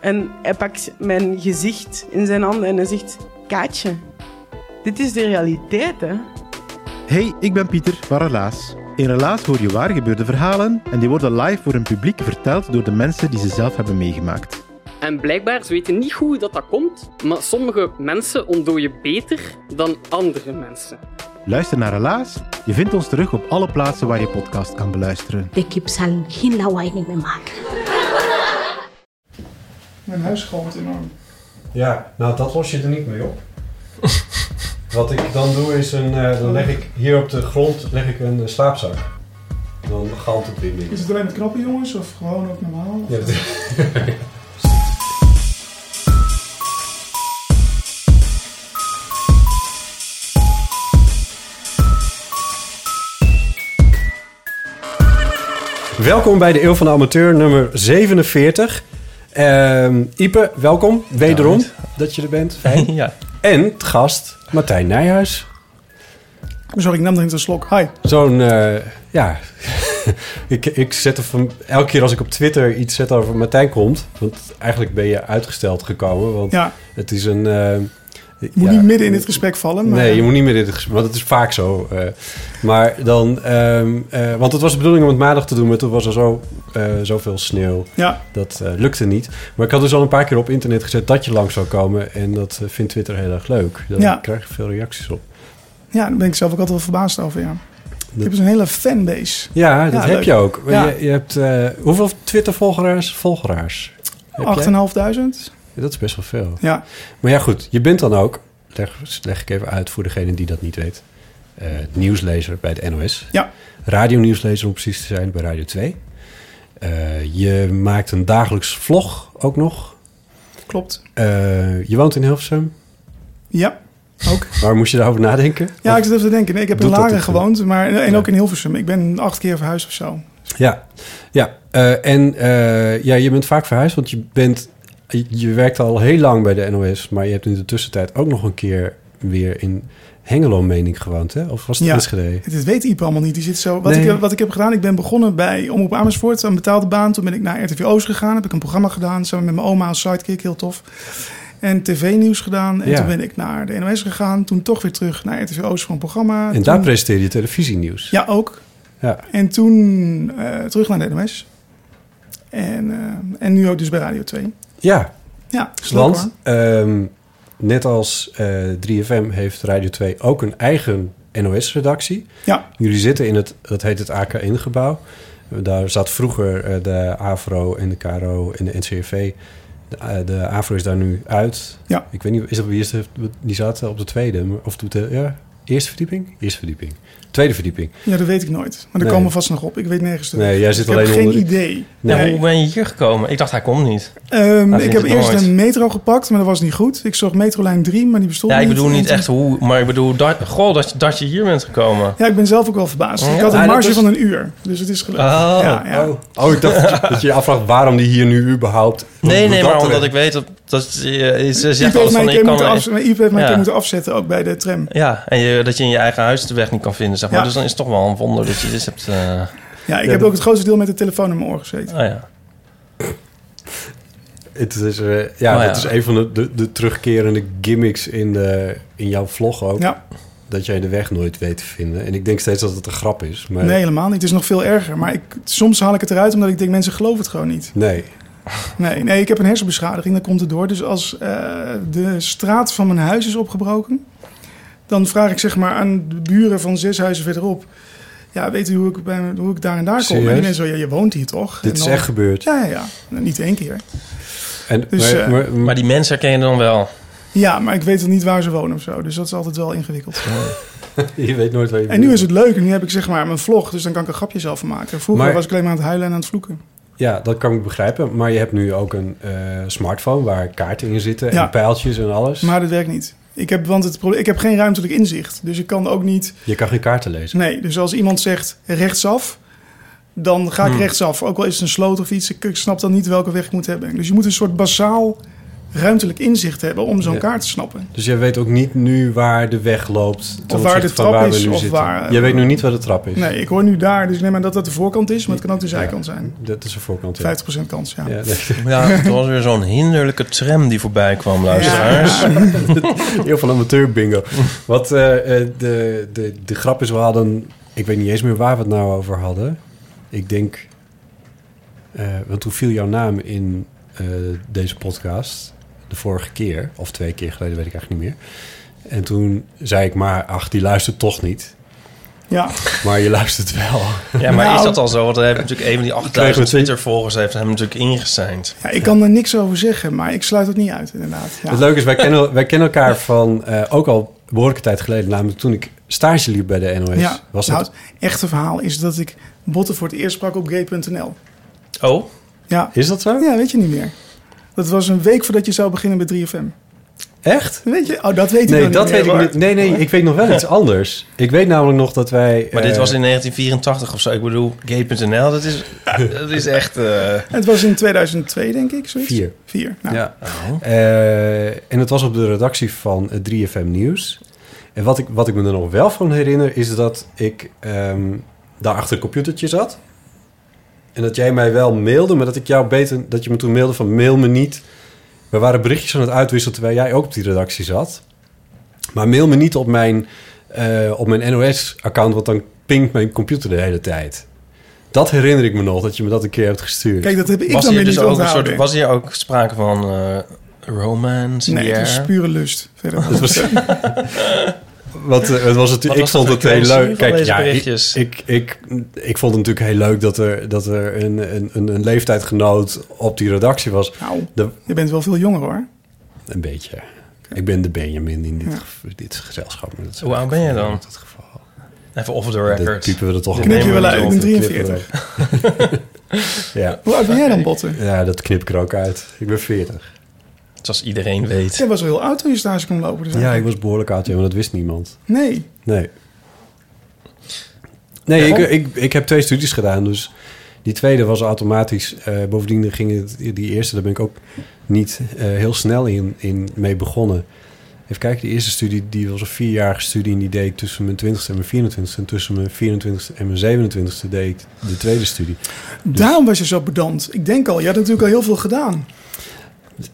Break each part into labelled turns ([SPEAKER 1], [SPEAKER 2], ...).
[SPEAKER 1] En hij pakt mijn gezicht in zijn handen en hij zegt: Kaatje, dit is de realiteit, hè?
[SPEAKER 2] Hey, ik ben Pieter van Relaas. In Relaas hoor je waar gebeurde verhalen en die worden live voor een publiek verteld door de mensen die ze zelf hebben meegemaakt.
[SPEAKER 3] En blijkbaar, ze weten niet goed hoe dat, dat komt, maar sommige mensen ontdooien beter dan andere mensen.
[SPEAKER 2] Luister naar Relaas. Je vindt ons terug op alle plaatsen waar je podcast kan beluisteren.
[SPEAKER 4] de kip zal geen lawaai niet meer maken.
[SPEAKER 5] Mijn huis galmt enorm.
[SPEAKER 6] Ja, nou dat los je er niet mee op. Wat ik dan doe is, een, eh, dan leg ik hier op de grond leg ik een eh, slaapzak. Dan galmt het weer niet.
[SPEAKER 5] Is het alleen met knappe jongens of gewoon ook normaal?
[SPEAKER 6] Ja, dat- Welkom bij de Eeuw van de Amateur nummer 47. Ehm Ipe, welkom. Wederom dat je er bent. Fijn.
[SPEAKER 7] Ja.
[SPEAKER 6] En het gast Martijn Nijhuis.
[SPEAKER 5] Sorry, ik nam er eens een slok. Hi.
[SPEAKER 6] Zo'n, eh, ja. ik, ik zet er van, elke keer als ik op Twitter iets zet over Martijn komt. Want eigenlijk ben je uitgesteld gekomen. Want
[SPEAKER 5] Ja,
[SPEAKER 6] het is een. eh,
[SPEAKER 5] ik moet
[SPEAKER 6] ja,
[SPEAKER 5] niet midden in dit gesprek vallen. Maar
[SPEAKER 6] Nee, je moet niet meer in dit gesprek, want het is vaak zo. eh. maar dan, ehm, eh, want het was de bedoeling om het maandag te doen, maar toen was er zo, eh, zoveel sneeuw.
[SPEAKER 5] Ja,
[SPEAKER 6] Dat eh, lukte niet. Maar ik had dus al een paar keer op internet gezet dat je lang zou komen. En dat eh, vindt Twitter heel erg leuk. Daar
[SPEAKER 5] Ja.
[SPEAKER 6] krijg je veel reacties op.
[SPEAKER 5] ja, daar ben ik zelf ook altijd wel verbaasd over, ja. Ik heb dus een hele fanbase.
[SPEAKER 6] Ja, dat
[SPEAKER 5] Ja,
[SPEAKER 6] heb
[SPEAKER 5] leuk.
[SPEAKER 6] je ook. Maar
[SPEAKER 5] Ja.
[SPEAKER 6] Je, je hebt, eh, hoeveel Twitter-volgeraars? Volgeraars? Heb Oh. jij?
[SPEAKER 5] 8.500.
[SPEAKER 6] Ja, dat is best wel veel.
[SPEAKER 5] Ja,
[SPEAKER 6] Maar ja, goed. Je bent dan ook, leg, leg ik even uit voor degene die dat niet weet, eh, nieuwslezer bij het NOS.
[SPEAKER 5] Ja.
[SPEAKER 6] Radionieuwslezer om precies te zijn bij Radio 2. Eh, je maakt een dagelijks vlog ook nog.
[SPEAKER 5] klopt.
[SPEAKER 6] Eh, je woont in Hilversum.
[SPEAKER 5] Ja. Ook.
[SPEAKER 6] Waar moest je daarover nadenken?
[SPEAKER 5] Ja, ik zit even te denken. Nee, ik heb in
[SPEAKER 6] Doet dat
[SPEAKER 5] Laren
[SPEAKER 6] het, eh,
[SPEAKER 5] gewoond, maar en
[SPEAKER 6] ja.
[SPEAKER 5] ook in Hilversum. Ik ben acht keer verhuisd of zo.
[SPEAKER 6] Ja, ja. eh, en eh, ja, je bent vaak verhuisd, want je bent... Je werkt al heel lang bij de NOS, maar je hebt in de tussentijd ook nog een keer weer in Hengelo, meen ik, gewoond, hè? Of was het
[SPEAKER 5] Ja.
[SPEAKER 6] Enschede?
[SPEAKER 5] Dit weet Iep allemaal niet. Die zit zo. Wat,
[SPEAKER 6] Nee.
[SPEAKER 5] ik, wat ik heb gedaan, ik ben begonnen bij Omroep Amersfoort, een betaalde baan. Toen ben ik naar RTV Oost gegaan, heb ik een programma gedaan samen met mijn oma als sidekick, heel tof. En tv-nieuws gedaan. En
[SPEAKER 6] Ja.
[SPEAKER 5] toen ben ik naar de NOS gegaan. Toen toch weer terug naar RTV Oost voor een programma.
[SPEAKER 6] En
[SPEAKER 5] Toen-
[SPEAKER 6] daar presenteer je televisienieuws.
[SPEAKER 5] Ja, ook.
[SPEAKER 6] Ja.
[SPEAKER 5] En toen eh, terug naar de NOS. En, eh, en nu ook dus bij Radio 2.
[SPEAKER 6] Ja,
[SPEAKER 5] Ja, is leuk,
[SPEAKER 6] want
[SPEAKER 5] hoor.
[SPEAKER 6] ehm, net als eh, 3FM heeft Radio 2 ook een eigen NOS-redactie.
[SPEAKER 5] Ja.
[SPEAKER 6] Jullie zitten in het, dat heet het AK1-gebouw. Daar zat vroeger eh, de AVRO en de KRO en de NCRV. De, eh, de AVRO is daar nu uit.
[SPEAKER 5] Ja.
[SPEAKER 6] Ik weet niet, is dat wie is er- die zaten op de tweede? maar- Of de, ja, eerste verdieping? Eerste verdieping. Tweede verdieping.
[SPEAKER 5] Ja, dat weet ik nooit. Maar daar
[SPEAKER 6] Nee.
[SPEAKER 5] komen we vast nog op. Ik weet nergens terug.
[SPEAKER 6] Nee, jij zit
[SPEAKER 5] ik heb
[SPEAKER 6] alleen
[SPEAKER 5] geen
[SPEAKER 6] onder...
[SPEAKER 5] idee.
[SPEAKER 6] Nee.
[SPEAKER 7] Nou, Hoe ben je hier gekomen? Ik dacht, hij komt niet.
[SPEAKER 5] Ehm,
[SPEAKER 7] Dat
[SPEAKER 5] ik
[SPEAKER 7] vind
[SPEAKER 5] heb
[SPEAKER 7] ik
[SPEAKER 5] eerst
[SPEAKER 7] nooit.
[SPEAKER 5] een metro gepakt, maar dat was niet goed. Ik zocht metrolijn 3, maar die bestond
[SPEAKER 7] Ja,
[SPEAKER 5] niet.
[SPEAKER 7] ik bedoel
[SPEAKER 5] En
[SPEAKER 7] niet
[SPEAKER 5] toen-
[SPEAKER 7] echt hoe, maar ik bedoel, dat, goh, dat, je- dat je hier bent gekomen.
[SPEAKER 5] Ja, ik ben zelf ook wel verbaasd. Ik
[SPEAKER 7] Ja.
[SPEAKER 5] had een
[SPEAKER 6] Ja, Ah, dat
[SPEAKER 5] marge
[SPEAKER 6] is-
[SPEAKER 5] van een uur, dus het is gelukt.
[SPEAKER 7] Oh.
[SPEAKER 5] ja, ja.
[SPEAKER 6] Oh. oh, ik dacht dat je je afvraagt waarom die hier nu überhaupt...
[SPEAKER 7] Nee, nee, maar omdat
[SPEAKER 6] ik
[SPEAKER 7] ik weet dat, dat je, ze
[SPEAKER 5] Iep
[SPEAKER 7] zegt
[SPEAKER 5] heeft
[SPEAKER 7] altijd
[SPEAKER 5] mij
[SPEAKER 7] van,
[SPEAKER 5] een keer
[SPEAKER 7] ik kan...
[SPEAKER 5] moeten af-
[SPEAKER 7] maar-
[SPEAKER 5] Iep heeft mij een
[SPEAKER 7] Ja.
[SPEAKER 5] keer moeten afzetten, ook bij de tram.
[SPEAKER 7] Ja, en je, dat je in je eigen huis de weg niet kan vinden, zeg maar.
[SPEAKER 5] Ja.
[SPEAKER 7] Dus dan is het toch wel een wonder dat je dit hebt... eh,
[SPEAKER 5] Ja, ik heb ook het grootste deel met de telefoon in mijn oor gezeten.
[SPEAKER 7] oh ja.
[SPEAKER 6] Het is, eh, ja,
[SPEAKER 7] Nou ja.
[SPEAKER 6] dat is een van de, de, de terugkerende gimmicks in,
[SPEAKER 7] eh,
[SPEAKER 6] de, in jouw vlog ook.
[SPEAKER 5] Ja,
[SPEAKER 6] Dat jij de weg nooit weet te vinden. En ik denk steeds dat het een grap is. Maar
[SPEAKER 5] nee, helemaal niet. Het is nog veel erger. Maar ik, soms haal ik het eruit omdat ik denk, mensen geloven het gewoon niet.
[SPEAKER 6] Nee.
[SPEAKER 5] Nee, nee ik heb een hersenbeschadiging, dan komt het door. Dus als eh, de straat van mijn huis is opgebroken, dan vraag ik zeg maar aan de buren van zes huizen verderop. Ja, weet u hoe ik, bij, hoe ik daar en daar kom? En
[SPEAKER 6] Serieus?
[SPEAKER 5] die mensen zo, ja, je woont hier toch?
[SPEAKER 6] Dit
[SPEAKER 5] En
[SPEAKER 6] is
[SPEAKER 5] dan-
[SPEAKER 6] echt gebeurd.
[SPEAKER 5] Ja, ja, ja. Nou, niet één keer.
[SPEAKER 6] En,
[SPEAKER 5] Dus,
[SPEAKER 6] maar,
[SPEAKER 5] eh,
[SPEAKER 6] maar-
[SPEAKER 7] Maar die mensen herken je dan wel.
[SPEAKER 5] Ja, maar ik weet wel niet waar ze wonen of zo. Dus dat is altijd wel ingewikkeld.
[SPEAKER 6] je weet nooit waar je
[SPEAKER 5] En nu
[SPEAKER 6] bent.
[SPEAKER 5] is het leuk. En nu heb ik zeg maar mijn vlog. Dus dan kan ik er grapjes over maken. Vroeger
[SPEAKER 6] Maar-
[SPEAKER 5] was ik alleen maar aan het huilen en aan het vloeken.
[SPEAKER 7] ja, dat kan ik begrijpen. Maar je hebt nu ook een eh, smartphone waar kaarten in zitten
[SPEAKER 5] Ja.
[SPEAKER 7] en pijltjes en alles.
[SPEAKER 5] Maar dat werkt niet. Ik heb, want het probleem, ik heb geen ruimtelijk inzicht. Dus ik kan ook niet.
[SPEAKER 7] Je kan geen kaarten lezen.
[SPEAKER 5] Nee, dus als iemand zegt rechtsaf, dan ga ik
[SPEAKER 7] Hmm.
[SPEAKER 5] rechtsaf. Ook al is het een sloot of iets, ik, ik snap dan niet welke weg ik moet hebben. Dus je moet een soort basaal ruimtelijk inzicht hebben om zo'n
[SPEAKER 7] Ja.
[SPEAKER 5] kaart te snappen.
[SPEAKER 7] Dus jij weet ook niet nu waar de weg loopt. ten
[SPEAKER 5] waar de
[SPEAKER 7] opzichte van
[SPEAKER 5] trap
[SPEAKER 7] waar we
[SPEAKER 5] is,
[SPEAKER 7] nu
[SPEAKER 5] of
[SPEAKER 7] zitten.
[SPEAKER 5] waar- eh,
[SPEAKER 7] Je weet nu niet waar de trap is.
[SPEAKER 5] Nee, ik hoor nu daar, dus ik neem aan dat dat de voorkant is, maar het kan ook de zijkant zijn.
[SPEAKER 7] Dat is een voorkant. ja.
[SPEAKER 5] 50% kans, ja.
[SPEAKER 7] Ja,
[SPEAKER 6] Ja, het was weer zo'n hinderlijke tram die voorbij kwam, luisteraars.
[SPEAKER 7] Heel veel amateur bingo. Wat eh, eh, de, de, de grap is, we hadden... Ik weet niet eens meer waar we het nou over hadden. Ik denk... eh, want toen viel jouw naam in eh, deze podcast de vorige keer. Of twee keer geleden, weet ik eigenlijk niet meer. En toen zei ik maar, ach, die luistert toch niet.
[SPEAKER 5] Ja. Nou,
[SPEAKER 7] Maar je luistert wel.
[SPEAKER 6] Ja, maar is dat al zo? Want hij heeft natuurlijk even die
[SPEAKER 7] Krijgen we
[SPEAKER 6] 8000
[SPEAKER 7] twee-
[SPEAKER 6] Twitter-volgers heeft hem natuurlijk ingeseind.
[SPEAKER 5] Ja, ik kan er niks over zeggen, maar ik sluit het niet uit, inderdaad. Ja.
[SPEAKER 7] Het leuke is, wij kennen, wij kennen elkaar van eh, ook al behoorlijke tijd geleden. Namelijk toen ik stage liep bij de NOS.
[SPEAKER 5] Ja,
[SPEAKER 7] Dus was
[SPEAKER 5] nou,
[SPEAKER 7] dat
[SPEAKER 5] het echte verhaal is dat ik botten voor het eerst sprak op gay.nl.
[SPEAKER 6] Oh?
[SPEAKER 5] Ja.
[SPEAKER 7] Is dat zo?
[SPEAKER 5] Ja, weet je niet meer. Dat was een week voordat je zou beginnen met 3FM.
[SPEAKER 7] Echt?
[SPEAKER 5] Weet je? Oh, dat weet ik nog
[SPEAKER 7] nee,
[SPEAKER 5] niet
[SPEAKER 7] dat
[SPEAKER 5] meer,
[SPEAKER 7] weet ik
[SPEAKER 5] hoor.
[SPEAKER 7] niet. Nee, nee, ik weet nog wel iets anders. Ik weet namelijk nog dat wij...
[SPEAKER 6] Maar dit
[SPEAKER 7] eh,
[SPEAKER 6] was in 1984 of zo. Ik bedoel, gay.nl, dat is, dat is echt... eh,
[SPEAKER 5] Het was in 2002, denk ik, zoiets.
[SPEAKER 7] Vier.
[SPEAKER 5] Vier, nou.
[SPEAKER 7] Ja. Eh, en het was op de redactie van eh, 3FM Nieuws. En wat ik, wat ik me er nog wel van herinner... is dat ik ehm, daar achter een computertje zat. En dat jij mij wel mailde... maar dat ik jou beter... dat je me toen mailde van mail me niet. We waren berichtjes aan het uitwisselen... terwijl jij ook op die redactie zat. Maar mail me niet op mijn, eh, op mijn NOS-account... want dan pingt mijn computer de hele tijd. Dat herinner ik me nog, dat je me dat een keer hebt gestuurd.
[SPEAKER 5] Kijk, dat heb ik
[SPEAKER 6] was
[SPEAKER 5] dan
[SPEAKER 6] hier
[SPEAKER 5] weer
[SPEAKER 6] dus
[SPEAKER 5] niet
[SPEAKER 6] ook een
[SPEAKER 5] onthouden.
[SPEAKER 6] soort, was hier ook sprake van eh, romance? in
[SPEAKER 5] Nee,
[SPEAKER 6] die
[SPEAKER 5] het was
[SPEAKER 6] air? Oh.
[SPEAKER 5] pure lust. Verder.
[SPEAKER 7] Het was- Wat, eh, het was het,
[SPEAKER 6] Wat
[SPEAKER 7] ik
[SPEAKER 6] was de
[SPEAKER 7] vond het heel
[SPEAKER 6] frequentie van
[SPEAKER 7] leuk. Kijk,
[SPEAKER 6] deze
[SPEAKER 7] ja, ik,
[SPEAKER 6] berichtjes?
[SPEAKER 7] ik, ik, ik vond het natuurlijk heel leuk dat er, dat er een, een, een, een leeftijdgenoot op die redactie was.
[SPEAKER 6] Oh.
[SPEAKER 5] Nou,
[SPEAKER 7] De-
[SPEAKER 5] je bent wel veel jonger, hoor.
[SPEAKER 7] een beetje. Ik ben de Benjamin in dit,
[SPEAKER 5] Ja.
[SPEAKER 7] ge- dit gezelschap. maar dat is
[SPEAKER 6] Hoe oud ben je dan?
[SPEAKER 7] Dat geval.
[SPEAKER 6] Even off the record.
[SPEAKER 7] Dat piepen we er toch
[SPEAKER 6] Dit
[SPEAKER 7] een
[SPEAKER 5] knip
[SPEAKER 7] beetje
[SPEAKER 5] je wel uit,
[SPEAKER 7] op.
[SPEAKER 5] ik ben
[SPEAKER 7] Dat knippen we
[SPEAKER 5] 43.
[SPEAKER 7] er- ja.
[SPEAKER 5] Hoe oud ben jij dan, Botten?
[SPEAKER 7] ja, dat knip ik er ook uit. Ik ben 40.
[SPEAKER 6] Zoals iedereen weet.
[SPEAKER 5] Jij was wel heel oud toen je stage kon lopen. Dus
[SPEAKER 7] Ja, ik was behoorlijk oud, ja, maar dat wist niemand.
[SPEAKER 5] Nee.
[SPEAKER 7] Nee. Nee,
[SPEAKER 5] Ja.
[SPEAKER 7] ik, ik, ik heb twee studies gedaan, dus die tweede was automatisch. Eh, bovendien ging het, die eerste, daar ben ik ook niet eh, heel snel in, in mee begonnen. Even kijken, die eerste studie die was een vierjarige studie en die deed ik tussen mijn 20ste en mijn 24ste. En tussen mijn 24ste en mijn 27ste deed ik de tweede studie. Dus-
[SPEAKER 5] Daarom was je zo pedant. Ik denk al, je had natuurlijk al heel veel gedaan.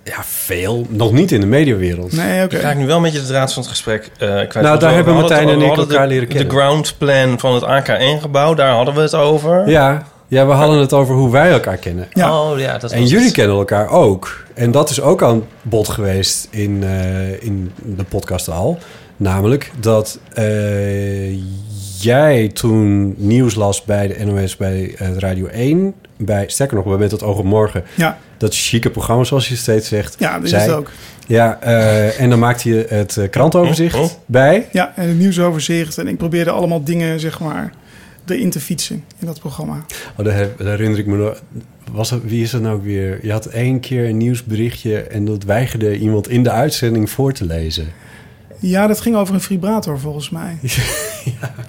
[SPEAKER 7] Ja, veel. Nog niet in de mediawereld. Nou,
[SPEAKER 5] Nee, oké.
[SPEAKER 6] Dan ga ik nu wel een beetje de draad van het gesprek eh kwijt.
[SPEAKER 7] daar
[SPEAKER 6] Want we- we hadden
[SPEAKER 7] hebben Martijn
[SPEAKER 6] het-
[SPEAKER 7] en
[SPEAKER 6] we
[SPEAKER 7] ik
[SPEAKER 6] hadden de-
[SPEAKER 7] elkaar leren kennen.
[SPEAKER 6] De ground plan van het AKN-gebouw, daar hadden we het over.
[SPEAKER 7] Ja, ja, we hadden het over hoe wij elkaar kennen.
[SPEAKER 5] Ja.
[SPEAKER 6] Oh ja, dat
[SPEAKER 7] En
[SPEAKER 6] was
[SPEAKER 7] jullie
[SPEAKER 6] het.
[SPEAKER 7] kennen elkaar ook. En dat is ook aan bod geweest in, eh, in de podcast al. Namelijk dat eh, jij toen nieuws las bij de NOS, bij eh, Radio 1... Bij, sterker nog, bij Met het Oog op Morgen.
[SPEAKER 5] Ja.
[SPEAKER 7] Dat chique programma, zoals je steeds zegt.
[SPEAKER 5] Ja, dat is
[SPEAKER 7] zei.
[SPEAKER 5] het ook.
[SPEAKER 7] Ja, eh, en dan maakte je het eh, krantoverzicht
[SPEAKER 6] Oh, oh.
[SPEAKER 7] bij.
[SPEAKER 5] Ja, en het nieuwsoverzicht. En ik probeerde allemaal dingen, zeg maar, erin te fietsen in dat programma.
[SPEAKER 7] Oh, daar, heb- daar herinner ik me nog. Was dat, wie is dat nou ook weer? Je had één keer een nieuwsberichtje... en dat weigerde iemand in de uitzending voor te lezen.
[SPEAKER 5] Ja, dat ging over een vibrator, volgens mij.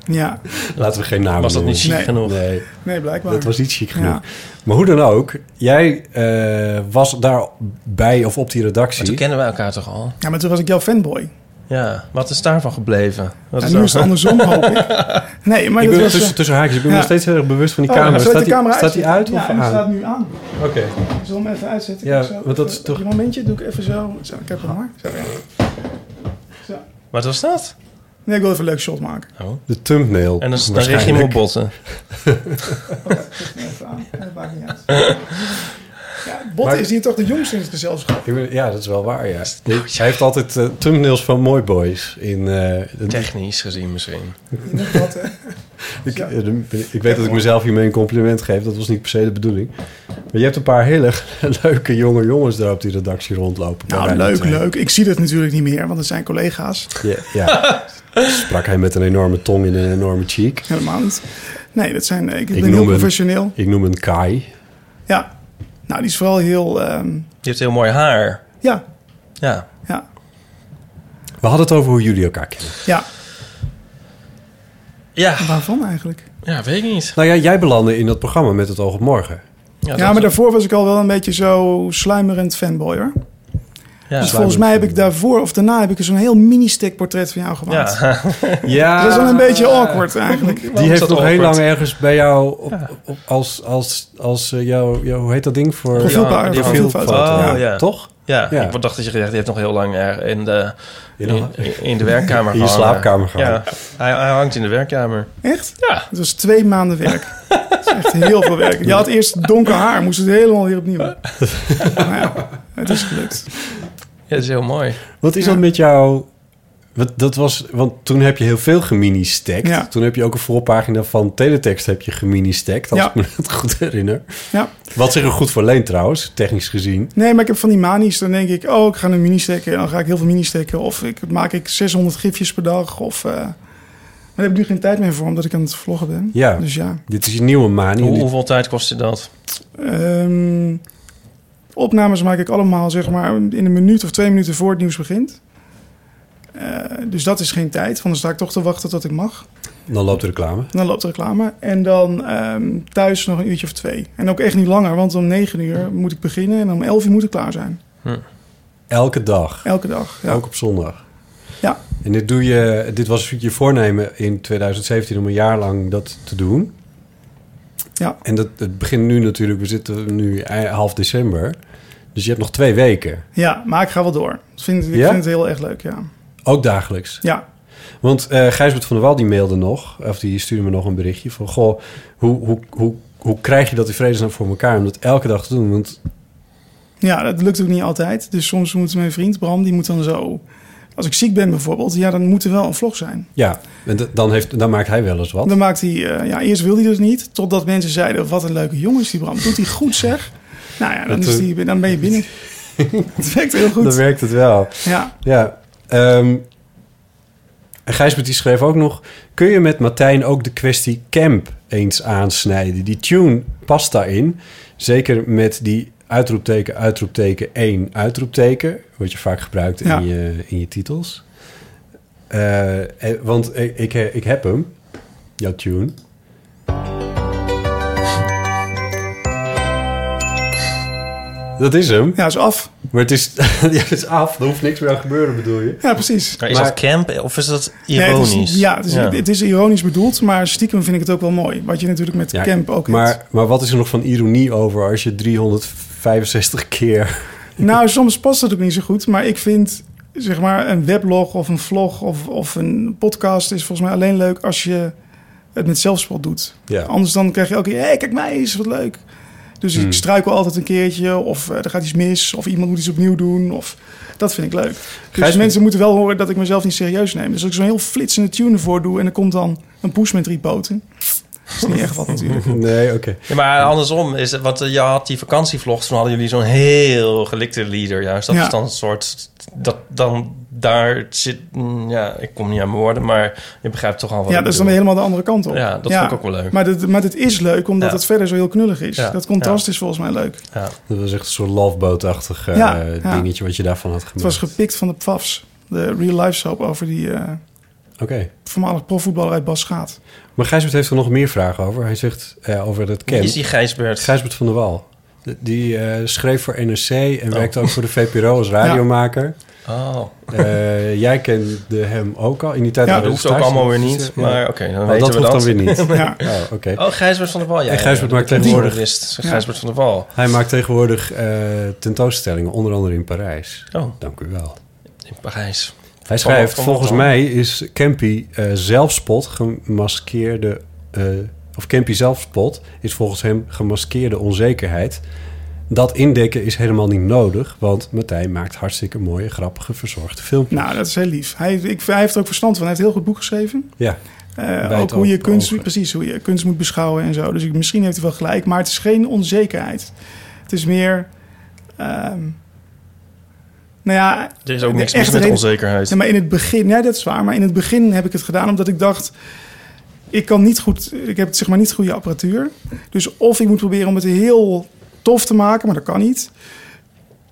[SPEAKER 5] Ja.
[SPEAKER 7] Laten we geen namen
[SPEAKER 6] Was dat niet chic
[SPEAKER 7] noemen.
[SPEAKER 5] Nee.
[SPEAKER 6] genoeg?
[SPEAKER 7] Nee,
[SPEAKER 5] Nee, blijkbaar.
[SPEAKER 7] dat was niet chic genoeg.
[SPEAKER 5] Ja.
[SPEAKER 7] Maar hoe dan ook, jij eh, was daar bij of op die
[SPEAKER 6] Maar toen
[SPEAKER 7] redactie.
[SPEAKER 6] kennen we elkaar toch al?
[SPEAKER 5] Ja, maar toen was ik jouw fanboy.
[SPEAKER 6] Ja, wat is daarvan gebleven? Wat
[SPEAKER 5] En nu is het andersom, hoop ik. Nee, maar
[SPEAKER 7] ik dus ben
[SPEAKER 5] dat was... eh,
[SPEAKER 7] tussen, tussen haakjes, ik ben
[SPEAKER 5] Ja.
[SPEAKER 7] nog steeds heel erg bewust van die
[SPEAKER 5] Oh,
[SPEAKER 7] camera.
[SPEAKER 5] zet
[SPEAKER 7] Staat,
[SPEAKER 5] de camera
[SPEAKER 7] die, staat die uit
[SPEAKER 5] Ja,
[SPEAKER 7] of
[SPEAKER 5] en die
[SPEAKER 7] aan?
[SPEAKER 5] staat nu aan.
[SPEAKER 7] Oké.
[SPEAKER 5] Ik zal hem even uitzetten.
[SPEAKER 7] Ja,
[SPEAKER 5] Ik zal
[SPEAKER 7] want dat
[SPEAKER 5] even-
[SPEAKER 7] is toch-
[SPEAKER 5] Op een momentje doe ik even zo. Zo, ik heb hem maar. Zo, ja. Zo.
[SPEAKER 6] Wat was dat?
[SPEAKER 5] Nee, ik wil even een leuk shot maken.
[SPEAKER 7] De thumbnail.
[SPEAKER 6] En dan, dan richt je
[SPEAKER 7] waarschijnlijk.
[SPEAKER 6] hem op botten.
[SPEAKER 5] Even aan. Dat maakt niet uit. Ja, Botte
[SPEAKER 7] Maar-
[SPEAKER 5] is hier toch de jongste in het gezelschap.
[SPEAKER 7] Ik ben- Ja, dat is wel waar, ja. Hij heeft altijd eh, thumbnails van Mooi Boys. In, eh, de-
[SPEAKER 6] Technisch gezien misschien.
[SPEAKER 5] Je moet wat, hè.
[SPEAKER 7] ik, eh, de- ik weet dat ik mezelf hiermee een compliment geef. Dat was niet per se de bedoeling. Maar je hebt een paar hele leuke jonge jongens daar op die redactie rondlopen.
[SPEAKER 5] Nou,
[SPEAKER 7] Waarbij
[SPEAKER 5] leuk,
[SPEAKER 7] dat, eh,
[SPEAKER 5] leuk. Ik zie dat natuurlijk niet meer, want het zijn collega's.
[SPEAKER 7] Ja, ja. sprak hij met een enorme tong in een enorme cheek.
[SPEAKER 5] Helemaal niet. Nee, dat zijn... eh, Ik,
[SPEAKER 7] Ik
[SPEAKER 5] ben
[SPEAKER 7] noem
[SPEAKER 5] heel
[SPEAKER 7] hem-
[SPEAKER 5] professioneel.
[SPEAKER 7] Ik noem een Kai.
[SPEAKER 5] Ja. Nou, die is vooral heel... ehm,
[SPEAKER 6] Je hebt heel mooi haar.
[SPEAKER 5] ja,
[SPEAKER 6] Ja.
[SPEAKER 7] We hadden het over hoe jullie elkaar kennen.
[SPEAKER 5] ja.
[SPEAKER 6] Ja.
[SPEAKER 5] Waarvan eigenlijk?
[SPEAKER 6] Ja, weet ik niet.
[SPEAKER 7] Nou ja, jij belandde in dat programma met het oog op morgen.
[SPEAKER 6] Ja,
[SPEAKER 5] Ja,
[SPEAKER 6] dat-
[SPEAKER 5] maar daarvoor was ik al wel een beetje zo sluimerend fanboy, hoor.
[SPEAKER 6] Ja,
[SPEAKER 5] dus volgens mij heb ik daarvoor of daarna heb ik zo'n heel mini-stick portret van jou gemaakt.
[SPEAKER 6] Ja.
[SPEAKER 7] Ja,
[SPEAKER 5] Dat is wel een beetje awkward eigenlijk.
[SPEAKER 7] die heeft
[SPEAKER 6] dat
[SPEAKER 7] nog heel
[SPEAKER 6] awkward?
[SPEAKER 7] lang ergens bij jou op, op- als, als, als eh, jou, jou, hoe heet dat ding voor?
[SPEAKER 5] Profiel- Profielpa-
[SPEAKER 6] die
[SPEAKER 5] profielfoto.
[SPEAKER 6] profielfoto,
[SPEAKER 7] Oh, ja.
[SPEAKER 6] ja. Ja.
[SPEAKER 7] Toch?
[SPEAKER 6] Ja,
[SPEAKER 7] Ja.
[SPEAKER 6] ik dacht dat je gezegd die heeft nog heel lang er in de,
[SPEAKER 7] In-
[SPEAKER 6] in, in de werkkamer
[SPEAKER 7] In je
[SPEAKER 6] gehangen.
[SPEAKER 7] slaapkamer gehangen.
[SPEAKER 6] Ja, hij, hij hangt in de werkkamer.
[SPEAKER 5] Echt?
[SPEAKER 6] Ja.
[SPEAKER 5] Het was twee maanden werk. Het is echt heel veel werk. Je had eerst donker haar, moest het helemaal weer opnieuw. Maar ja, het is gelukt.
[SPEAKER 6] Ja, dat is heel mooi.
[SPEAKER 7] Wat is dat met jou? Wat, dat was, want toen heb je heel veel gemini-stackt.
[SPEAKER 5] Ja.
[SPEAKER 7] Toen heb je ook een voorpagina van Teletext heb je gemini-stackt, als
[SPEAKER 5] Ja.
[SPEAKER 7] ik me dat goed herinner.
[SPEAKER 5] Ja.
[SPEAKER 7] Wat zich er goed voor leent trouwens, technisch gezien.
[SPEAKER 5] Nee, maar ik heb van die manies. Dan denk ik, oh, ik ga een mini steken. En dan ga ik heel veel mini steken. Of ik, maak ik 600 gifjes per dag. Of, eh, Maar daar heb ik nu geen tijd meer voor, omdat ik aan het vloggen ben.
[SPEAKER 7] Ja.
[SPEAKER 5] Dus ja.
[SPEAKER 7] Dit is je nieuwe manie.
[SPEAKER 6] Hoe, hoeveel tijd kostte dat?
[SPEAKER 5] Ehm, opnames maak ik allemaal zeg maar in een minuut of twee minuten voor het nieuws begint. Eh, dus dat is geen tijd, want dan sta ik toch te wachten tot ik mag.
[SPEAKER 7] Dan loopt de reclame.
[SPEAKER 5] Dan loopt de reclame. En dan ehm, thuis nog een uurtje of twee. En ook echt niet langer, want om negen uur moet ik beginnen en om elf uur moet ik klaar zijn.
[SPEAKER 7] Elke dag.
[SPEAKER 5] Elke dag. Ja.
[SPEAKER 7] Ook op zondag.
[SPEAKER 5] Ja.
[SPEAKER 7] En dit, doe je, dit was je voornemen in 2017 om een jaar lang dat te doen.
[SPEAKER 5] Ja.
[SPEAKER 7] En dat, het begint nu natuurlijk, we zitten nu ei- half december. Dus je hebt nog twee weken.
[SPEAKER 5] ja, maar ik ga wel door. Dat vind, ik
[SPEAKER 7] Ja?
[SPEAKER 5] vind het heel erg leuk, ja.
[SPEAKER 7] Ook dagelijks.
[SPEAKER 5] Ja,
[SPEAKER 7] Want eh Gijsbert van der Wal die mailde nog, of die stuurde me nog een berichtje van: Goh, hoe, hoe, hoe, hoe krijg je dat die vredesnaam voor elkaar om dat elke dag te doen? Want
[SPEAKER 5] ja dat lukt ook niet altijd. Dus soms moet mijn vriend Bram, die moet dan zo... Als ik ziek ben bijvoorbeeld, ja, dan moet er wel een vlog zijn.
[SPEAKER 7] ja, en d- dan, heeft, dan maakt hij wel eens wat.
[SPEAKER 5] Dan maakt hij, eh, ja, eerst wilde hij dus niet, totdat mensen zeiden: wat een leuke jongen is die Bram. Doet hij goed zeg? Nou ja, dan,
[SPEAKER 7] Dat
[SPEAKER 5] is
[SPEAKER 7] doe-
[SPEAKER 5] die, dan ben je binnen. Het werkt heel
[SPEAKER 7] Dan
[SPEAKER 5] goed.
[SPEAKER 7] werkt het wel.
[SPEAKER 5] Ja,
[SPEAKER 7] Ja. ehm, en Gijsbert die schreef ook nog... Kun je met Martijn ook de kwestie camp eens aansnijden? Die tune past daarin. Zeker met die uitroepteken, uitroepteken, één uitroepteken. Wat je vaak gebruikt
[SPEAKER 5] Ja.
[SPEAKER 7] in, je, in je titels. Eh, eh, want ik, ik, ik heb hem. Jouw tune. Dat is hem.
[SPEAKER 5] ja, is af.
[SPEAKER 7] Maar het is, ja, het is af. Er hoeft niks meer aan gebeuren, bedoel je?
[SPEAKER 5] Ja, precies.
[SPEAKER 6] Maar is
[SPEAKER 7] Maar-
[SPEAKER 6] dat camp of is dat
[SPEAKER 5] Nee, het is-
[SPEAKER 6] ironisch?
[SPEAKER 5] ja, het is, het is ironisch bedoeld, maar stiekem vind ik het ook wel mooi. Wat je natuurlijk met
[SPEAKER 7] Ja,
[SPEAKER 5] camp ook hebt.
[SPEAKER 7] Maar, maar wat is er nog van ironie over als je 365 keer...
[SPEAKER 5] Nou, soms past het ook niet zo goed, maar ik vind zeg maar een weblog of een vlog of, of een podcast is volgens mij alleen leuk als je het met zelfspot doet.
[SPEAKER 7] Ja.
[SPEAKER 5] Anders dan krijg je elke keer, hé, kijk mij eens, wat leuk. Dus
[SPEAKER 6] Hmm.
[SPEAKER 5] ik struikel altijd een keertje, of eh, er gaat iets mis, of iemand moet iets opnieuw doen. Of, dat vind ik leuk. Dus
[SPEAKER 7] Gijs-
[SPEAKER 5] mensen moeten wel horen dat ik mezelf niet serieus neem. Dus als ik zo'n heel flitsende tune ervoor doe en er komt dan een push met drie poten. Dat is niet echt wat natuurlijk.
[SPEAKER 7] Nee, oké.
[SPEAKER 6] Ja, maar andersom, is het, want eh, je had die vakantievlogs, toen hadden jullie zo'n heel gelikte leader juist. Dat
[SPEAKER 5] Ja.
[SPEAKER 6] is dan een soort, dat dan daar zit, mm, ja, ik kom niet aan mijn woorden, maar je begrijpt toch al wat
[SPEAKER 5] Ja,
[SPEAKER 6] ik
[SPEAKER 5] dat is dan weer
[SPEAKER 6] bedoel.
[SPEAKER 5] helemaal de andere kant op.
[SPEAKER 6] Ja, dat vond ik ook wel leuk.
[SPEAKER 5] Maar dat, maar dat is leuk, omdat
[SPEAKER 6] Ja.
[SPEAKER 5] het verder zo heel knullig is.
[SPEAKER 6] Ja.
[SPEAKER 5] Dat contrast is volgens mij leuk.
[SPEAKER 6] Ja.
[SPEAKER 7] Dat was echt een soort loveboat-achtig eh,
[SPEAKER 5] Ja, ja.
[SPEAKER 7] dingetje wat je daarvan had
[SPEAKER 5] Het
[SPEAKER 7] gemaakt.
[SPEAKER 5] was gepikt van de PFAFs, de real life soap over die eh,
[SPEAKER 7] Oké.
[SPEAKER 5] voormalig profvoetballer uit Bas Schaat.
[SPEAKER 7] Maar Gijsbert heeft er nog meer vragen over. Hij zegt eh, over dat
[SPEAKER 6] Wie
[SPEAKER 7] camp.
[SPEAKER 6] is die Gijsbert?
[SPEAKER 7] Gijsbert van der Wal. De- Die eh, schreef voor NRC en werkte ook voor de VPRO als radiomaker.
[SPEAKER 6] Oh,
[SPEAKER 7] Eh, jij kende hem ook al. In die tijd
[SPEAKER 5] Ja,
[SPEAKER 6] dat
[SPEAKER 7] waren we
[SPEAKER 6] hoeft ook
[SPEAKER 7] thuis-
[SPEAKER 6] allemaal weer niet,
[SPEAKER 7] Ja.
[SPEAKER 6] maar oké, dan
[SPEAKER 7] Oh,
[SPEAKER 6] weten
[SPEAKER 7] dat
[SPEAKER 6] we
[SPEAKER 7] hoeft
[SPEAKER 6] dat.
[SPEAKER 7] dan weer niet.
[SPEAKER 5] Ja.
[SPEAKER 7] Oh, oké.
[SPEAKER 6] Oh, Gijsbert van der Wal, ja.
[SPEAKER 7] En Gijsbert
[SPEAKER 6] ja,
[SPEAKER 7] maakt
[SPEAKER 6] dat ik
[SPEAKER 7] tegenwoordig-
[SPEAKER 6] Wist, Gijsbert van der Wal.
[SPEAKER 7] Hij maakt tegenwoordig eh, tentoonstellingen, onder andere in Parijs.
[SPEAKER 6] Oh,
[SPEAKER 7] Dank u wel.
[SPEAKER 6] in Parijs.
[SPEAKER 7] Hij schrijft,
[SPEAKER 6] Van- van-
[SPEAKER 7] volgens
[SPEAKER 6] van-
[SPEAKER 7] mij is Campy eh, zelfspot gemaskeerde... eh, of Campy zelfspot is volgens hem gemaskeerde onzekerheid. Dat indekken is helemaal niet nodig, want Martijn maakt hartstikke mooie, grappige, verzorgde filmpjes.
[SPEAKER 5] Nou, dat is heel lief. Hij, ik, hij heeft er ook verstand van. Hij heeft een heel goed boek geschreven.
[SPEAKER 7] Ja,
[SPEAKER 5] Eh,
[SPEAKER 7] het
[SPEAKER 5] ook hoe je,
[SPEAKER 7] open ogen.
[SPEAKER 5] kunst, precies, hoe je kunst moet beschouwen en zo. Dus ik, misschien heeft hij wel gelijk. Maar het is geen onzekerheid. Het is meer... ehm, nou ja,
[SPEAKER 6] Er is ook
[SPEAKER 5] de
[SPEAKER 6] niks mis
[SPEAKER 5] echte
[SPEAKER 6] met
[SPEAKER 5] reden-
[SPEAKER 6] onzekerheid.
[SPEAKER 5] Ja, maar in het begin, ja, dat is waar. Maar in het begin heb ik het gedaan omdat ik dacht. Ik kan niet goed, ik heb zeg maar niet goede apparatuur. Dus of ik moet proberen om het heel tof te maken, maar dat kan niet.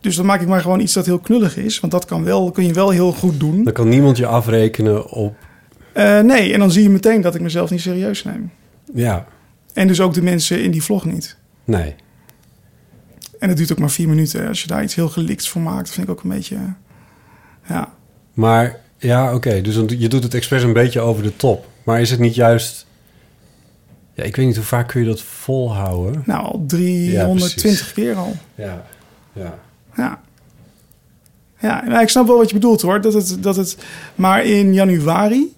[SPEAKER 5] Dus dan maak ik maar gewoon iets dat heel knullig is. Want dat kan wel, kun je wel heel goed doen.
[SPEAKER 7] Dan kan niemand je afrekenen op...
[SPEAKER 5] Eh, nee, en dan zie je meteen dat ik mezelf niet serieus neem.
[SPEAKER 7] Ja,
[SPEAKER 5] En dus ook de mensen in die vlog niet.
[SPEAKER 7] nee.
[SPEAKER 5] En het duurt ook maar vier minuten. hè. Als je daar iets heel gelikts voor maakt, vind ik ook een beetje... eh, Ja,
[SPEAKER 7] Maar ja, oké. Dus dan- je doet het expres een beetje over de top. Maar is het niet juist... Ja, ik weet niet hoe vaak kun je dat volhouden.
[SPEAKER 5] nou, al
[SPEAKER 7] Ja, precies.
[SPEAKER 5] 320 keer al.
[SPEAKER 7] Ja, ja.
[SPEAKER 5] Ja. Ja, nou, ik snap wel wat je bedoelt hoor. Dat het, dat het, maar in januari,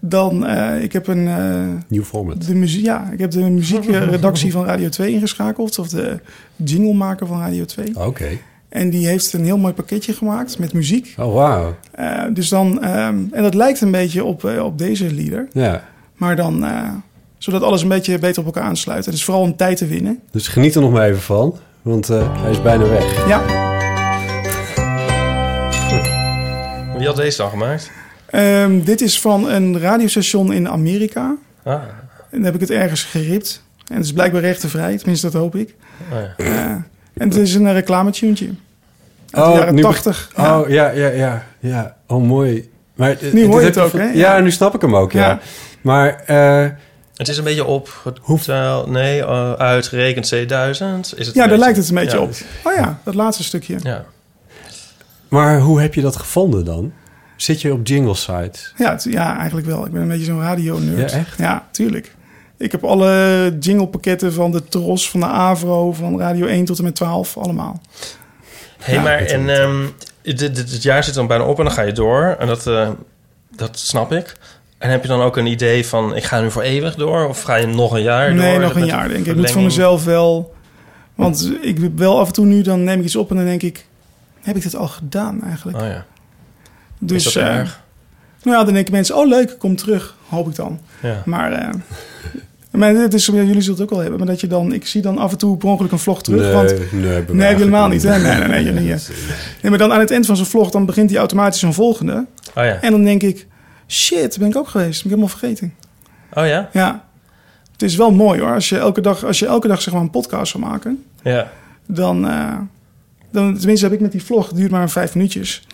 [SPEAKER 5] dan, eh, ik heb een... eh,
[SPEAKER 7] Nieuw format.
[SPEAKER 5] de muzie- ja, ik heb de muziekredactie van Radio 2 ingeschakeld. Of de jinglemaker van Radio 2.
[SPEAKER 7] Oké.
[SPEAKER 5] En die heeft een heel mooi pakketje gemaakt met muziek.
[SPEAKER 7] Oh, wauw.
[SPEAKER 5] Eh, dus dan, ehm, en dat lijkt een beetje op, eh, op deze lieder.
[SPEAKER 7] Ja.
[SPEAKER 5] Maar dan, eh, zodat alles een beetje beter op elkaar aansluit. Het is vooral om tijd te winnen.
[SPEAKER 7] Dus geniet er nog maar even van. Want eh, hij is bijna weg.
[SPEAKER 5] Ja.
[SPEAKER 6] Wie had deze dan gemaakt?
[SPEAKER 5] Ehm, dit is van een radiostation in Amerika.
[SPEAKER 6] Ah,
[SPEAKER 5] En dan heb ik het ergens geript. En het is blijkbaar rechtenvrij, tenminste dat hoop ik.
[SPEAKER 6] oh ja.
[SPEAKER 5] Eh, en het is een reclametuntje. Uit de jaren
[SPEAKER 7] Oh, nu be-
[SPEAKER 5] 80. ja.
[SPEAKER 7] Oh, ja, ja, ja. ja. Oh, mooi. Maar, eh,
[SPEAKER 5] Nu
[SPEAKER 7] dit
[SPEAKER 5] hoor je
[SPEAKER 7] heb
[SPEAKER 5] het ook,
[SPEAKER 7] van-
[SPEAKER 5] hè?
[SPEAKER 7] Ja, nu snap ik hem ook, ja.
[SPEAKER 5] Ja.
[SPEAKER 7] Maar, eh,
[SPEAKER 6] Het is een beetje opgeteld. Nee, eh, uitgerekend C1000. Is het
[SPEAKER 5] Ja,
[SPEAKER 6] een
[SPEAKER 5] daar
[SPEAKER 6] beetje-
[SPEAKER 5] lijkt het een beetje
[SPEAKER 6] ja.
[SPEAKER 5] op. Oh ja, dat laatste stukje.
[SPEAKER 6] Ja.
[SPEAKER 7] maar hoe heb je dat gevonden dan? Zit je op jingle sites?
[SPEAKER 5] Ja, tu- ja eigenlijk wel. Ik ben een beetje zo'n radio-nerd.
[SPEAKER 7] Ja, echt?
[SPEAKER 5] Ja, tuurlijk. Ik heb alle jinglepakketten van de Tros, van de Avro, van Radio 1 tot en met 12, allemaal.
[SPEAKER 6] Hé, hey, maar en, ehm, dit, dit, dit jaar zit dan bijna op en dan ga je door. En dat, eh, dat snap ik. En heb je dan ook een idee van, ik ga nu voor eeuwig door? Of ga je nog een jaar door?
[SPEAKER 5] nee, nog een
[SPEAKER 6] Met
[SPEAKER 5] jaar denk ik. Ik moet
[SPEAKER 6] verlenging.
[SPEAKER 5] voor mezelf wel... Want ik heb wel af en toe nu, dan neem ik iets op en dan denk ik... Heb ik dit al gedaan eigenlijk?
[SPEAKER 6] Oh ja,
[SPEAKER 5] Dus,
[SPEAKER 6] is dat
[SPEAKER 5] eh,
[SPEAKER 6] erg?
[SPEAKER 5] Nou ja, dan denken mensen, oh leuk, kom terug, hoop ik dan.
[SPEAKER 6] Ja.
[SPEAKER 5] Maar, eh, maar dit is, ja, jullie zullen het ook wel hebben, maar dat je dan, ik zie dan af en toe per ongeluk een vlog terug.
[SPEAKER 7] nee,
[SPEAKER 5] want,
[SPEAKER 7] nee, nee,
[SPEAKER 5] nee, heb je helemaal niet. Hè? Nee, nee, nee, jullie, eh. nee, maar dan aan het eind van zo'n vlog, dan begint hij automatisch een volgende.
[SPEAKER 6] Oh ja.
[SPEAKER 5] En dan denk ik, shit, ben ik ook geweest, ben ik helemaal vergeten.
[SPEAKER 6] Oh ja?
[SPEAKER 5] Ja, het is wel mooi hoor, als je elke dag, als je elke dag zeg maar een podcast zou maken,
[SPEAKER 6] Ja.
[SPEAKER 5] dan, eh, dan tenminste heb ik met die vlog, het duurt maar vijf minuutjes.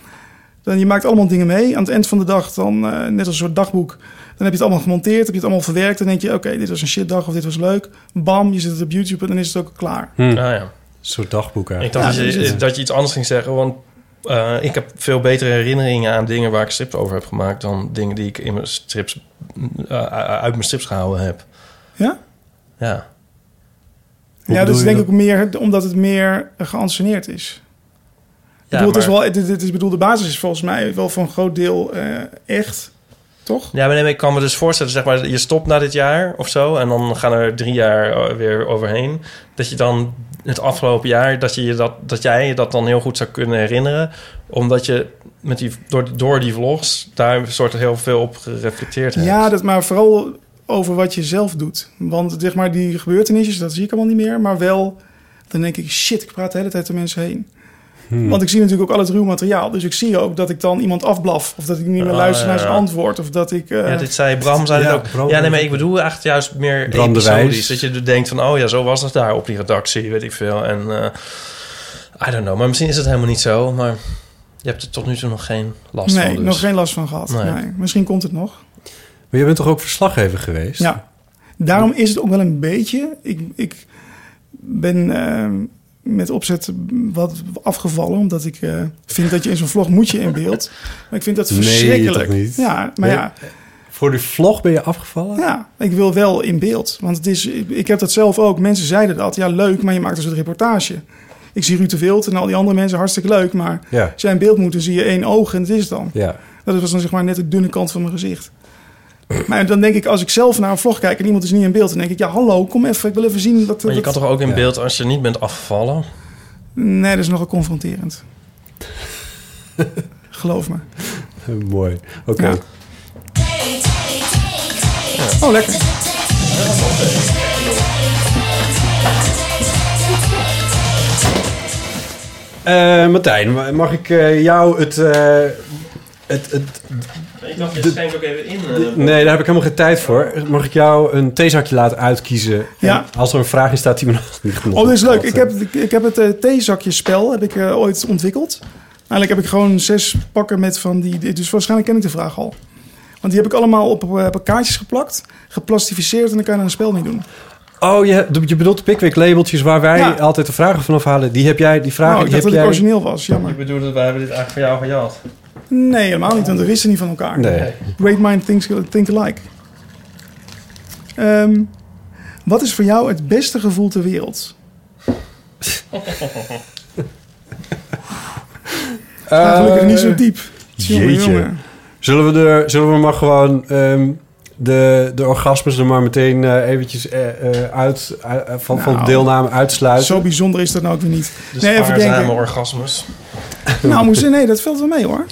[SPEAKER 5] Dan, je maakt allemaal dingen mee. Aan het eind van de dag, dan, eh, net als een soort dagboek, dan heb je het allemaal gemonteerd, heb je het allemaal verwerkt. Dan denk je, oké, dit was een shitdag of dit was leuk. Bam, je zet het op YouTube en dan is het ook klaar.
[SPEAKER 6] Oh ja.
[SPEAKER 7] Een soort dagboek
[SPEAKER 6] Ik
[SPEAKER 7] eigenlijk.
[SPEAKER 6] dacht
[SPEAKER 5] Ja,
[SPEAKER 6] dat,
[SPEAKER 5] dat is
[SPEAKER 6] je,
[SPEAKER 5] het.
[SPEAKER 6] dat je iets anders ging zeggen, want eh, ik heb veel betere herinneringen aan dingen waar ik strips over heb gemaakt dan dingen die ik in mijn strips, eh, uit mijn strips gehouden heb.
[SPEAKER 5] Ja?
[SPEAKER 6] Ja.
[SPEAKER 7] Hoe
[SPEAKER 5] ja, dat
[SPEAKER 7] bedoel
[SPEAKER 5] is
[SPEAKER 7] je
[SPEAKER 5] denk
[SPEAKER 7] dat?
[SPEAKER 5] ik meer omdat het meer eh, geanceneerd is.
[SPEAKER 6] Ja,
[SPEAKER 5] ik bedoel, het is
[SPEAKER 6] maar-
[SPEAKER 5] wel, dit, dit is, bedoel, de basis is volgens mij wel voor een groot deel eh, echt, toch?
[SPEAKER 6] Ja, maar nee, maar ik kan me dus voorstellen, zeg maar, je stopt na dit jaar of zo... en dan gaan er drie jaar eh, weer overheen. Dat je dan het afgelopen jaar, dat, je je dat, dat jij je dat dan heel goed zou kunnen herinneren... omdat je met die, door, door die vlogs daar een soort heel veel op gereflecteerd hebt.
[SPEAKER 5] Ja, dat, maar vooral over wat je zelf doet. Want zeg maar, die gebeurtenisjes, dat zie ik allemaal niet meer. Maar wel, dan denk ik, shit, ik praat de hele tijd de mensen heen.
[SPEAKER 7] Hmm.
[SPEAKER 5] Want ik zie natuurlijk ook al het ruw materiaal. Dus ik zie ook dat ik dan iemand afblaf. Of dat ik niet meer
[SPEAKER 6] Ah,
[SPEAKER 5] luister
[SPEAKER 6] ja,
[SPEAKER 5] naar zijn
[SPEAKER 6] ja.
[SPEAKER 5] antwoord. Of dat ik... eh,
[SPEAKER 6] Ja, dit zei Bram, zei
[SPEAKER 7] Ja,
[SPEAKER 6] dit ook.
[SPEAKER 7] Bram-
[SPEAKER 6] ja, nee, maar ik bedoel echt juist meer
[SPEAKER 7] Bram de Wijs.
[SPEAKER 6] episodisch. Dat je denkt van, oh ja, zo was het daar op die redactie, weet ik veel. En eh, I don't know, maar misschien is het helemaal niet zo. Maar je hebt er tot nu toe nog geen last
[SPEAKER 5] nee,
[SPEAKER 6] van. dus.
[SPEAKER 5] nog geen last van gehad.
[SPEAKER 6] Nee.
[SPEAKER 5] Nee. Misschien komt het nog.
[SPEAKER 7] Maar je bent toch ook verslaggever geweest?
[SPEAKER 5] Ja. Daarom is het ook wel een beetje... Ik, ik ben eh, met opzet wat afgevallen. Omdat ik eh, vind dat je in zo'n vlog moet je in beeld. Maar ik vind dat
[SPEAKER 7] Nee,
[SPEAKER 5] verschrikkelijk.
[SPEAKER 7] toch niet?
[SPEAKER 5] Ja, maar
[SPEAKER 7] Nee.
[SPEAKER 5] ja...
[SPEAKER 7] Voor de vlog ben je afgevallen?
[SPEAKER 5] Ja, ik wil wel in beeld. Want het is, ik ik heb dat zelf ook. Mensen zeiden dat. Ja, leuk, maar je maakt dus een reportage. Ik zie Ruud de Wild en al die andere mensen hartstikke leuk. Maar
[SPEAKER 7] Ja.
[SPEAKER 5] als jij in beeld moet, dan zie je één oog en dat is het dan.
[SPEAKER 7] Ja.
[SPEAKER 5] Dat was dan zeg maar net de dunne kant van mijn gezicht. Maar dan denk ik, als ik zelf naar een vlog kijk en iemand is niet in beeld... dan denk ik, ja, hallo, kom even, ik wil even zien. Dat,
[SPEAKER 6] Maar je
[SPEAKER 5] dat-
[SPEAKER 6] kan toch ook in
[SPEAKER 7] Ja.
[SPEAKER 6] beeld als je niet bent afgevallen?
[SPEAKER 5] Nee, dat is nogal confronterend. Geloof me.
[SPEAKER 7] Mooi. Oké.
[SPEAKER 5] Ja. Oh, lekker.
[SPEAKER 7] Eh, Martijn, mag ik eh, jou het eh, Het, het,
[SPEAKER 6] Ik dacht, je
[SPEAKER 7] de-
[SPEAKER 6] schijnt ook even in. eh,
[SPEAKER 7] nee, daar heb ik helemaal geen tijd voor. Mag ik jou een theezakje laten uitkiezen?
[SPEAKER 5] Ja.
[SPEAKER 7] En als er een vraag in staat die me nog niet genoeg
[SPEAKER 5] Oh, dit is leuk.
[SPEAKER 7] opvalt,
[SPEAKER 5] Ik
[SPEAKER 7] eh,
[SPEAKER 5] heb, ik heb het eh, theezakjespel heb ik, eh, ooit ontwikkeld. Eigenlijk heb ik gewoon zes pakken met van die... Dus waarschijnlijk ken ik de vraag al. Want die heb ik allemaal op eh, op kaartjes geplakt, geplastificeerd en dan kan je er een spel mee doen.
[SPEAKER 7] Oh, je, je bedoelt de Pickwick labeltjes waar wij
[SPEAKER 5] Ja.
[SPEAKER 7] altijd de vragen vanaf halen. Die heb jij, die vragen
[SPEAKER 5] Nou, ik
[SPEAKER 7] die
[SPEAKER 5] dacht
[SPEAKER 7] heb
[SPEAKER 5] dat
[SPEAKER 7] jij.
[SPEAKER 5] ik origineel was, jammer.
[SPEAKER 6] Ik bedoel, wij hebben dit eigenlijk van jou gejat.
[SPEAKER 5] Nee, helemaal niet, want we wisten niet van elkaar.
[SPEAKER 7] Nee.
[SPEAKER 5] Great mind thinks, think alike. Ehm, wat is voor jou het beste gevoel ter wereld?
[SPEAKER 7] Eh,
[SPEAKER 5] Nou, gelukkig niet zo diep. Jongen,
[SPEAKER 7] Jeetje.
[SPEAKER 5] jongen.
[SPEAKER 7] Zullen we, er, zullen we maar gewoon ehm, de, de orgasmes er maar meteen eh, eventjes eh, eh, uit, eh, eh, van, van
[SPEAKER 5] Nou.
[SPEAKER 7] deelname uitsluiten?
[SPEAKER 5] Zo bijzonder is dat nou ook weer niet.
[SPEAKER 6] Dus
[SPEAKER 5] nee, even denken.
[SPEAKER 6] orgasmes.
[SPEAKER 5] Nou, moest, nee, dat valt wel mee hoor.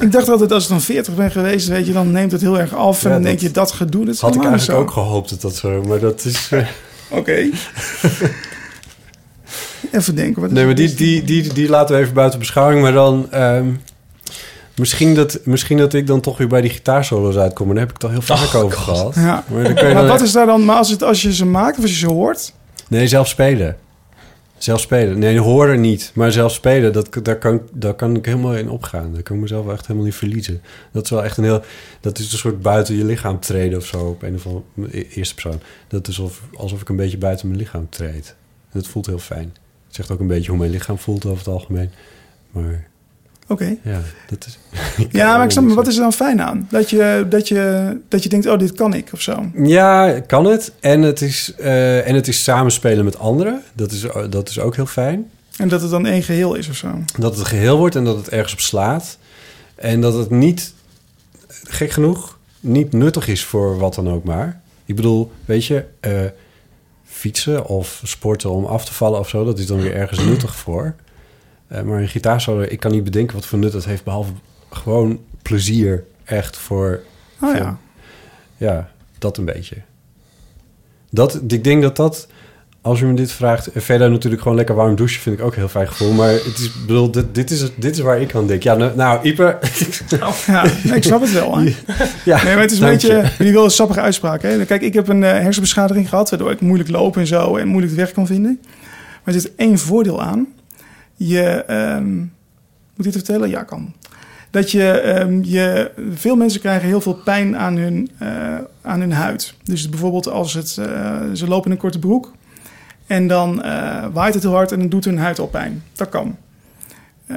[SPEAKER 5] ik dacht altijd, als ik dan 40 ben geweest, weet je, dan neemt het heel erg
[SPEAKER 7] Ja,
[SPEAKER 5] af. En
[SPEAKER 7] dat
[SPEAKER 5] dan denk je, dat gedoe, dat is
[SPEAKER 7] Had ik
[SPEAKER 5] helemaal
[SPEAKER 7] eigenlijk
[SPEAKER 5] niet zo.
[SPEAKER 7] ook gehoopt dat dat zo, maar dat is... eh,
[SPEAKER 5] Oké. even denken. Wat is
[SPEAKER 7] nee, maar
[SPEAKER 5] het
[SPEAKER 7] die,
[SPEAKER 5] beste?
[SPEAKER 7] die, die, die laten we even buiten beschouwing. Maar dan... ehm, misschien, dat, misschien dat ik dan toch weer bij die gitaarsolo's uitkom. Maar daar heb ik het al heel vaak over gehad.
[SPEAKER 5] Oh, Ja.
[SPEAKER 7] Maar, dan kun je
[SPEAKER 5] Maar
[SPEAKER 7] dan-
[SPEAKER 5] wat is daar dan, maar als, het, als je ze maakt of als je ze hoort?
[SPEAKER 7] Nee, zelf spelen. Zelf spelen. Nee, hoor er niet. Maar zelf spelen, dat, daar, kan, daar kan ik helemaal in opgaan. Daar kan ik mezelf echt helemaal niet verliezen. Dat is wel echt een heel... Dat is een soort buiten je lichaam treden of zo. Op een of andere e- eerste persoon. Dat is alsof, alsof ik een beetje buiten mijn lichaam treed. Dat voelt heel fijn. Het zegt ook een beetje hoe mijn lichaam voelt over het algemeen. Maar
[SPEAKER 5] Oké.
[SPEAKER 7] ja, dat is...
[SPEAKER 5] Ja, maar ik snap, maar wat is er dan fijn aan? Dat je, dat je, dat je denkt, oh, dit kan ik of zo.
[SPEAKER 7] Ja, kan het. En het is, eh, en het is samenspelen met anderen. Dat is, dat is ook heel fijn.
[SPEAKER 5] En dat het dan één geheel is of zo.
[SPEAKER 7] dat het geheel wordt en dat het ergens op slaat. En dat het niet, gek genoeg, niet nuttig is voor wat dan ook maar. Ik bedoel, weet je, eh, fietsen of sporten om af te vallen of zo, dat is dan weer ergens nuttig voor. Eh, maar een gitaarsolo, ik kan niet bedenken wat voor nut dat heeft, behalve gewoon plezier echt voor.
[SPEAKER 5] Oh
[SPEAKER 7] voor-
[SPEAKER 5] ja.
[SPEAKER 7] Ja, dat een beetje. Dat, ik denk dat dat, als u me dit vraagt... en Verder natuurlijk gewoon lekker warm douchen vind ik ook een heel fijn gevoel. Maar het is, ik bedoel, dit, dit, is, dit is waar ik aan denk. Ja, nou, nou Ieper...
[SPEAKER 5] Ja, nee, ik snap het wel. Hè?
[SPEAKER 7] Ja,
[SPEAKER 5] nee, maar het is een
[SPEAKER 7] dank
[SPEAKER 5] beetje,
[SPEAKER 7] je.
[SPEAKER 5] jullie willen een sappige uitspraak. Hè? Kijk, ik heb een eh, hersenbeschadiging gehad, waardoor ik moeilijk loop en zo en moeilijk de weg kan vinden. Maar er zit één voordeel aan. Je, ehm, moet ik dit vertellen? Ja, kan. Dat je, ehm, je, veel mensen krijgen heel veel pijn aan hun, eh, aan hun huid. Dus bijvoorbeeld als het, eh, ze lopen in een korte broek en dan eh, waait het heel hard en dan doet hun huid al pijn. Dat kan.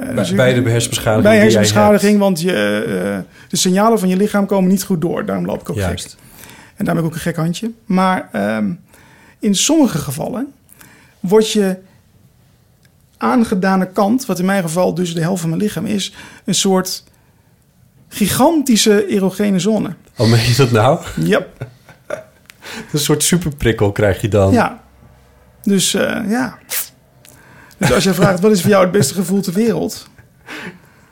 [SPEAKER 5] Eh, dus
[SPEAKER 7] Bij,
[SPEAKER 5] ik-
[SPEAKER 7] bij de hersenbeschadiging die
[SPEAKER 5] bij
[SPEAKER 7] jij
[SPEAKER 5] hersenbeschadiging, want je, eh, de signalen van je lichaam komen niet goed door. Daarom loop ik ook
[SPEAKER 7] hebt. Juist.
[SPEAKER 5] gek. En daarom heb ik ook een gek handje. Maar ehm, in sommige gevallen wordt je aangedane kant, wat in mijn geval dus de helft van mijn lichaam is, een soort gigantische erogene zone.
[SPEAKER 7] Oh, meen je dat nou?
[SPEAKER 5] Ja,
[SPEAKER 7] Een soort superprikkel krijg je dan.
[SPEAKER 5] ja. Dus eh, ja. Dus als jij vraagt, wat is voor jou het beste gevoel ter wereld?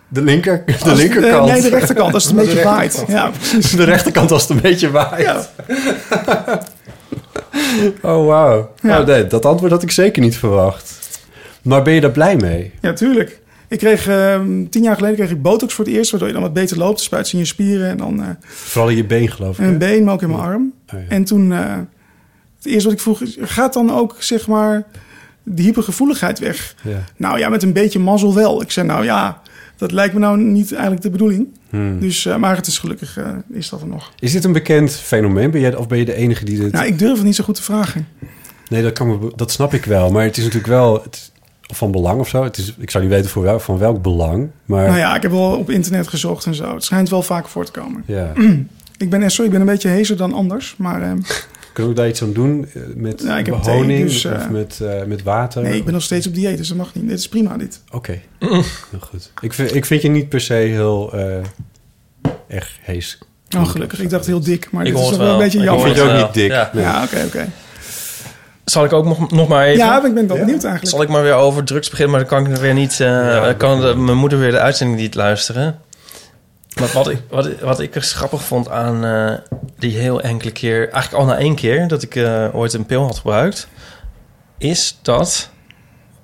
[SPEAKER 7] De, linker, de
[SPEAKER 5] Als- eh,
[SPEAKER 7] linkerkant.
[SPEAKER 5] nee, de rechterkant, als het een
[SPEAKER 7] De
[SPEAKER 5] beetje waait.
[SPEAKER 7] rechterkant.
[SPEAKER 5] Ja, precies.
[SPEAKER 7] De rechterkant als het een beetje waait.
[SPEAKER 5] Ja.
[SPEAKER 7] Oh, wauw.
[SPEAKER 5] Ja.
[SPEAKER 7] Oh, nee, dat antwoord had ik zeker niet verwacht. Maar ben je daar blij mee?
[SPEAKER 5] Ja, tuurlijk. Ik kreeg, ehm, tien jaar geleden kreeg ik botox voor het eerst, waardoor je dan wat beter loopt. Spuit ze in je spieren en dan eh
[SPEAKER 7] Vooral in je been, geloof ik.
[SPEAKER 5] in
[SPEAKER 7] hè?
[SPEAKER 5] mijn been, maar ook in mijn arm.
[SPEAKER 7] Oh, ja.
[SPEAKER 5] En toen, eh, het eerste wat ik vroeg, is, gaat dan ook, zeg maar, de hypergevoeligheid weg?
[SPEAKER 7] Ja.
[SPEAKER 5] Nou ja, met een beetje mazzel wel. Ik zei, nou ja, dat lijkt me nou niet eigenlijk de bedoeling.
[SPEAKER 7] Hmm.
[SPEAKER 5] Dus, eh, maar het is gelukkig, eh, is dat er nog.
[SPEAKER 7] Is dit een bekend fenomeen? Ben jij, of ben je de enige die dit...
[SPEAKER 5] Nou, ik durf het niet zo goed te vragen.
[SPEAKER 7] Nee, dat, kan me, be- dat snap ik wel. Maar het is natuurlijk wel het is van belang of zo. Het is, ik zou niet weten voor wel, van welk belang. Maar
[SPEAKER 5] Nou ja, ik heb wel op internet gezocht en zo. Het schijnt wel vaak voor te komen.
[SPEAKER 7] ja.
[SPEAKER 5] Ik ben, eh, sorry, ik ben een beetje hezer dan anders, maar... ehm,
[SPEAKER 7] kunnen we daar iets aan doen? Eh, Met
[SPEAKER 5] Nou, ik heb thee,
[SPEAKER 7] honing
[SPEAKER 5] dus, eh,
[SPEAKER 7] of met, eh, met water?
[SPEAKER 5] Nee, ik ben nog steeds op dieet, dus dat mag niet. Dit is prima, dit.
[SPEAKER 7] Oké, heel goed. Ik vind, ik vind je niet per se heel eh erg hees.
[SPEAKER 5] Oh, gelukkig. Ik dacht heel dik, maar
[SPEAKER 6] Ik
[SPEAKER 5] dit is
[SPEAKER 6] hoor
[SPEAKER 5] toch
[SPEAKER 6] het wel.
[SPEAKER 5] wel een beetje
[SPEAKER 6] Ik
[SPEAKER 7] Ik
[SPEAKER 6] hoor
[SPEAKER 5] jammer.
[SPEAKER 7] vind
[SPEAKER 6] het
[SPEAKER 7] je ook
[SPEAKER 6] wel.
[SPEAKER 7] niet dik.
[SPEAKER 6] Ja.
[SPEAKER 7] nee.
[SPEAKER 5] Ja, oké, oké.
[SPEAKER 6] Zal ik ook nog, nog maar even...
[SPEAKER 5] Ja, maar ik ben wel benieuwd eigenlijk.
[SPEAKER 6] Zal ik maar weer over drugs beginnen, maar dan kan ik weer niet... eh, dan kan de- mijn moeder weer de uitzending niet luisteren. Maar wat ik, wat, ik- wat ik er grappig vond aan eh, die heel enkele keer... Eigenlijk al na één keer dat ik eh, ooit een pil had gebruikt... is dat...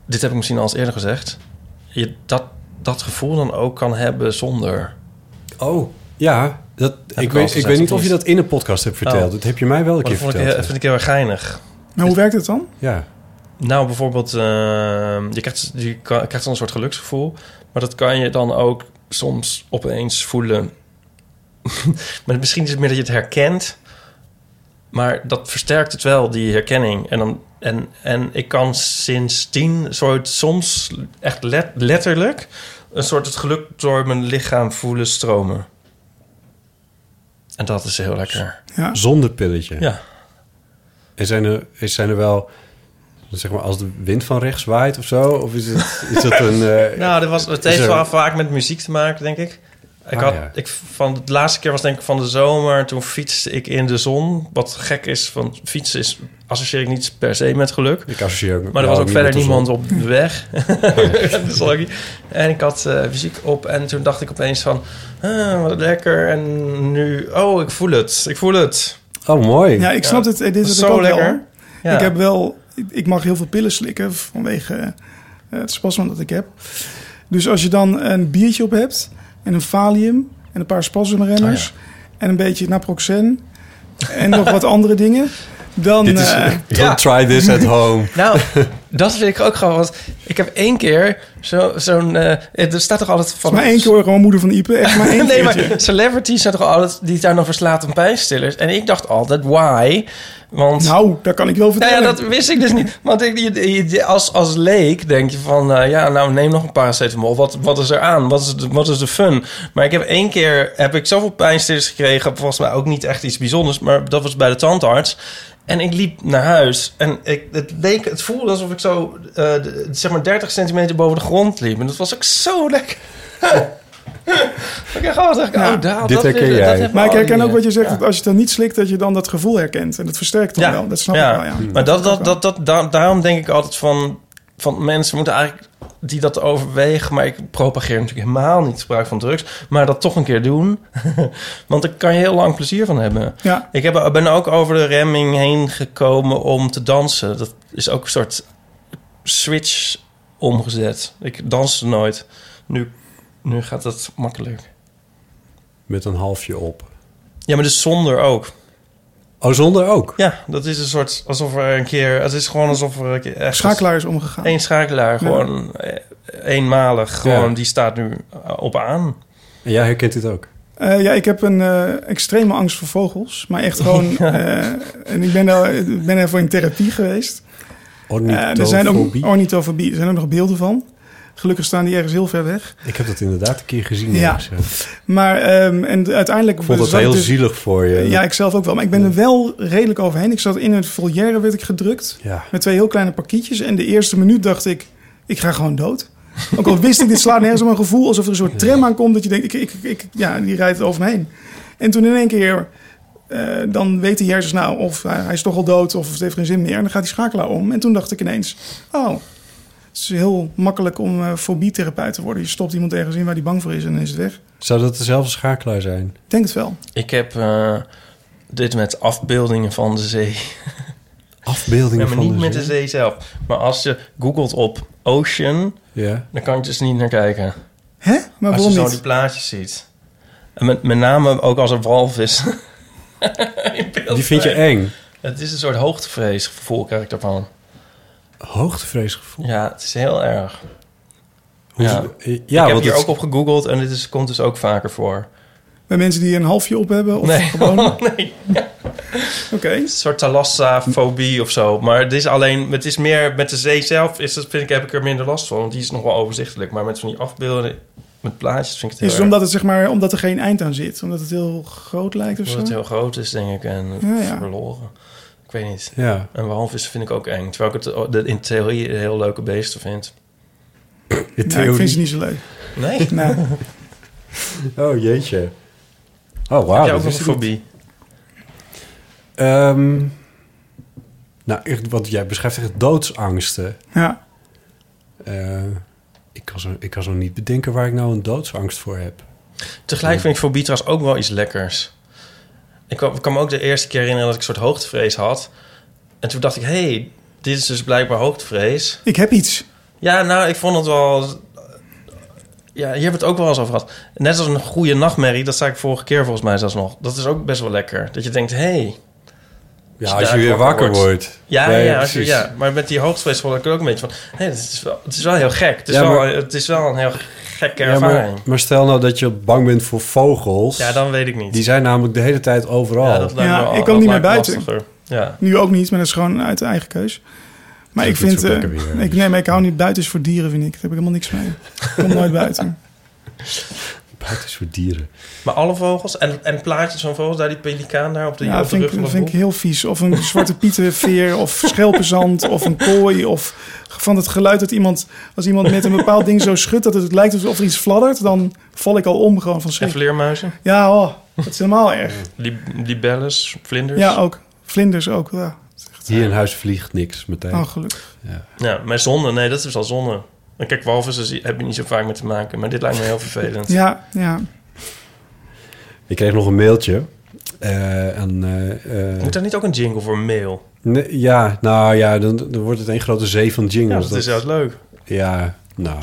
[SPEAKER 6] Dit heb ik misschien al eens eerder gezegd. Je, dat dat gevoel dan ook kan hebben zonder.
[SPEAKER 7] Oh, ja. Dat,
[SPEAKER 6] Heb
[SPEAKER 7] ik
[SPEAKER 6] ik
[SPEAKER 7] weet,
[SPEAKER 6] altijd
[SPEAKER 7] ik weet
[SPEAKER 6] niet.
[SPEAKER 7] niet of je dat in een podcast hebt verteld.
[SPEAKER 6] Oh.
[SPEAKER 7] Dat heb je mij wel een
[SPEAKER 6] Maar
[SPEAKER 7] keer
[SPEAKER 6] dat vond ik, eh,
[SPEAKER 7] verteld.
[SPEAKER 6] heel- vind ik heel erg geinig.
[SPEAKER 5] Maar hoe werkt het dan?
[SPEAKER 7] Ja.
[SPEAKER 6] Nou, bijvoorbeeld, ehm, je, krijgt, je ka- krijgt dan een soort geluksgevoel. Maar dat kan je dan ook soms opeens voelen. maar misschien is het meer dat je het herkent. Maar dat versterkt het wel, die herkenning. En, dan, en, en ik kan sindsdien soort, soms echt let- letterlijk... een soort het geluk door mijn lichaam voelen stromen. En dat is heel lekker.
[SPEAKER 5] Ja.
[SPEAKER 7] Zonder pilletje.
[SPEAKER 6] Ja.
[SPEAKER 7] En zijn er, is- zijn er wel, zeg maar, als de wind van rechts waait of zo? Of is, het, is dat een... eh,
[SPEAKER 6] nou, dat was, het
[SPEAKER 7] is
[SPEAKER 6] heeft
[SPEAKER 7] er-
[SPEAKER 6] wel vaak met muziek te maken, denk ik. Ik
[SPEAKER 7] Ah,
[SPEAKER 6] had,
[SPEAKER 7] ja.
[SPEAKER 6] ik, van de laatste keer was denk ik van de zomer. Toen fietste ik in de zon. Wat gek is, want fietsen is, associeer ik niet per se met geluk.
[SPEAKER 7] Ik associeer ook-
[SPEAKER 6] Maar er
[SPEAKER 7] ja,
[SPEAKER 6] was ook
[SPEAKER 7] niet
[SPEAKER 6] verder
[SPEAKER 7] met de zon.
[SPEAKER 6] niemand op de weg. Dat is lucky. en ik had eh, muziek op en toen dacht ik opeens van... Ah, wat lekker. En nu... Oh, ik voel het. Ik voel het.
[SPEAKER 7] Oh, mooi.
[SPEAKER 5] Ja, ik snap het. Eh, Dit is
[SPEAKER 6] zo
[SPEAKER 5] ook
[SPEAKER 6] lekker.
[SPEAKER 5] Wel.
[SPEAKER 6] Ja.
[SPEAKER 5] Ik heb wel, ik, ik mag heel veel pillen slikken vanwege eh, het spasma dat ik heb. Dus als je dan een biertje op hebt en een Valium en een paar spasmremmers
[SPEAKER 6] Oh,
[SPEAKER 5] en een beetje naproxen en nog wat andere dingen, dan
[SPEAKER 7] Dit is,
[SPEAKER 5] eh,
[SPEAKER 7] don't try this at home.
[SPEAKER 6] Nou, dat vind ik ook gewoon. Want ik heb één keer zo- zo'n. eh, er staat toch altijd van.
[SPEAKER 5] maar één keer hoor gewoon moeder van Ipe, echt maar één
[SPEAKER 6] nee,
[SPEAKER 5] keer.
[SPEAKER 6] maar celebrities zijn toch altijd. die zijn dan verslaat aan pijnstillers. En ik dacht altijd, why? Want.
[SPEAKER 5] Nou, daar kan ik wel
[SPEAKER 6] Nou
[SPEAKER 5] vertellen.
[SPEAKER 6] ja, dat wist ik dus niet. Want ik, je- je- als, als leek denk je van... eh, ja, nou, neem nog een paracetamol. Wat, wat is er aan? Wat is, de, wat is de fun? Maar ik heb één keer... heb ik zoveel pijnstillers gekregen. Volgens mij ook niet echt iets bijzonders. Maar dat was bij de tandarts. En ik liep naar huis. En ik, het, leek, het voelde alsof ik zo... eh, de- zeg maar 30 centimeter boven de grond liep. En dat was ook zo lekker. ik dacht, oh, dacht ik,
[SPEAKER 5] Ja.
[SPEAKER 6] oh, daar,
[SPEAKER 7] Dit
[SPEAKER 6] dat,
[SPEAKER 7] herken
[SPEAKER 6] dat
[SPEAKER 7] jij.
[SPEAKER 6] hebben we
[SPEAKER 5] Maar ik
[SPEAKER 6] al
[SPEAKER 5] herken
[SPEAKER 6] hier.
[SPEAKER 5] ook wat je zegt,
[SPEAKER 6] Oh, Ja.
[SPEAKER 5] dat als je het dan niet slikt, dat je dan dat gevoel herkent. En dat versterkt dan wel, dat snap ik wel, ja.
[SPEAKER 6] Hmm. Maar dat, dat, dat, dat, da- daarom denk ik altijd van, van mensen moeten eigenlijk die dat overwegen, maar ik propageer natuurlijk helemaal niet het gebruik van drugs, maar dat toch een keer doen. Want daar kan je heel lang plezier van hebben.
[SPEAKER 5] Ja.
[SPEAKER 6] Ik heb, ben ook over de remming heen gekomen om te dansen. Dat is ook een soort switch omgezet. Ik danste nooit. Nu, nu gaat dat makkelijk.
[SPEAKER 7] Met een halfje op.
[SPEAKER 6] Ja, maar dus zonder ook.
[SPEAKER 7] Oh, zonder ook?
[SPEAKER 6] Ja, dat is een soort alsof er een keer. Het is gewoon alsof er een keer echt.
[SPEAKER 5] Schakelaar is omgegaan.
[SPEAKER 6] Eén schakelaar, gewoon eh, eenmalig. Gewoon, die staat nu eh, op aan.
[SPEAKER 7] En jij herkent dit ook?
[SPEAKER 5] Eh, ja, ik heb een eh, extreme angst voor vogels. Maar echt gewoon... eh, en ik ben, daar, ik ben daarvoor in therapie geweest. Eh, er zijn ook
[SPEAKER 7] Ornithofobie.
[SPEAKER 5] ornithofobie. Er zijn ook nog beelden van. Gelukkig staan die ergens heel ver weg.
[SPEAKER 7] Ik heb dat inderdaad een keer gezien.
[SPEAKER 5] Ja.
[SPEAKER 7] ergens, Ik
[SPEAKER 5] Maar ehm, en uiteindelijk...
[SPEAKER 7] vond dat
[SPEAKER 5] zat ik
[SPEAKER 7] heel
[SPEAKER 5] dus-
[SPEAKER 7] zielig voor je.
[SPEAKER 5] Ja, ik zelf ook wel. Maar ik ben er wel redelijk overheen. Ik zat in een volière, werd ik gedrukt.
[SPEAKER 7] Ja.
[SPEAKER 5] Met twee heel kleine pakietjes. En de eerste minuut dacht ik, ik ga gewoon dood. Ook al wist ik, dit slaat nergens om een gevoel... alsof er een soort tram aankomt dat je denkt, ik, ik, ik, ja, die rijdt over me heen. En toen in één keer, eh, dan weet die hersens nou... of hij, hij is toch al dood of het heeft geen zin meer. En dan gaat die schakelaar om. En toen dacht ik ineens, oh... Het is heel makkelijk om eh fobietherapeut te worden. Je stopt iemand ergens in waar die bang voor is en dan is het weg. Ik
[SPEAKER 7] Zou dat dezelfde schakelaar zijn?
[SPEAKER 5] denk het wel.
[SPEAKER 6] Ik heb eh, dit met afbeeldingen van de zee.
[SPEAKER 7] Afbeeldingen
[SPEAKER 6] Ja, maar
[SPEAKER 7] van
[SPEAKER 6] niet
[SPEAKER 7] de
[SPEAKER 6] met
[SPEAKER 7] zee?
[SPEAKER 6] de zee zelf. Maar als je googelt op ocean,
[SPEAKER 7] Ja.
[SPEAKER 6] dan kan je dus niet naar kijken.
[SPEAKER 5] Hè? Maar
[SPEAKER 6] als je
[SPEAKER 5] waarom
[SPEAKER 6] zo
[SPEAKER 5] niet?
[SPEAKER 6] die plaatjes ziet. En met, met name ook als er walvis. in beeld
[SPEAKER 7] Die vind je
[SPEAKER 6] zijn.
[SPEAKER 7] eng.
[SPEAKER 6] Het is een soort hoogtevreesgevoel, krijg ik daarvan.
[SPEAKER 7] Hoogtevreesgevoel.
[SPEAKER 6] Ja, het is heel erg.
[SPEAKER 7] Hoe-
[SPEAKER 6] Ja.
[SPEAKER 7] eh, ja,
[SPEAKER 6] ik heb
[SPEAKER 7] want
[SPEAKER 6] hier
[SPEAKER 7] het-
[SPEAKER 6] ook op gegoogeld en dit is, komt dus ook vaker voor.
[SPEAKER 5] Bij mensen die een halfje op hebben? Of
[SPEAKER 6] Nee. Oh,
[SPEAKER 5] gewoon? Oké.
[SPEAKER 6] nee. Een soort thalassafobie of zo. Maar het is alleen, het is meer met de zee zelf, is, dat vind ik, heb ik er minder last van. Want die is nog wel overzichtelijk. Maar met van die afbeelden, met plaatjes, vind ik het
[SPEAKER 5] Is
[SPEAKER 6] heel
[SPEAKER 5] het omdat, het, zeg maar, omdat er geen eind aan zit? Omdat het heel groot lijkt of
[SPEAKER 6] erg,
[SPEAKER 5] zo?
[SPEAKER 6] omdat het heel groot is, denk ik. En
[SPEAKER 5] Ja, ja.
[SPEAKER 6] verloren. Ik weet niet.
[SPEAKER 7] Ja.
[SPEAKER 6] En walvissen vind ik ook eng. Terwijl ik het de- in theorie heel leuke beesten vind.
[SPEAKER 7] In
[SPEAKER 5] Nou, ik
[SPEAKER 7] theorie.
[SPEAKER 5] vind ze niet zo leuk.
[SPEAKER 6] Nee, heb
[SPEAKER 5] Nou,
[SPEAKER 7] Oh, jeetje. Oh, wauw.
[SPEAKER 6] jij
[SPEAKER 7] dat
[SPEAKER 6] ook een
[SPEAKER 7] wist ik niet.
[SPEAKER 6] fobie?
[SPEAKER 7] Ehm, nou, echt, want jij beschrijft echt doodsangsten.
[SPEAKER 5] ja.
[SPEAKER 7] Eh, ik, kan zo, ik kan zo niet bedenken waar ik nou een doodsangst voor heb.
[SPEAKER 6] Tegelijk vind ik fobie trouwens ook wel iets lekkers. Ik kan, ik kan me ook de eerste keer herinneren dat ik een soort hoogtevrees had. En toen dacht ik, hé, hey, dit is dus blijkbaar hoogtevrees.
[SPEAKER 5] Ik heb iets.
[SPEAKER 6] Ja, nou, ik vond het wel... ja, hier hebben we het ook wel eens over gehad. Net als een goede nachtmerrie, dat zei ik vorige keer volgens mij zelfs nog. Dat is ook best wel lekker. Dat je denkt, hé. Hey,
[SPEAKER 7] Ja, als je weer
[SPEAKER 6] daar
[SPEAKER 7] wakker wordt.
[SPEAKER 6] Ja,
[SPEAKER 7] Nee,
[SPEAKER 6] ja, als je,
[SPEAKER 7] precies.
[SPEAKER 6] ja, maar met die hoogstwees vond ik er ook een beetje van... Hé, het, is wel, het is wel heel gek. Het is,
[SPEAKER 7] Ja,
[SPEAKER 6] wel,
[SPEAKER 7] maar-
[SPEAKER 6] het is wel een heel gekke
[SPEAKER 7] Ja, maar,
[SPEAKER 6] ervaring.
[SPEAKER 7] maar stel nou dat je bang bent voor vogels.
[SPEAKER 6] Ja, dan weet ik niet.
[SPEAKER 7] Die zijn namelijk de hele tijd overal.
[SPEAKER 6] Ja, dat lijkt me
[SPEAKER 5] Ja,
[SPEAKER 6] al-
[SPEAKER 5] ik kan
[SPEAKER 6] dat
[SPEAKER 5] niet meer
[SPEAKER 6] lijkt me
[SPEAKER 5] buiten.
[SPEAKER 6] lastiger. Ja.
[SPEAKER 5] Nu ook niet, maar dat is gewoon uit de eigen keus. Maar
[SPEAKER 7] Het
[SPEAKER 5] ik
[SPEAKER 7] is ook niet
[SPEAKER 5] vind...
[SPEAKER 7] zo
[SPEAKER 5] eh,
[SPEAKER 7] lekker weer,
[SPEAKER 5] ik, nee, maar ik hou niet buiten is voor dieren, vind ik. Daar heb ik helemaal niks mee. Ik kom nooit buiten.
[SPEAKER 7] Buiten voor dieren.
[SPEAKER 6] Maar alle vogels en, en plaatjes van vogels, daar die pelikaan daar op de,
[SPEAKER 5] Ja,
[SPEAKER 6] op de
[SPEAKER 5] vind
[SPEAKER 6] rug
[SPEAKER 5] ik,
[SPEAKER 6] van de
[SPEAKER 5] vind ik heel vies. Of een zwarte pietenveer, of schelpenzand, of een kooi. Of van het geluid dat iemand... Als iemand met een bepaald ding zo schudt dat het lijkt alsof er iets fladdert... dan val ik al om gewoon van
[SPEAKER 6] En
[SPEAKER 5] schrik.
[SPEAKER 6] vleermuizen,
[SPEAKER 5] Ja, oh, dat is helemaal erg.
[SPEAKER 6] li- libelles, vlinders.
[SPEAKER 5] Ja, ook. Vlinders ook, ja.
[SPEAKER 7] Hier in huis vliegt niks meteen.
[SPEAKER 5] Oh, gelukkig.
[SPEAKER 7] Ja.
[SPEAKER 6] Ja, maar zonne, nee, dat is al zonne. En kijk, walvissen zie- heb je niet zo vaak mee te maken, maar dit lijkt me heel vervelend.
[SPEAKER 5] Ja, ja.
[SPEAKER 7] Ik kreeg nog een mailtje. eh, aan, eh, eh,
[SPEAKER 6] Moet daar niet ook een jingle voor mail?
[SPEAKER 7] nee, ja, nou ja, dan, dan wordt het één grote zee van jingles.
[SPEAKER 6] Ja, dat is juist leuk.
[SPEAKER 7] Ja, nou.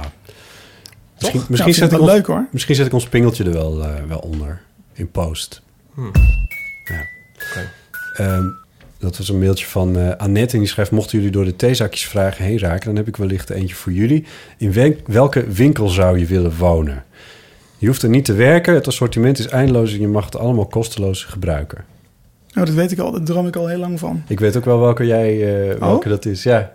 [SPEAKER 7] Misschien,
[SPEAKER 5] Ja, vind ik wel
[SPEAKER 7] ons,
[SPEAKER 5] leuk, hoor.
[SPEAKER 7] Misschien zet ik ons pingeltje er wel, eh, wel onder. In post.
[SPEAKER 6] Hmm.
[SPEAKER 7] Ja. Ehm, dat was een mailtje van eh Annette. En die schrijft... mochten jullie door de theezakjes vragen heen raken... dan heb ik wellicht eentje voor jullie. In wen- welke winkel zou je willen wonen? Je hoeft er niet te werken. Het assortiment is eindeloos... en je mag het allemaal kosteloos gebruiken.
[SPEAKER 5] Nou, dat weet ik al. Daar droom ik al heel lang van.
[SPEAKER 7] Ik weet ook wel welke jij... eh,
[SPEAKER 5] Oh.
[SPEAKER 7] welke dat is, ja.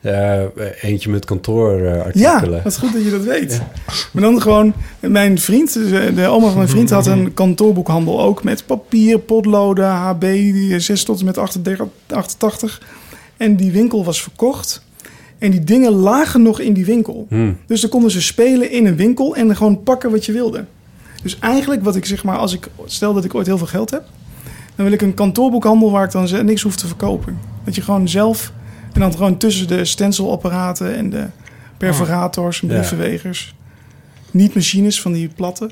[SPEAKER 7] Eh, eentje met
[SPEAKER 5] Ja,
[SPEAKER 7] kantoorartikelen.
[SPEAKER 5] wat goed dat je dat weet. Maar dan gewoon, mijn vriend, dus, eh, de de oma van mijn vriend had een kantoorboekhandel ook met papier, potloden, HB, 6 tot en met 38, 88. En die winkel was verkocht. En die dingen lagen nog in die winkel.
[SPEAKER 7] Hmm.
[SPEAKER 5] Dus dan konden ze spelen in een winkel en gewoon pakken wat je wilde. Dus eigenlijk wat ik zeg maar, als ik stel dat ik ooit heel veel geld heb, dan wil ik een kantoorboekhandel waar ik dan ze- niks hoef te verkopen. Dat je gewoon zelf en dan gewoon tussen de stencilapparaten en de perforators en
[SPEAKER 7] Ah, Ja.
[SPEAKER 5] brievenwegers. Niet machines van die platte.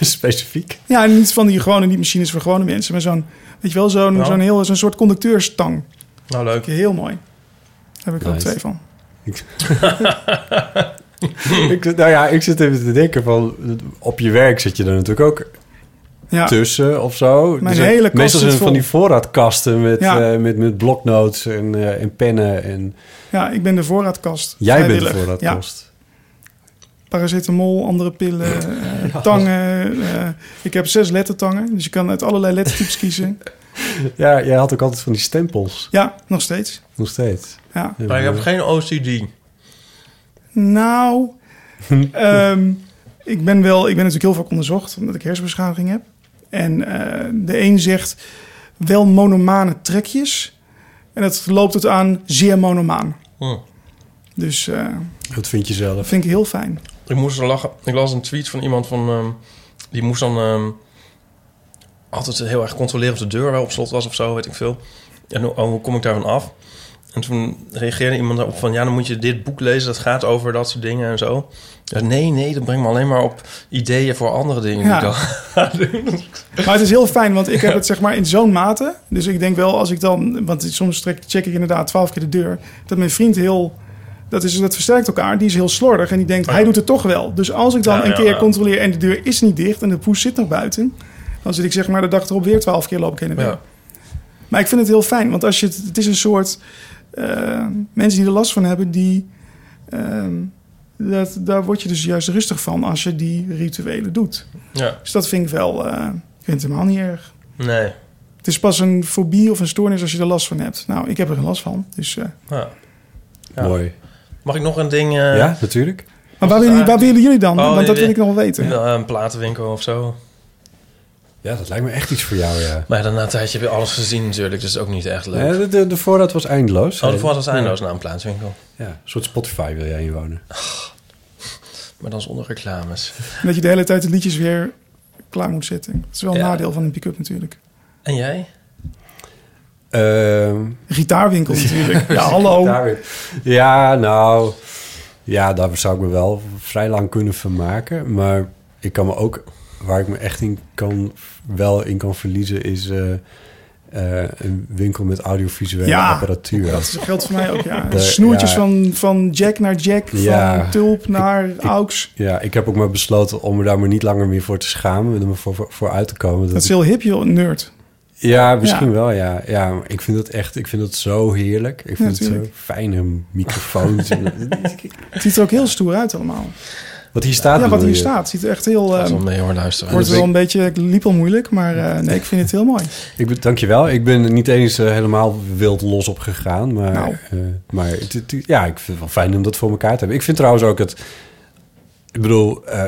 [SPEAKER 7] Specifiek.
[SPEAKER 5] Ja, en niet van die gewone, niet machines voor gewone mensen, maar zo'n, weet je wel, zo'n,
[SPEAKER 6] Ja.
[SPEAKER 5] zo'n heel, zo'n soort conducteurstang.
[SPEAKER 6] Nou, leuk.
[SPEAKER 5] Heel mooi. Daar heb ik er ook
[SPEAKER 7] Nice.
[SPEAKER 5] twee van.
[SPEAKER 7] ik, zit- nou ja, ik zit even te denken van... op je werk zit je er natuurlijk ook
[SPEAKER 5] Ja.
[SPEAKER 7] tussen of zo.
[SPEAKER 5] Mijn hele kast
[SPEAKER 7] Meestal
[SPEAKER 5] zit
[SPEAKER 7] zijn het van
[SPEAKER 5] vol.
[SPEAKER 7] die voorraadkasten met,
[SPEAKER 5] Ja.
[SPEAKER 7] eh, met, met bloknotes en, eh, en pennen. En
[SPEAKER 5] Ja, ik ben de voorraadkast.
[SPEAKER 7] jij bent de
[SPEAKER 5] Vrijwillig. Ja.
[SPEAKER 7] voorraadkast.
[SPEAKER 5] paracetamol, andere pillen, eh, tangen. eh, ik heb zes lettertangen, dus je kan uit allerlei lettertypes kiezen.
[SPEAKER 7] Ja. jij had ook altijd van die stempels.
[SPEAKER 5] Ja, nog steeds.
[SPEAKER 7] Nog steeds.
[SPEAKER 5] Ja.
[SPEAKER 6] Maar ik heb geen OCD.
[SPEAKER 5] Nou, ehm, ik, ben wel, ik ben natuurlijk heel vaak onderzocht omdat ik hersenbeschadiging heb. En eh, de een zegt wel monomane trekjes. En dat loopt het aan zeer monomaan.
[SPEAKER 6] Hm.
[SPEAKER 5] Dus eh,
[SPEAKER 7] Dat vind je
[SPEAKER 5] dat
[SPEAKER 7] zelf.
[SPEAKER 5] vind ik heel fijn.
[SPEAKER 6] Ik moest er lachen. Ik las een tweet van iemand van... ehm, die moest dan ehm, altijd heel erg controleren of de deur wel op slot was of zo, weet ik veel. En hoe, hoe kom ik daarvan af? En toen reageerde iemand op van... Ja, dan moet je dit boek lezen, dat gaat over dat soort dingen en zo. Ja, nee, nee, dat brengt me alleen maar op ideeën voor andere dingen.
[SPEAKER 5] Ja.
[SPEAKER 6] die ik dan ga doen.
[SPEAKER 5] Maar het is heel fijn, want ik heb het zeg maar in zo'n mate. Dus ik denk wel als ik dan, want soms trek- check ik inderdaad twaalf keer de deur, dat mijn vriend heel, dat, is, dat versterkt elkaar, die is heel slordig en die denkt, hij doet het toch wel. Dus als ik dan
[SPEAKER 6] Ja,
[SPEAKER 5] een
[SPEAKER 6] ja,
[SPEAKER 5] keer
[SPEAKER 6] ja.
[SPEAKER 5] controleer en de deur is niet dicht en de poes zit nog buiten, dan zit ik zeg maar de dag erop weer twaalf keer loop ik heen en weer.
[SPEAKER 6] Ja.
[SPEAKER 5] Maar ik vind het heel fijn, want als je het, het is een soort eh, mensen die er last van hebben, die ehm, dat, daar word je dus juist rustig van als je die rituelen doet.
[SPEAKER 6] ja,
[SPEAKER 5] Dus dat vind ik wel, eh, ik vind het helemaal niet erg.
[SPEAKER 6] nee.
[SPEAKER 5] Het is pas een fobie of een stoornis als je er last van hebt. Nou, ik heb er geen last van. Dus, eh.
[SPEAKER 6] Ja. Ja.
[SPEAKER 7] Mooi.
[SPEAKER 6] Mag ik nog een ding... eh,
[SPEAKER 7] ja, natuurlijk.
[SPEAKER 5] Maar waar willen, waar willen jullie dan?
[SPEAKER 6] Oh,
[SPEAKER 5] Want dat
[SPEAKER 6] nee,
[SPEAKER 5] wil ik nog wel weten.
[SPEAKER 6] wel, eh, Een platenwinkel of zo.
[SPEAKER 7] Ja, dat lijkt me echt iets voor jou, ja.
[SPEAKER 6] Maar ja, dan na een tijdje heb je alles gezien natuurlijk. Dus dat is ook niet echt leuk.
[SPEAKER 7] Ja, de, de, de voorraad was eindeloos.
[SPEAKER 6] Oh, dat was als eindeloos na een plaatswinkel.
[SPEAKER 7] Ja, een soort Spotify wil jij inwonen.
[SPEAKER 6] Maar dan zonder reclames.
[SPEAKER 5] Dat je de hele tijd de liedjes weer klaar moet zetten. Dat is wel een
[SPEAKER 6] Ja.
[SPEAKER 5] nadeel van een pick-up natuurlijk.
[SPEAKER 6] En jij?
[SPEAKER 7] Ehm
[SPEAKER 5] Gitaarwinkel natuurlijk. Ja, hallo.
[SPEAKER 7] Daar weer. Ja, nou. Ja, daar zou ik me wel vrij lang kunnen vermaken. Maar ik kan me ook. Waar ik me echt in kan, wel in kan verliezen is. eh, eh, een winkel met audiovisuele
[SPEAKER 5] Ja.
[SPEAKER 7] apparatuur.
[SPEAKER 5] Dat geldt voor mij ook, ja.
[SPEAKER 7] De-
[SPEAKER 5] Snoertjes
[SPEAKER 7] ja.
[SPEAKER 5] Van, van Jack naar Jack, van
[SPEAKER 7] Ja.
[SPEAKER 5] Tulp naar Aux.
[SPEAKER 7] Ja, ik heb ook maar besloten om me daar maar niet langer meer voor te schamen... en er maar voor, voor, voor uit te komen.
[SPEAKER 5] Dat is
[SPEAKER 7] ik-
[SPEAKER 5] heel hip, joh, nerd.
[SPEAKER 7] Ja, misschien
[SPEAKER 5] Ja.
[SPEAKER 7] wel, ja. ja maar ik vind dat echt, ik vind dat zo heerlijk. Ik vind het zo
[SPEAKER 5] Natuurlijk.
[SPEAKER 7] fijne microfoons.
[SPEAKER 5] Het ziet er ook heel stoer uit allemaal.
[SPEAKER 7] wat hier staat.
[SPEAKER 5] ja, wat
[SPEAKER 7] bedoel
[SPEAKER 5] hier
[SPEAKER 7] je?
[SPEAKER 5] staat. Ziet er echt heel...
[SPEAKER 7] is
[SPEAKER 5] ehm,
[SPEAKER 7] wel mee, hoor, luisteren.
[SPEAKER 5] Wordt
[SPEAKER 7] Dat
[SPEAKER 5] wel
[SPEAKER 7] ik-
[SPEAKER 5] een beetje... Ik liep al moeilijk, maar eh, nee, ik vind het heel mooi.
[SPEAKER 7] Ik ben, dankjewel. Ik ben er niet eens eh, helemaal wild los op gegaan. Maar,
[SPEAKER 5] Nou.
[SPEAKER 7] eh, maar het- het- ja, ik vind het wel fijn om dat voor elkaar te hebben. Ik vind trouwens ook het... Ik bedoel, eh,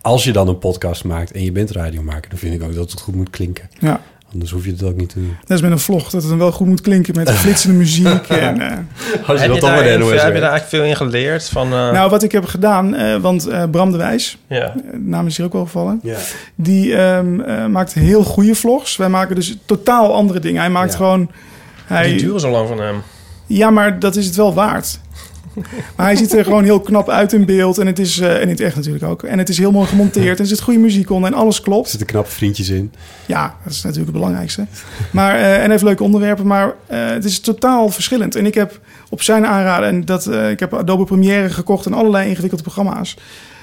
[SPEAKER 7] als je dan een podcast maakt en je bent radiomaker... dan vind ik ook dat het goed moet klinken.
[SPEAKER 5] Ja.
[SPEAKER 7] Anders hoef je het ook niet te doen.
[SPEAKER 5] Dat is met een vlog, dat het dan wel goed moet klinken met flitsende muziek. En, eh,
[SPEAKER 6] heb,
[SPEAKER 7] Als je dat
[SPEAKER 6] je
[SPEAKER 7] dan
[SPEAKER 6] daar,
[SPEAKER 7] bij de
[SPEAKER 6] heb
[SPEAKER 7] NOS
[SPEAKER 6] je daar
[SPEAKER 7] werkt.
[SPEAKER 6] eigenlijk veel in geleerd? Van, eh,
[SPEAKER 5] Nou, wat ik heb gedaan, eh, want eh, Bram de Wijs,
[SPEAKER 6] Ja.
[SPEAKER 5] eh, naam is hier ook wel gevallen,
[SPEAKER 6] Ja.
[SPEAKER 5] die ehm, eh, maakt heel goede vlogs. Wij maken dus totaal andere dingen. Hij maakt
[SPEAKER 6] Ja.
[SPEAKER 5] gewoon... Hij,
[SPEAKER 6] Die duren zo lang van hem.
[SPEAKER 5] Ja, maar dat is het wel waard. Maar hij ziet er gewoon heel knap uit in beeld. En het is, eh, en in het echt natuurlijk ook. En het is heel mooi gemonteerd. En er zit goede muziek onder. En alles klopt.
[SPEAKER 7] Er zitten knappe vriendjes in.
[SPEAKER 5] Ja, dat is natuurlijk het belangrijkste. Maar, eh, en hij heeft leuke onderwerpen, maar eh, het is totaal verschillend. En ik heb op zijn aanraden, en dat, eh, ik heb Adobe Premiere gekocht en allerlei ingewikkelde programma's.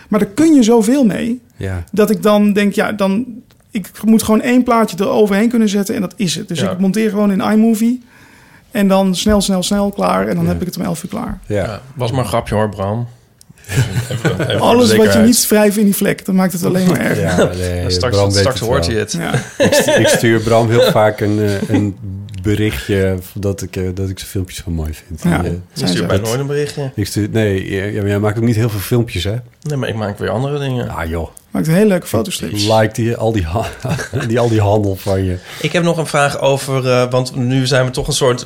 [SPEAKER 5] Maar daar kun je zoveel mee,
[SPEAKER 7] Ja.
[SPEAKER 5] dat ik dan denk, ja, dan, ik moet gewoon één plaatje eroverheen kunnen zetten en dat is het. Dus
[SPEAKER 7] Ja.
[SPEAKER 5] ik monteer gewoon in iMovie en dan snel, snel, snel klaar. En dan heb ik het om 11 uur klaar.
[SPEAKER 7] Ja.
[SPEAKER 6] was maar een grapje hoor, Bram. Even- even voor de
[SPEAKER 5] Alles wat je
[SPEAKER 6] zekerheid.
[SPEAKER 5] niet wrijft in die vlek, dat maakt het alleen maar erger.
[SPEAKER 7] Ja, nee,
[SPEAKER 6] straks
[SPEAKER 7] Bram weet
[SPEAKER 6] straks
[SPEAKER 7] het
[SPEAKER 6] hoort
[SPEAKER 7] wel.
[SPEAKER 6] hij het.
[SPEAKER 5] Ja.
[SPEAKER 7] Ik, stu- ik stuur Bram heel vaak een, eh, een berichtje dat ik, eh, dat ik zijn filmpjes zo mooi vind.
[SPEAKER 6] Ja,
[SPEAKER 7] Die, eh,
[SPEAKER 6] ik stuur
[SPEAKER 7] dat-
[SPEAKER 6] bijna nooit een berichtje.
[SPEAKER 7] Ik stuur, nee, eh, ja, maar jij maakt ook niet heel veel filmpjes, hè?
[SPEAKER 6] Nee, maar ik maak weer andere dingen.
[SPEAKER 7] Ah joh.
[SPEAKER 5] Maakt een hele leuke
[SPEAKER 7] Ik like die, al, die, ha- die, al die handel van je.
[SPEAKER 6] Ik heb nog een vraag over, eh, want nu zijn we toch een soort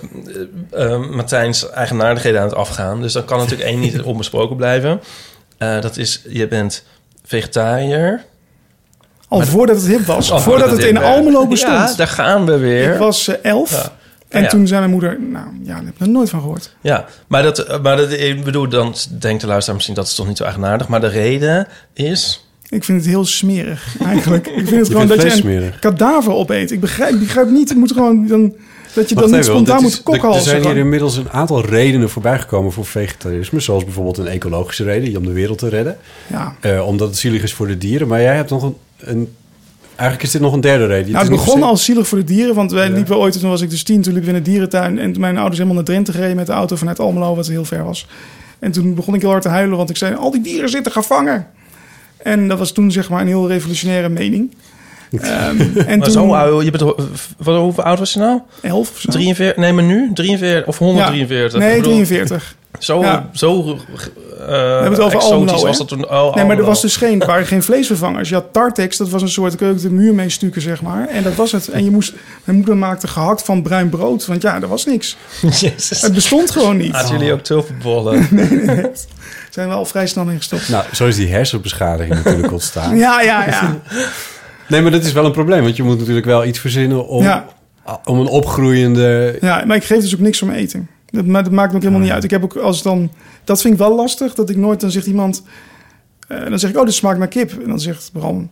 [SPEAKER 6] eh, eh, Martijn's eigenaardigheden aan het afgaan. Dus dan kan natuurlijk één niet onbesproken blijven. Eh, dat is, je bent vegetariër.
[SPEAKER 5] Al Oh, voordat het hip
[SPEAKER 6] Oh,
[SPEAKER 5] was, voordat het in Almelo bestond.
[SPEAKER 6] Ja, daar gaan we weer.
[SPEAKER 5] Ik was eh, elf.
[SPEAKER 6] Ja.
[SPEAKER 5] En
[SPEAKER 6] Ja.
[SPEAKER 5] toen zei mijn moeder, nou ja, daar heb ik nog nooit van gehoord.
[SPEAKER 6] Ja, maar, dat, eh, maar dat, ik bedoel, dan denkt de luisteraar misschien dat is toch niet zo eigenaardig. Maar de reden is...
[SPEAKER 5] Ik vind het heel smerig eigenlijk. Ik vind
[SPEAKER 6] Je
[SPEAKER 5] het gewoon
[SPEAKER 6] vindt
[SPEAKER 5] dat je
[SPEAKER 6] vlees
[SPEAKER 5] een
[SPEAKER 6] smerig?
[SPEAKER 5] kadaver opeet. Ik begrijp, ik begrijp niet, je moet gewoon dan, dat je dan
[SPEAKER 7] Wacht
[SPEAKER 5] niet
[SPEAKER 7] even, want
[SPEAKER 5] spontaan
[SPEAKER 7] dit
[SPEAKER 5] moet
[SPEAKER 7] is- Er zijn hier
[SPEAKER 5] kokhalzen.
[SPEAKER 7] inmiddels een aantal redenen voorbijgekomen voor vegetarisme. Zoals bijvoorbeeld een ecologische reden, die om de wereld te redden.
[SPEAKER 5] Ja.
[SPEAKER 7] Eh, omdat het zielig is voor de dieren. Maar jij hebt nog een... een- eigenlijk is dit nog een derde reden.
[SPEAKER 5] Nou,
[SPEAKER 7] is
[SPEAKER 5] het
[SPEAKER 7] niet
[SPEAKER 5] begon
[SPEAKER 7] per se-
[SPEAKER 5] als zielig voor de dieren, want wij liepen ooit, toen was ik dus tien, toen liepen we in de dierentuin. En toen mijn ouders helemaal naar Drenthe gereden met de auto vanuit Almelo, wat heel ver was. En toen begon ik heel hard te huilen, want ik zei, al die dieren zitten gevangen. En dat was toen zeg maar een heel revolutionaire mening. Ehm, en
[SPEAKER 6] Maar
[SPEAKER 5] toen,
[SPEAKER 6] zo oud, je bent,
[SPEAKER 5] eh,
[SPEAKER 6] wat, hoeveel oud was je nou?
[SPEAKER 5] 11 of zo.
[SPEAKER 6] 43, nee, maar nu? 43 of 143?
[SPEAKER 5] Ja. Nee,
[SPEAKER 6] Ik bedoel,
[SPEAKER 5] 43.
[SPEAKER 6] Zo,
[SPEAKER 5] Ja.
[SPEAKER 6] zo eh,
[SPEAKER 5] We hebben het over
[SPEAKER 6] exotisch
[SPEAKER 5] Almelo, hè?
[SPEAKER 6] was dat toen. Oh,
[SPEAKER 5] nee, maar
[SPEAKER 6] Almelo.
[SPEAKER 5] er was dus geen, er waren geen vleesvervangers. Je had Tartex, dat was een soort keuken de muur mee stukken, zeg maar. En dat was het. En je moest, mijn moeder maakte gehakt van bruin brood, want ja, er was niks.
[SPEAKER 6] Jezus. Ah,
[SPEAKER 5] Het bestond gewoon niet.
[SPEAKER 6] Hadden jullie ook tulpenbollen?
[SPEAKER 5] Zijn we al vrij snel ingestopt.
[SPEAKER 7] Nou, zo is die hersenbeschadiging natuurlijk ontstaan.
[SPEAKER 5] Ja, ja, ja.
[SPEAKER 7] Nee, maar dat is wel een probleem. Want je moet natuurlijk wel iets verzinnen om,
[SPEAKER 5] Ja.
[SPEAKER 7] om een opgroeiende...
[SPEAKER 5] Ja, maar ik geef dus ook niks om eten. Dat, ma- dat maakt me ook helemaal niet uit. Ik heb ook als dan. Dat vind ik wel lastig, dat ik nooit. Dan zegt iemand. eh, dan zeg ik, oh, dit smaakt naar kip. En dan zegt Bram,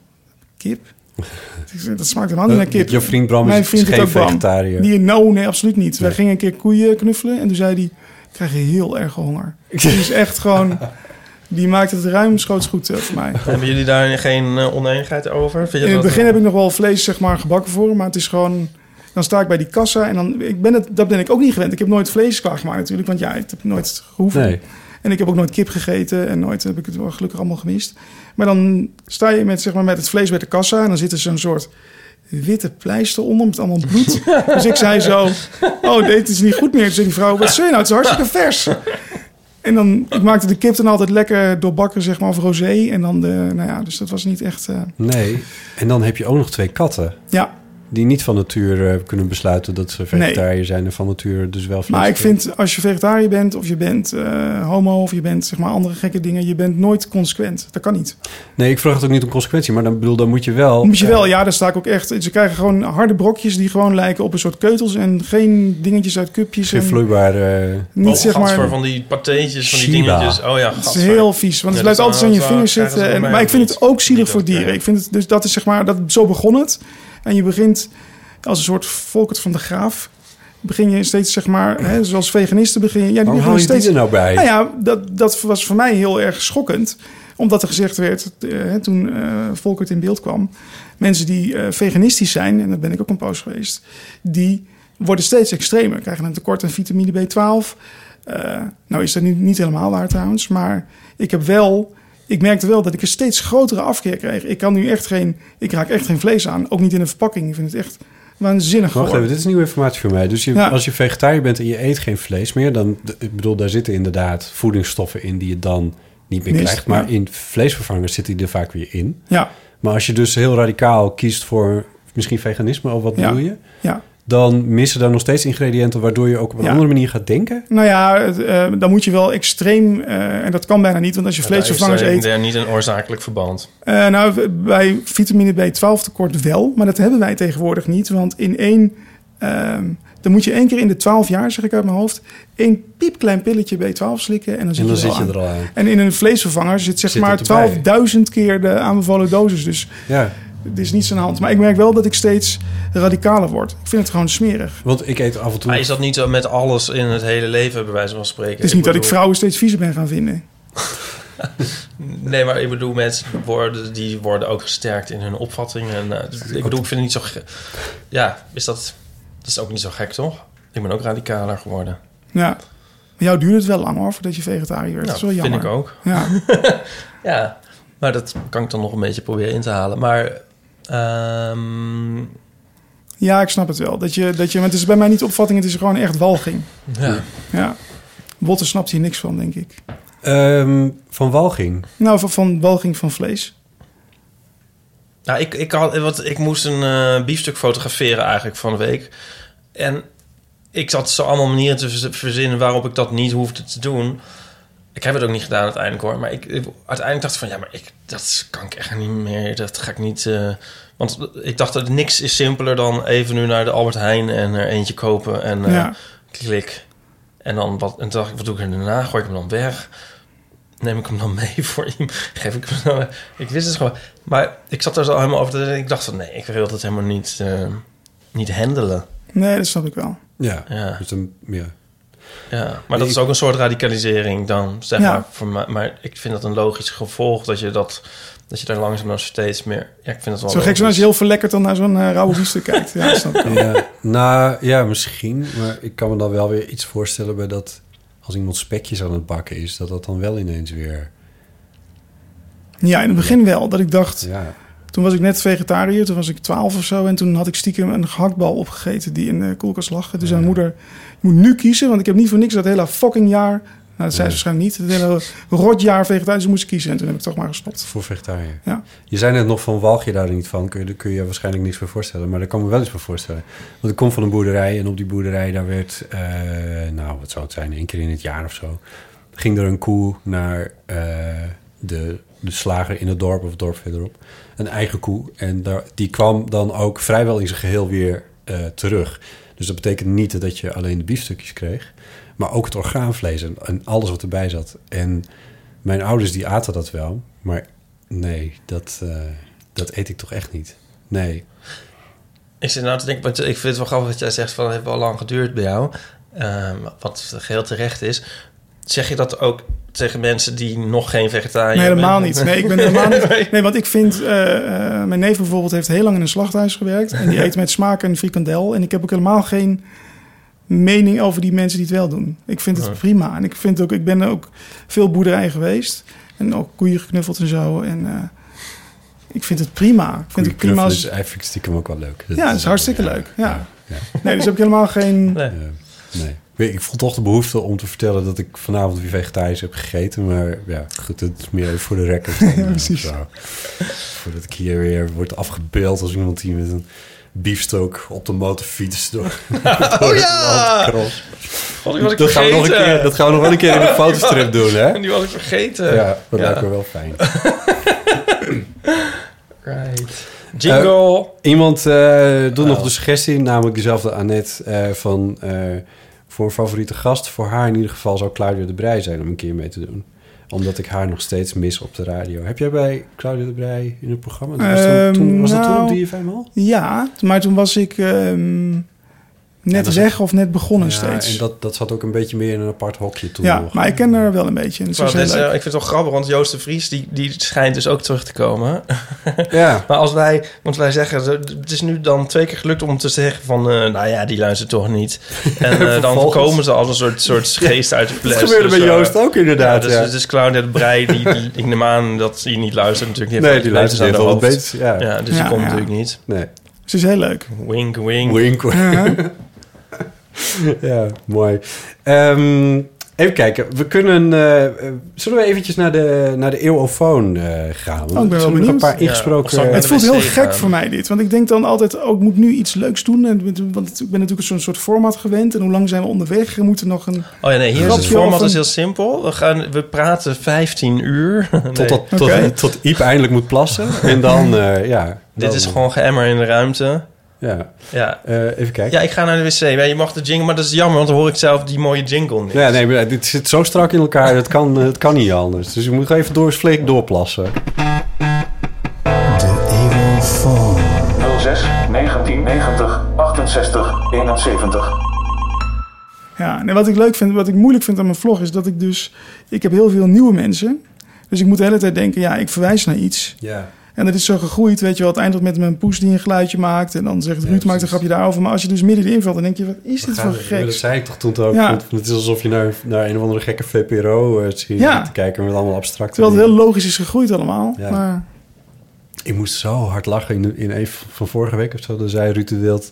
[SPEAKER 5] kip? Ik zeg, Dat smaakt helemaal niet naar kip.
[SPEAKER 7] Eh, Je vriend Bram is-
[SPEAKER 5] Mijn
[SPEAKER 7] is
[SPEAKER 5] vriend
[SPEAKER 7] geen
[SPEAKER 5] ook Bram.
[SPEAKER 7] vegetariër.
[SPEAKER 5] Die, no, nee, absoluut niet. Wij gingen een keer koeien knuffelen en toen zei hij, ik krijg heel erg honger. Die is echt gewoon, die maakt het ruimschoots goed eh, voor mij.
[SPEAKER 6] Hebben jullie daar geen eh, oneenigheid over? Vind je
[SPEAKER 5] In het
[SPEAKER 6] dat-
[SPEAKER 5] begin heb ik nog wel vlees zeg maar, gebakken voor hem, maar het is gewoon... Dan sta ik bij die kassa en dan, ik ben het, dat ben ik ook niet gewend. Ik heb nooit vlees klaargemaakt natuurlijk, want ja, ik heb nooit gehoeven.
[SPEAKER 7] Nee.
[SPEAKER 5] En ik heb ook nooit kip gegeten en nooit heb ik het wel gelukkig allemaal gemist. Maar dan sta je met, zeg maar, met het vlees bij de kassa en dan zit er zo'n soort witte pleister onder met allemaal bloed. dus ik zei zo, oh, dit is niet goed meer. Toen zei die vrouw, wat zei je nou, het is hartstikke vers. En dan, ik maakte de kip dan altijd lekker doorbakken, zeg maar, of rosé. En dan de, nou ja, dus dat was niet echt... eh,
[SPEAKER 7] Nee. En dan heb je ook nog twee katten.
[SPEAKER 5] Ja.
[SPEAKER 7] Die niet van nature eh, kunnen besluiten dat ze vegetariër zijn... en van nature dus wel vlees
[SPEAKER 5] Maar ik
[SPEAKER 7] eten.
[SPEAKER 5] vind, als je vegetariër bent, of je bent eh, homo, of je bent zeg maar andere gekke dingen, je bent nooit consequent. Dat kan niet.
[SPEAKER 7] Nee, ik vraag het ook niet om consequentie. Maar dan, bedoel, dan moet je wel...
[SPEAKER 5] Moet je wel, ja, daar sta ik ook echt. Ze krijgen gewoon harde brokjes die gewoon lijken op een soort keutels en geen dingetjes uit cupjes.
[SPEAKER 7] Geen
[SPEAKER 5] en-
[SPEAKER 7] vloeibaar... eh,
[SPEAKER 5] Niet
[SPEAKER 6] Oh,
[SPEAKER 5] zeg maar-
[SPEAKER 6] gadver, van die pateetjes, van die
[SPEAKER 7] Shiba.
[SPEAKER 6] dingetjes. Oh ja,
[SPEAKER 5] Het is heel vies, want het blijft altijd aan je vingers zitten. En, maar ik vind het ook zielig voor dieren. Ik vind het, dus dat is zeg maar, dat, zo begon het. En je begint, als een soort Volkert van de Graaf begin je steeds, zeg maar, hè, zoals veganisten begin je... Ja,
[SPEAKER 7] Waarom
[SPEAKER 5] beginnen
[SPEAKER 7] haal je die er nou bij?
[SPEAKER 5] Nou ja, dat, dat was voor mij heel erg schokkend. Omdat er gezegd werd, eh, hè, toen eh, Volkert in beeld kwam... mensen die eh, veganistisch zijn, en daar ben ik ook een poos geweest... die worden steeds extremer. Krijgen een tekort aan vitamine B12. Eh, nou is dat nu niet helemaal waar trouwens, maar ik heb wel... Ik merkte wel dat ik een steeds grotere afkeer kreeg. Ik kan nu echt geen... Ik raak echt geen vlees aan. Ook niet in een verpakking. Ik vind het echt waanzinnig
[SPEAKER 7] Wacht even,
[SPEAKER 5] geworden.
[SPEAKER 7] dit is nieuwe informatie voor mij. Dus je,
[SPEAKER 5] Ja.
[SPEAKER 7] als je vegetariër bent en je eet geen vlees meer, dan, d- ik bedoel, daar zitten inderdaad voedingsstoffen in die je dan niet meer
[SPEAKER 5] Mist,
[SPEAKER 7] krijgt. Maar
[SPEAKER 5] ja.
[SPEAKER 7] in vleesvervangers zitten die er vaak weer in.
[SPEAKER 5] Ja.
[SPEAKER 7] Maar als je dus heel radicaal kiest voor misschien veganisme of wat
[SPEAKER 5] Ja.
[SPEAKER 7] bedoel je,
[SPEAKER 5] Ja.
[SPEAKER 7] dan missen daar nog steeds ingrediënten waardoor je ook op een
[SPEAKER 5] Ja.
[SPEAKER 7] andere manier gaat denken.
[SPEAKER 5] Nou ja, het, eh, dan moet je wel extreem, eh, en dat kan bijna niet, want als je vleesvervangers
[SPEAKER 6] Daar is
[SPEAKER 5] eet.
[SPEAKER 6] er niet een oorzakelijk verband.
[SPEAKER 5] eh, nou, v- bij vitamine B12 tekort wel, maar dat hebben wij tegenwoordig niet. Want in één, ehm, dan moet je één keer in de 12 jaar, zeg ik uit mijn hoofd, één piepklein pilletje B12 slikken en dan zit,
[SPEAKER 7] En dan
[SPEAKER 5] je,
[SPEAKER 7] zit je
[SPEAKER 5] aan.
[SPEAKER 7] er al aan.
[SPEAKER 5] En in een vleesvervanger zit zeg
[SPEAKER 7] Zit
[SPEAKER 5] maar
[SPEAKER 7] het erbij.
[SPEAKER 5] 12.000 keer de aanbevolen dosis. Dus
[SPEAKER 7] Ja.
[SPEAKER 5] het is niets aan de hand. Maar ik merk wel dat ik steeds radicaler word. Ik vind het gewoon smerig.
[SPEAKER 7] Want ik eet af en toe...
[SPEAKER 6] Maar is dat niet zo met alles in het hele leven, bij wijze van spreken?
[SPEAKER 5] Het is niet dat ik
[SPEAKER 6] bedoel-
[SPEAKER 5] vrouwen steeds viezer ben gaan vinden.
[SPEAKER 6] Nee, maar ik bedoel, mensen worden, die worden ook gesterkt in hun opvattingen. En, eh, ik bedoel, ik vind het niet zo... ge- Ja, is dat... Dat is ook niet zo gek, toch? Ik ben ook radicaler geworden.
[SPEAKER 5] Ja. Maar jou duurde het wel lang hoor, voordat je vegetariër werd.
[SPEAKER 6] Ja,
[SPEAKER 5] dat is wel jammer.
[SPEAKER 6] vind ik ook.
[SPEAKER 5] Ja.
[SPEAKER 6] Ja, maar dat kan ik dan nog een beetje proberen in te halen. Maar... ehm,
[SPEAKER 5] ja, ik snap het wel. Dat je, dat je, maar het is bij mij niet opvatting, het is gewoon echt walging.
[SPEAKER 6] ja.
[SPEAKER 5] Ja. Botten snapt hier niks van, denk ik.
[SPEAKER 7] Ehm, van walging.
[SPEAKER 5] Nou, van, van walging van vlees.
[SPEAKER 6] Nou, ik, ik, had, wat, ik moest een eh, biefstuk fotograferen eigenlijk van de week. En ik zat zo allemaal manieren te verz- verzinnen waarop ik dat niet hoefde te doen. Ik heb het ook niet gedaan uiteindelijk hoor. Maar ik, ik- uiteindelijk dacht ik van ja, maar ik, dat kan ik echt niet meer. Dat ga ik niet. eh, want ik dacht dat niks is simpeler dan even nu naar de Albert Heijn en er eentje kopen en eh,
[SPEAKER 5] Ja.
[SPEAKER 6] klik. En dan wat, en toen dacht ik, wat doe ik er daarna? Gooi ik hem dan weg? neem ik hem dan mee voor hem? Geef ik hem dan Ik wist het gewoon. Maar ik zat er zo helemaal over te denken. Ik dacht van nee, ik wil dat helemaal niet, eh, niet handelen.
[SPEAKER 5] Nee, dat snap ik wel.
[SPEAKER 7] Ja.
[SPEAKER 6] Ja.
[SPEAKER 7] Dus dan, ja.
[SPEAKER 6] Ja, maar dat is ook een soort radicalisering dan, zeg
[SPEAKER 5] Ja.
[SPEAKER 6] maar. Voor mij. Maar ik vind dat een logisch gevolg dat je dat... Dat je daar langzaam nog steeds meer... Ja, ik vind het wel
[SPEAKER 5] Zo gek
[SPEAKER 6] logisch.
[SPEAKER 5] zo als je heel verlekkerd dan naar zo'n eh, rauwe biefstuk kijkt. Ja, dat snap ik wel.
[SPEAKER 7] Ja, nou ja, misschien. Maar ik kan me dan wel weer iets voorstellen bij dat als iemand spekjes aan het bakken is, dat dat dan wel ineens weer.
[SPEAKER 5] Ja, in het begin wel. Dat ik dacht,
[SPEAKER 7] Ja,
[SPEAKER 5] toen was ik net vegetariër, toen was ik 12 of zo. En toen had ik stiekem een gehaktbal opgegeten die in de koelkast lag. Dus mijn moeder, je moet nu kiezen, want ik heb niet voor niks dat hele fucking jaar... Nou, dat zei ze waarschijnlijk niet. Het hele rotjaar vegetarisch moest ik kiezen. En toen heb ik toch maar gestopt.
[SPEAKER 7] voor vegetariër.
[SPEAKER 5] Ja.
[SPEAKER 7] Je zei net nog van walg je daar niet van. Kun je, daar kun je waarschijnlijk niks voor voorstellen. Maar daar kan ik me wel iets voor voorstellen. Want ik kom van een boerderij en op die boerderij daar werd, eh, nou wat zou het zijn, één keer in het jaar of zo, ging er een koe naar eh, de, de slager in het dorp of het dorp verderop. Een eigen koe. En daar, die kwam dan ook vrijwel in zijn geheel weer eh, terug. Dus dat betekent niet dat je alleen de biefstukjes kreeg, maar ook het orgaanvlees en, en alles wat erbij zat. En mijn ouders die aten dat wel, maar nee, dat, eh, dat eet ik toch echt niet. Nee.
[SPEAKER 6] Ik zit nou te denken, want ik vind het wel grappig dat jij zegt van het heeft wel lang geduurd bij jou. Ehm, wat geheel terecht is. Zeg je dat ook tegen mensen die nog geen vegetariër
[SPEAKER 5] Nee, helemaal
[SPEAKER 6] zijn?
[SPEAKER 5] niet. Nee, ik ben helemaal niet. Nee, want ik vind... eh, eh, mijn neef bijvoorbeeld heeft heel lang in een slachthuis gewerkt. En die eet met smaak een frikandel. En ik heb ook helemaal geen mening over die mensen die het wel doen. Ik vind het prima. En ik, vind ook, ik ben ook veel boerderij geweest. En ook koeien geknuffeld en zo. En eh, ik vind het prima. Ik vind het prima als...
[SPEAKER 7] Dus eigenlijk stiekem ook wel leuk.
[SPEAKER 5] Ja, dat is hartstikke
[SPEAKER 7] ja,
[SPEAKER 5] leuk. Ja.
[SPEAKER 7] ja,
[SPEAKER 5] Nee, dus heb ik helemaal geen...
[SPEAKER 6] Nee.
[SPEAKER 7] ja. nee. Weet je, Ik voel toch de behoefte om te vertellen dat ik vanavond weer vegetarisch heb gegeten. Maar ja, goed, het is meer even voor de record. dan, eh,
[SPEAKER 5] precies.
[SPEAKER 7] zo. Voordat ik hier weer word afgebeeld als iemand die met een biefstok op de motorfiets door, door
[SPEAKER 6] Oh ja!
[SPEAKER 7] het land cross.
[SPEAKER 6] God, die was ik
[SPEAKER 7] Dat gaan, we nog een
[SPEAKER 6] vergeten.
[SPEAKER 7] keer, dat gaan we nog wel een keer in een fotostrip doen, hè?
[SPEAKER 6] Die was ik vergeten.
[SPEAKER 7] Ja, dat lijkt me wel fijn.
[SPEAKER 6] Right. Jingle. Nou.
[SPEAKER 7] Iemand eh doet nog de suggestie, namelijk dezelfde Annette, eh, van eh, voor een favoriete gast. Voor haar in ieder geval zou Claudia de Brij zijn om een keer mee te doen. Omdat ik haar nog steeds mis op de radio. Heb jij bij Claudia de Brij in het programma? Was, dat toen,
[SPEAKER 5] Ehm,
[SPEAKER 7] was dat toen op
[SPEAKER 5] nou,
[SPEAKER 7] DFM al?
[SPEAKER 5] Ja, maar toen was ik ehm, net
[SPEAKER 7] dat-
[SPEAKER 5] weg of net begonnen
[SPEAKER 7] Ja,
[SPEAKER 5] steeds.
[SPEAKER 7] en dat, dat zat ook een beetje meer in een apart hokje toen
[SPEAKER 5] ja,
[SPEAKER 7] nog.
[SPEAKER 5] maar ik ken haar wel een beetje. en het
[SPEAKER 6] Wel,
[SPEAKER 5] is heel
[SPEAKER 6] dit is,
[SPEAKER 5] leuk.
[SPEAKER 6] eh, ik vind het wel grappig, want Joost de Vries die, die schijnt dus ook terug te komen.
[SPEAKER 7] Ja.
[SPEAKER 6] maar als wij, want wij zeggen, zo, het is nu dan twee keer gelukt om te zeggen van, eh, nou ja, die luistert toch niet. En eh, dan
[SPEAKER 7] Vervolgens.
[SPEAKER 6] komen ze als een soort, soort geest uit de
[SPEAKER 7] dat
[SPEAKER 6] fles.
[SPEAKER 7] gebeurde bij
[SPEAKER 6] eh,
[SPEAKER 7] Joost ook inderdaad,
[SPEAKER 6] Ja,
[SPEAKER 7] ja.
[SPEAKER 6] dus, dus Claudia de Breij, die, die, ik neem aan dat hij niet luistert natuurlijk.
[SPEAKER 7] Nee,
[SPEAKER 6] heeft
[SPEAKER 7] die
[SPEAKER 6] wat beters
[SPEAKER 7] luistert
[SPEAKER 6] aan de
[SPEAKER 7] heeft
[SPEAKER 6] hoofd.
[SPEAKER 7] wel wat beters, ja.
[SPEAKER 6] dus
[SPEAKER 5] Ja,
[SPEAKER 6] die komt
[SPEAKER 5] ja.
[SPEAKER 6] natuurlijk niet.
[SPEAKER 7] Nee.
[SPEAKER 5] Ze is heel leuk.
[SPEAKER 6] Wink, wink.
[SPEAKER 7] Wink, wink.
[SPEAKER 5] Ja.
[SPEAKER 7] ja, mooi. Ehm, even kijken. We kunnen. eh, eh, zullen we eventjes naar de, naar de eeuwofoon eh, gaan?
[SPEAKER 5] Oh, ik ben wel
[SPEAKER 7] er zijn nog
[SPEAKER 5] benieuwd.
[SPEAKER 7] een paar
[SPEAKER 5] Ja,
[SPEAKER 6] of
[SPEAKER 7] ingesproken.
[SPEAKER 6] zal ik naar
[SPEAKER 5] Het
[SPEAKER 6] de
[SPEAKER 5] voelt heel
[SPEAKER 6] wc
[SPEAKER 5] gek
[SPEAKER 6] gaan?
[SPEAKER 5] voor mij dit. Want ik denk dan altijd, oh, ik moet nu iets leuks doen. En, want ik ben natuurlijk zo'n soort format gewend. En hoe lang zijn we onderweg? We moeten nog een...
[SPEAKER 6] Oh ja, nee, hier is het
[SPEAKER 5] Grapje of
[SPEAKER 6] format
[SPEAKER 5] een-
[SPEAKER 6] is heel simpel. We, gaan, we praten 15 uur. Nee,
[SPEAKER 7] Totdat tot,
[SPEAKER 5] Oké.
[SPEAKER 7] tot, Iep eindelijk moet plassen. En dan, eh, ja.
[SPEAKER 6] dit
[SPEAKER 7] dan-
[SPEAKER 6] is gewoon geëmmer in de ruimte.
[SPEAKER 7] Ja.
[SPEAKER 6] Ja.
[SPEAKER 7] Eh, even kijken.
[SPEAKER 6] ja, ik ga naar de wc. Ja, je mag de jingle, maar dat is jammer, want dan hoor ik zelf die mooie jingle niet.
[SPEAKER 7] Nou Ja, nee, maar dit zit zo strak in elkaar. Het kan, het kan niet anders. Dus je moet even door flink doorplassen.
[SPEAKER 8] 06 1990 68 71.
[SPEAKER 5] Ja, en wat ik leuk vind, wat ik moeilijk vind aan mijn vlog... is dat ik dus... Ik heb heel veel nieuwe mensen. Dus ik moet de hele tijd denken, ja, ik verwijs naar iets.
[SPEAKER 7] Ja.
[SPEAKER 5] En dat is zo gegroeid, weet je wel. Het eindigt met mijn poes die een geluidje maakt. En dan zegt Ruud, maakt een grapje daarover. Maar als je dus midden erin valt, dan denk je, wat is dit voor
[SPEAKER 7] Ja, dat
[SPEAKER 5] geks?
[SPEAKER 7] zei ik toch toen ook.
[SPEAKER 5] Ja.
[SPEAKER 7] want Het is alsof je naar, naar een of andere gekke VPRO eh ziet
[SPEAKER 5] Ja.
[SPEAKER 7] te kijken met allemaal abstracte
[SPEAKER 5] Terwijl het
[SPEAKER 7] dingen.
[SPEAKER 5] heel logisch is gegroeid allemaal.
[SPEAKER 7] Ja.
[SPEAKER 5] Maar
[SPEAKER 7] Ik moest zo hard lachen in, in een van vorige week of zo. Dan zei Ruud de Wild...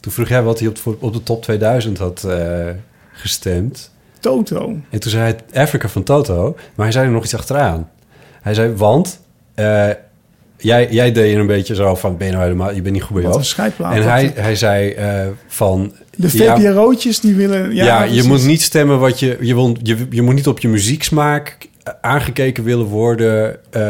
[SPEAKER 7] Toen vroeg jij wat hij op, de- op de top 2000 had eh, gestemd.
[SPEAKER 5] Toto.
[SPEAKER 7] En toen zei hij Africa van Toto. Maar hij zei er nog iets achteraan. Hij zei, want... eh, jij, jij deed er een beetje zo van... Ben je nou helemaal... Je bent niet goed bij
[SPEAKER 5] Wat
[SPEAKER 7] jou.
[SPEAKER 5] een scheidplaat.
[SPEAKER 7] En
[SPEAKER 5] Dat-
[SPEAKER 7] hij, hij zei eh, van...
[SPEAKER 5] De
[SPEAKER 7] ja,
[SPEAKER 5] VPRO'tjes die willen...
[SPEAKER 7] ja,
[SPEAKER 5] Ja,
[SPEAKER 7] je
[SPEAKER 5] precies.
[SPEAKER 7] moet niet stemmen wat je... Je, wil, je, je moet niet op je muzieksmaak aangekeken willen worden eh,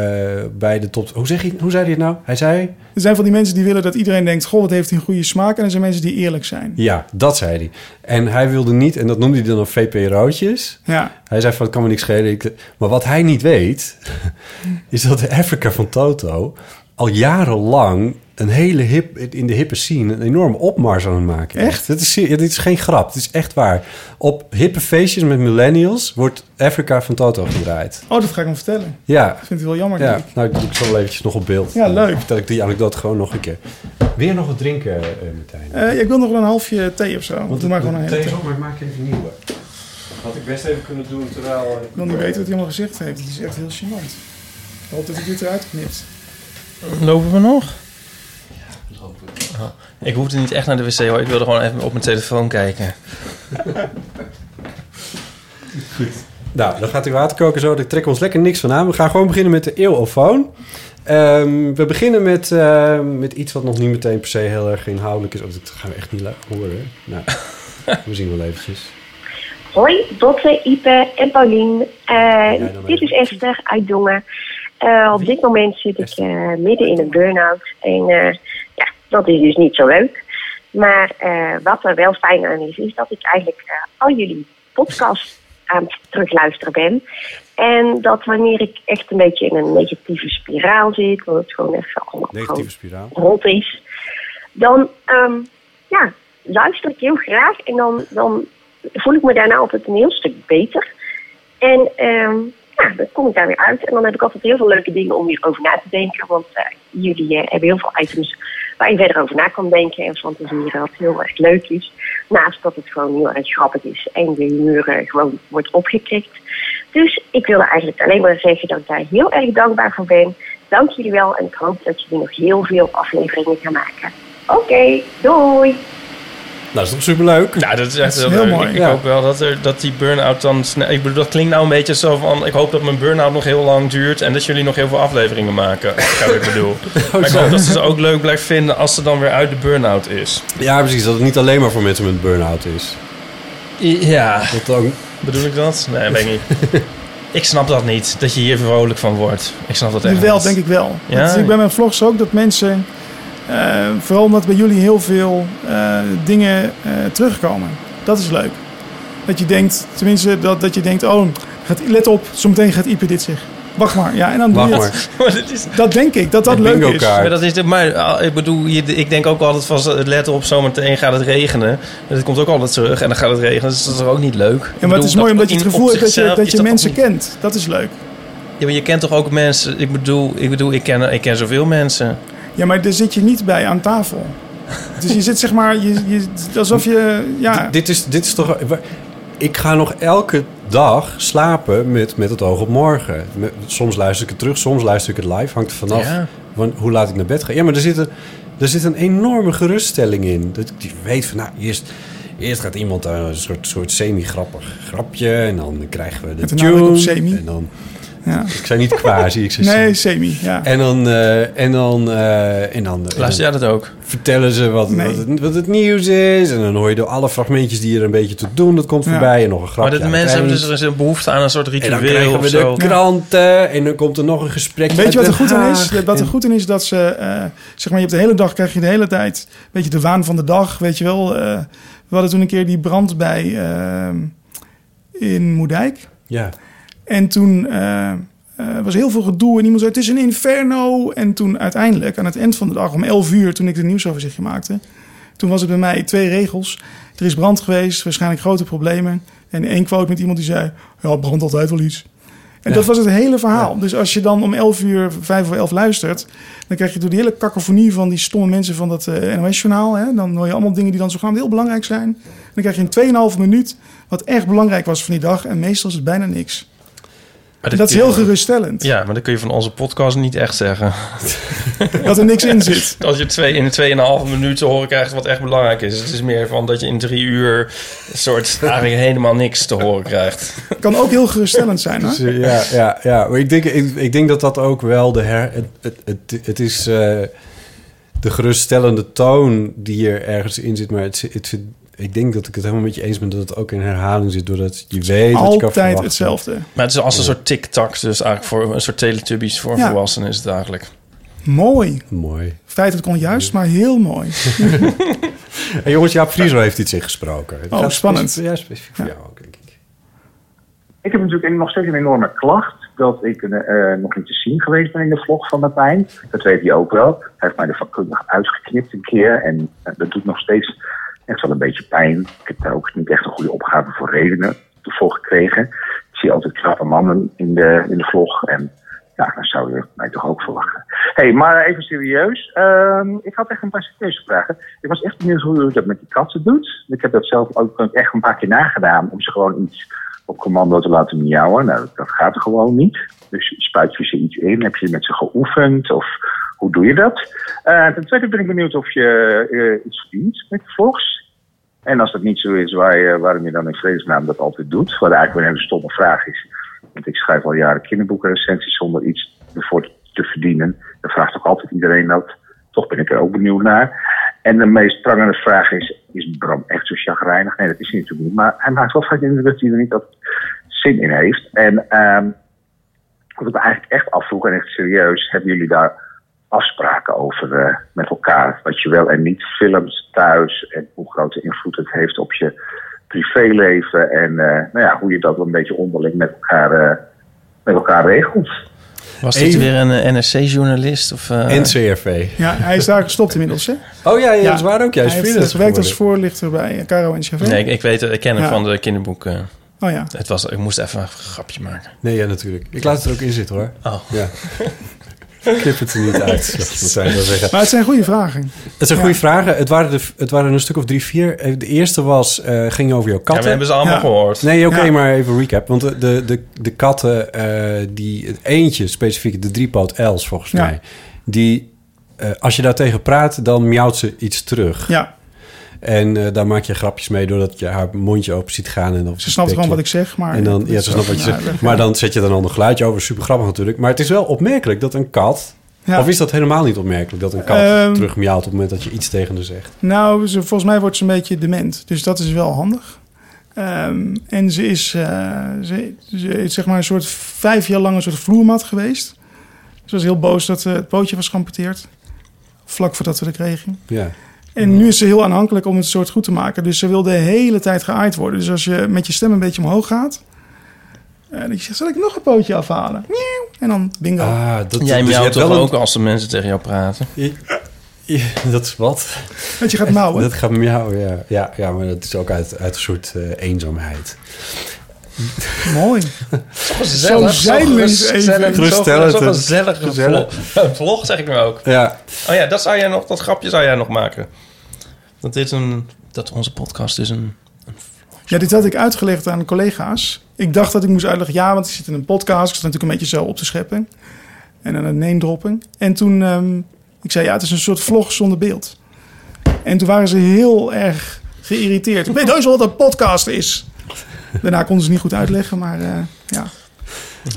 [SPEAKER 7] bij de top... Hoe, zeg je, hoe zei hij het nou? Hij zei...
[SPEAKER 5] Er zijn van die mensen die willen dat iedereen denkt... goh, wat heeft hij een goede smaak. En er zijn mensen die eerlijk zijn.
[SPEAKER 7] Ja, dat zei hij. En hij wilde niet, en dat noemde hij dan een VPRO'tjes.
[SPEAKER 5] Ja.
[SPEAKER 7] Hij zei van, het kan me niks schelen. Ik- maar wat hij niet weet, is dat de Africa van Toto al jarenlang een hele hip, in de hippe scene een enorme opmars aan het maken. is.
[SPEAKER 5] Echt?
[SPEAKER 7] Dit is, ser- ja, dit is geen grap, dit is echt waar. Op hippe feestjes met millennials wordt Africa van Toto gedraaid.
[SPEAKER 5] Oh, dat ga ik hem vertellen.
[SPEAKER 7] Ja.
[SPEAKER 5] Ik vind het wel jammer.
[SPEAKER 7] Ja,
[SPEAKER 5] denk ik.
[SPEAKER 7] nou, ik doe het zo wel eventjes nog op beeld.
[SPEAKER 5] Oh, Ja, leuk.
[SPEAKER 7] Dat ik die anekdote gewoon nog een keer. Weer nog wat drinken, eh, Martijn.
[SPEAKER 5] Eh, ik wil nog wel een halfje thee of zo. Want doe maar gewoon een hele thee.
[SPEAKER 7] maar ik maak even nieuwe. Had ik best even kunnen doen terwijl...
[SPEAKER 5] Ik wil niet weten wat hij allemaal gezegd heeft. Het is echt heel gênant. Ik hoop dat hij dit eruit knipt.
[SPEAKER 6] Lopen we nog? Oh, ik hoefde niet echt naar de wc hoor. Ik wilde gewoon even op mijn telefoon kijken.
[SPEAKER 7] Nou, dan gaat die waterkoker zo. Daar trekken we ons lekker niks van aan. We gaan gewoon beginnen met de eeuwofoon. Ehm we beginnen met, ehm, met iets wat nog niet meteen per se heel erg inhoudelijk is. Oh, dat gaan we echt niet laten horen. Nou, we zien wel eventjes.
[SPEAKER 1] Hoi, Botte, Ipe en Paulien. Eh, dit is Esther uit Dongen. Eh, op dit moment zit ik eh, midden in een burn-out. En eh, ja, dat is dus niet zo leuk. Maar eh, wat er wel fijn aan is, is dat ik eigenlijk eh, al jullie podcast aan het terugluisteren ben. En dat wanneer ik echt een beetje in een negatieve spiraal zit, want het gewoon echt allemaal
[SPEAKER 7] Negatieve spiraal. Nou,
[SPEAKER 1] rot is, dan ehm, ja, luister ik heel graag en dan, dan voel ik me daarna altijd een heel stuk beter. En ehm, ja, dan kom ik daar weer uit en dan heb ik altijd heel veel leuke dingen om hierover na te denken, want eh, jullie eh, hebben heel veel items waar je verder over na kan denken en fantaseren wat heel erg leuk is. Naast dat het gewoon heel erg grappig is en je humeur eh, gewoon wordt opgekrikt. Dus ik wilde eigenlijk alleen maar zeggen dat ik daar heel erg dankbaar voor ben. Dank jullie wel en ik hoop dat jullie nog heel veel afleveringen gaan maken. Oké, doei!
[SPEAKER 7] Nou, dat is toch superleuk?
[SPEAKER 6] Nou, dat is echt
[SPEAKER 7] Dat
[SPEAKER 6] heel,
[SPEAKER 7] is heel
[SPEAKER 6] leuk.
[SPEAKER 7] mooi.
[SPEAKER 6] Ik
[SPEAKER 7] Ja.
[SPEAKER 6] hoop wel dat, er, dat die burn-out dan snel... Ik bedoel, dat klinkt nou een beetje zo van... Ik hoop dat mijn burn-out nog heel lang duurt... en dat jullie nog heel veel afleveringen maken. Dat is wat ik bedoel. maar ik
[SPEAKER 7] zo.
[SPEAKER 6] hoop dat ze ze ook leuk blijft vinden... als ze dan weer uit de burn-out is.
[SPEAKER 7] Ja, precies. Dat het niet alleen maar voor mensen met burn-out is.
[SPEAKER 6] Ja.
[SPEAKER 7] Dat dan...
[SPEAKER 6] Bedoel ik dat? Nee, weet ik niet. ik snap dat niet. Dat je hier vrolijk van wordt. Ik snap dat echt
[SPEAKER 5] Wel,
[SPEAKER 6] niet.
[SPEAKER 5] denk ik wel.
[SPEAKER 6] Ja?
[SPEAKER 5] Dat zie ik bij mijn vlogs ook dat mensen... eh, vooral omdat bij jullie heel veel eh, dingen eh, terugkomen. Dat is leuk. Dat je denkt, tenminste, dat, dat je denkt... Oh, Gaat, let op, zometeen gaat Ipe dit zeggen. Wacht maar. Ja, en dan doe
[SPEAKER 6] Wacht
[SPEAKER 5] je het. Dat denk ik, dat dat leuk is.
[SPEAKER 6] Maar, dat is de, maar ah, ik bedoel, je- ik denk ook altijd van eh, let op, zometeen gaat het regenen. Dat komt ook altijd terug en dan gaat het regenen. Dus dat is toch ook niet leuk. Ik
[SPEAKER 5] Ja,
[SPEAKER 6] bedoel,
[SPEAKER 5] maar het is
[SPEAKER 6] dat
[SPEAKER 5] mooi omdat je het
[SPEAKER 6] in-
[SPEAKER 5] gevoel
[SPEAKER 6] op
[SPEAKER 5] hebt dat je,
[SPEAKER 6] zichzelf
[SPEAKER 5] dat
[SPEAKER 6] is
[SPEAKER 5] je
[SPEAKER 6] toch
[SPEAKER 5] mensen kent. Dat is leuk.
[SPEAKER 6] Ja, maar je kent toch ook mensen. Ik bedoel, ik, bedoel, ik, ken, ik ken zoveel mensen.
[SPEAKER 5] Ja, maar daar zit je niet bij aan tafel. Dus je zit zeg maar, je, je, alsof je... Ja,
[SPEAKER 7] D- dit, is, dit is toch. wa- Ik ga nog elke dag slapen met, met het oog op morgen. Met- soms luister ik het terug, soms luister ik het live. Hangt er vanaf
[SPEAKER 6] Ja.
[SPEAKER 7] wan- hoe laat ik naar bed ga. Ja, maar er zit een, er zit een enorme geruststelling in. Dat ik weet van, nou, eerst, eerst gaat iemand eh, een soort, soort semi-grappig grapje. En dan krijgen we de
[SPEAKER 5] Met een nadruk
[SPEAKER 7] tune.
[SPEAKER 5] op semi.
[SPEAKER 7] En dan,
[SPEAKER 5] Ja.
[SPEAKER 7] Ik zei niet quasi, ik zei
[SPEAKER 5] nee, semi. Ja.
[SPEAKER 7] en dan, eh, en dan, eh, en dan
[SPEAKER 6] Luister jij dat ook?
[SPEAKER 7] Vertellen ze wat, wat, het, wat het nieuws is. En dan hoor je door alle fragmentjes die er een beetje toe doen. Dat komt
[SPEAKER 6] Ja.
[SPEAKER 7] voorbij. En nog een grapje.
[SPEAKER 6] Maar dat
[SPEAKER 7] aan het
[SPEAKER 6] mensen hebben
[SPEAKER 7] eind.
[SPEAKER 6] dus er is een behoefte aan een soort
[SPEAKER 7] En dan
[SPEAKER 6] ritueel
[SPEAKER 7] krijgen
[SPEAKER 6] of
[SPEAKER 7] we de
[SPEAKER 6] zo.
[SPEAKER 7] kranten. En dan komt er nog een gesprek.
[SPEAKER 5] Weet
[SPEAKER 7] uit
[SPEAKER 5] je wat er
[SPEAKER 7] Den
[SPEAKER 5] goed aan is?
[SPEAKER 7] Haag.
[SPEAKER 5] Dat- Wat er
[SPEAKER 7] En-
[SPEAKER 5] goed aan is dat ze, eh, zeg maar, je hebt de hele dag, krijg je de hele tijd, weet je, de waan van de dag, weet je wel. eh, we hadden toen een keer die brand bij eh, in Moerdijk.
[SPEAKER 7] Ja.
[SPEAKER 5] En toen eh, eh, was heel veel gedoe en iemand zei, het is een inferno. En toen uiteindelijk, aan het eind van de dag, om 11 uur, toen ik het nieuwsoverzichtje maakte, toen was het bij mij twee regels. Er is brand geweest, waarschijnlijk grote problemen. En één quote met iemand die zei, ja, brandt altijd wel iets. En
[SPEAKER 7] Ja.
[SPEAKER 5] dat was het hele verhaal. Dus als je dan om 11 uur, 5 voor 11 luistert, dan krijg je door die hele cacophonie van die stomme mensen van dat eh, NOS-journaal. Hè, dan hoor je allemaal dingen die dan zogenaamd heel belangrijk zijn. En dan krijg je in 2,5 minuut wat echt belangrijk was van die dag. En meestal is het bijna niks.
[SPEAKER 6] Maar
[SPEAKER 5] En dat is
[SPEAKER 6] kun
[SPEAKER 5] heel
[SPEAKER 6] je-
[SPEAKER 5] geruststellend.
[SPEAKER 6] Ja, maar dat kun je van onze podcast niet echt zeggen.
[SPEAKER 5] Dat er niks in zit.
[SPEAKER 6] Als je twee, in 2,5 minuut te horen krijgt wat echt belangrijk is. Het is meer van dat je in drie uur een soort eigenlijk helemaal niks te horen krijgt.
[SPEAKER 5] Kan ook heel geruststellend zijn.
[SPEAKER 7] Dus,
[SPEAKER 5] Hoor.
[SPEAKER 7] eh, ja, ja, ja. Maar ik denk, ik, ik denk dat dat ook wel de her... Het, het, het, het is eh, de geruststellende toon die er ergens in zit. Maar het, zit- het, zit- ik denk dat ik het helemaal met je eens ben dat het ook in herhaling zit. Doordat je weet dat je kan verwachten.
[SPEAKER 6] Maar het is als een soort tic-tac. Dus eigenlijk voor een soort teletubbies voor
[SPEAKER 5] Ja.
[SPEAKER 6] volwassenen is het eigenlijk.
[SPEAKER 5] Mooi.
[SPEAKER 7] Mooi.
[SPEAKER 5] Feitelijk onjuist, maar heel mooi.
[SPEAKER 7] Hey, jongens, Jaap Vriezer heeft iets ingesproken. Het
[SPEAKER 5] Oh,
[SPEAKER 7] gaat
[SPEAKER 5] spannend.
[SPEAKER 7] specif- Ja, specifiek voor jou ook.
[SPEAKER 9] Ik heb natuurlijk nog steeds een enorme klacht dat ik eh, nog niet te zien geweest ben in de vlog van Martijn. Dat weet hij ook wel. Hij heeft mij er vakkundig uitgeknipt een keer en eh, dat doet nog steeds echt wel een beetje pijn. Ik heb daar ook niet echt een goede opgave voor redenen voor gekregen. Ik zie altijd knappe mannen in de, in de vlog en ja, daar zou je mij toch ook voor lachen. Hé, hey, maar even serieus. Ehm, ik had echt een paar serieuze vragen. Ik was echt benieuwd hoe u dat met die katten doet. Ik heb dat zelf ook echt een paar keer nagedaan om ze gewoon iets op commando te laten miauwen. Nou, dat- dat gaat gewoon niet. Dus spuit je ze iets in? Heb je met ze geoefend? Of hoe doe je dat? Eh, ten tweede ben ik benieuwd of je eh, iets verdient met de vlogs. En als dat niet zo is, waar je- waarom je dan in vredesnaam dat altijd doet. Wat eigenlijk wel een hele stomme vraag is. Want ik schrijf al jaren kinderboekenrecensies zonder iets ervoor te verdienen. Dan vraagt toch altijd iedereen dat. Toch ben ik er ook benieuwd naar. En de meest prangende vraag is, is Bram echt zo chagrijnig? Nee, dat is hij natuurlijk niet. Maar hij maakt wel vaak de indruk dat hij er niet dat zin in heeft. En ehm wat ik me eigenlijk echt afvroeg, en echt serieus, hebben jullie daar afspraken over eh, met elkaar? Wat je wel en niet filmt thuis en hoe grote invloed het heeft op je privéleven. En eh, nou ja, hoe je dat wel een beetje onderling met elkaar, eh, met elkaar regelt.
[SPEAKER 6] Was dit
[SPEAKER 5] Even-
[SPEAKER 6] weer een eh, NRC-journalist? of eh,
[SPEAKER 7] NCRV.
[SPEAKER 5] Ja, hij is daar gestopt inmiddels. Hè?
[SPEAKER 7] Oh ja, ja, dat is waar ook. Ja, hij is
[SPEAKER 5] hij heeft,
[SPEAKER 6] freelancer
[SPEAKER 5] eh, werkt als
[SPEAKER 6] geworden.
[SPEAKER 5] voorlichter bij eh, Caro en Chavez.
[SPEAKER 6] Nee, ik, ik weet het. Ik ken hem
[SPEAKER 5] Ja.
[SPEAKER 6] van de eh. kinderboeken.
[SPEAKER 5] Oh ja.
[SPEAKER 6] Het was, ik moest even een grapje maken.
[SPEAKER 7] Nee, ja, natuurlijk. Ik laat het er ook in zitten, hoor.
[SPEAKER 6] Oh.
[SPEAKER 7] Ja. Knip het er niet uit. Dat zou ik wel zeggen.
[SPEAKER 5] Maar het zijn goede vragen.
[SPEAKER 7] Het zijn goede vragen. Het waren, de, het waren een stuk of drie, vier. De eerste was, eh, ging over jouw katten.
[SPEAKER 6] Ja, we hebben ze allemaal Ja. gehoord.
[SPEAKER 7] Nee, oké,
[SPEAKER 6] Ja.
[SPEAKER 7] maar even recap. Want de, de, de, de katten, eh, die, het eentje specifiek, de driepoot Els volgens
[SPEAKER 5] Ja.
[SPEAKER 7] mij. Die, eh, als je daartegen praat, dan miauwt ze iets terug.
[SPEAKER 5] Ja.
[SPEAKER 7] En eh, daar maak je grapjes mee doordat je haar mondje open ziet gaan. En of
[SPEAKER 5] Ze snapt gewoon wat ik zeg, maar-
[SPEAKER 7] En dan,
[SPEAKER 5] dat
[SPEAKER 7] ja,
[SPEAKER 5] is
[SPEAKER 7] ze snapt
[SPEAKER 5] wel-
[SPEAKER 7] wat je
[SPEAKER 5] ja,
[SPEAKER 7] zegt.
[SPEAKER 5] leg-
[SPEAKER 7] maar dan zet je dan een ander geluidje over. Super grappig natuurlijk. Maar het is wel opmerkelijk dat een kat...
[SPEAKER 5] Ja.
[SPEAKER 7] Of is dat helemaal niet opmerkelijk dat een kat
[SPEAKER 5] Ehm.
[SPEAKER 7] terug miauwt op het moment dat je iets tegen haar zegt?
[SPEAKER 5] Nou, ze, volgens mij wordt ze een beetje dement. Dus dat is wel handig. Ehm, en ze is, eh, ze, ze is zeg maar een soort vijf jaar lang een soort vloermat geweest. Ze was heel boos dat eh, het pootje was geamputeerd. Vlak voordat we dat kregen.
[SPEAKER 7] Ja.
[SPEAKER 5] En nu is ze heel aanhankelijk om het soort goed te maken. Dus ze wil de hele tijd geaaid worden. Dus als je met je stem een beetje omhoog gaat... Eh, dat je zegt, zal ik nog een pootje afhalen? Miauw. En dan bingo.
[SPEAKER 7] Ah, dat,
[SPEAKER 6] Jij
[SPEAKER 7] dus je
[SPEAKER 6] miauwt
[SPEAKER 7] hebt
[SPEAKER 6] toch
[SPEAKER 7] wel een-
[SPEAKER 6] ook als de mensen tegen jou praten?
[SPEAKER 7] Ja, dat is wat.
[SPEAKER 5] Dat je gaat miauwen.
[SPEAKER 7] Dat gaat miauwen, ja. ja. Ja, maar dat is ook uit, uit een soort eh, eenzaamheid.
[SPEAKER 5] Mooi.
[SPEAKER 6] Gezellig,
[SPEAKER 5] Zo Oh, zijn
[SPEAKER 6] zo
[SPEAKER 5] mensen
[SPEAKER 6] gezellig,
[SPEAKER 5] even.
[SPEAKER 6] zo-
[SPEAKER 7] Geruststellend.
[SPEAKER 6] Zo'n gezellige
[SPEAKER 7] Gezellig.
[SPEAKER 6] vlog, vlog, zeg ik nu ook.
[SPEAKER 7] Ja.
[SPEAKER 6] Oh ja, dat, zou jij nog, dat grapje zou jij nog maken. Dat, dit een, dat onze podcast is een...
[SPEAKER 5] Ja, dit had ik uitgelegd aan collega's. Ik dacht dat ik moest uitleggen, ja, want ik zit in een podcast. Ik zat natuurlijk een beetje zo op te scheppen. En aan het neemdroppen. En toen, ehm, ik zei, ja, het is een soort vlog zonder beeld. En toen waren ze heel erg geïrriteerd. Ik weet heus wel wat een podcast is. Daarna konden ze het niet goed uitleggen, maar eh, ja.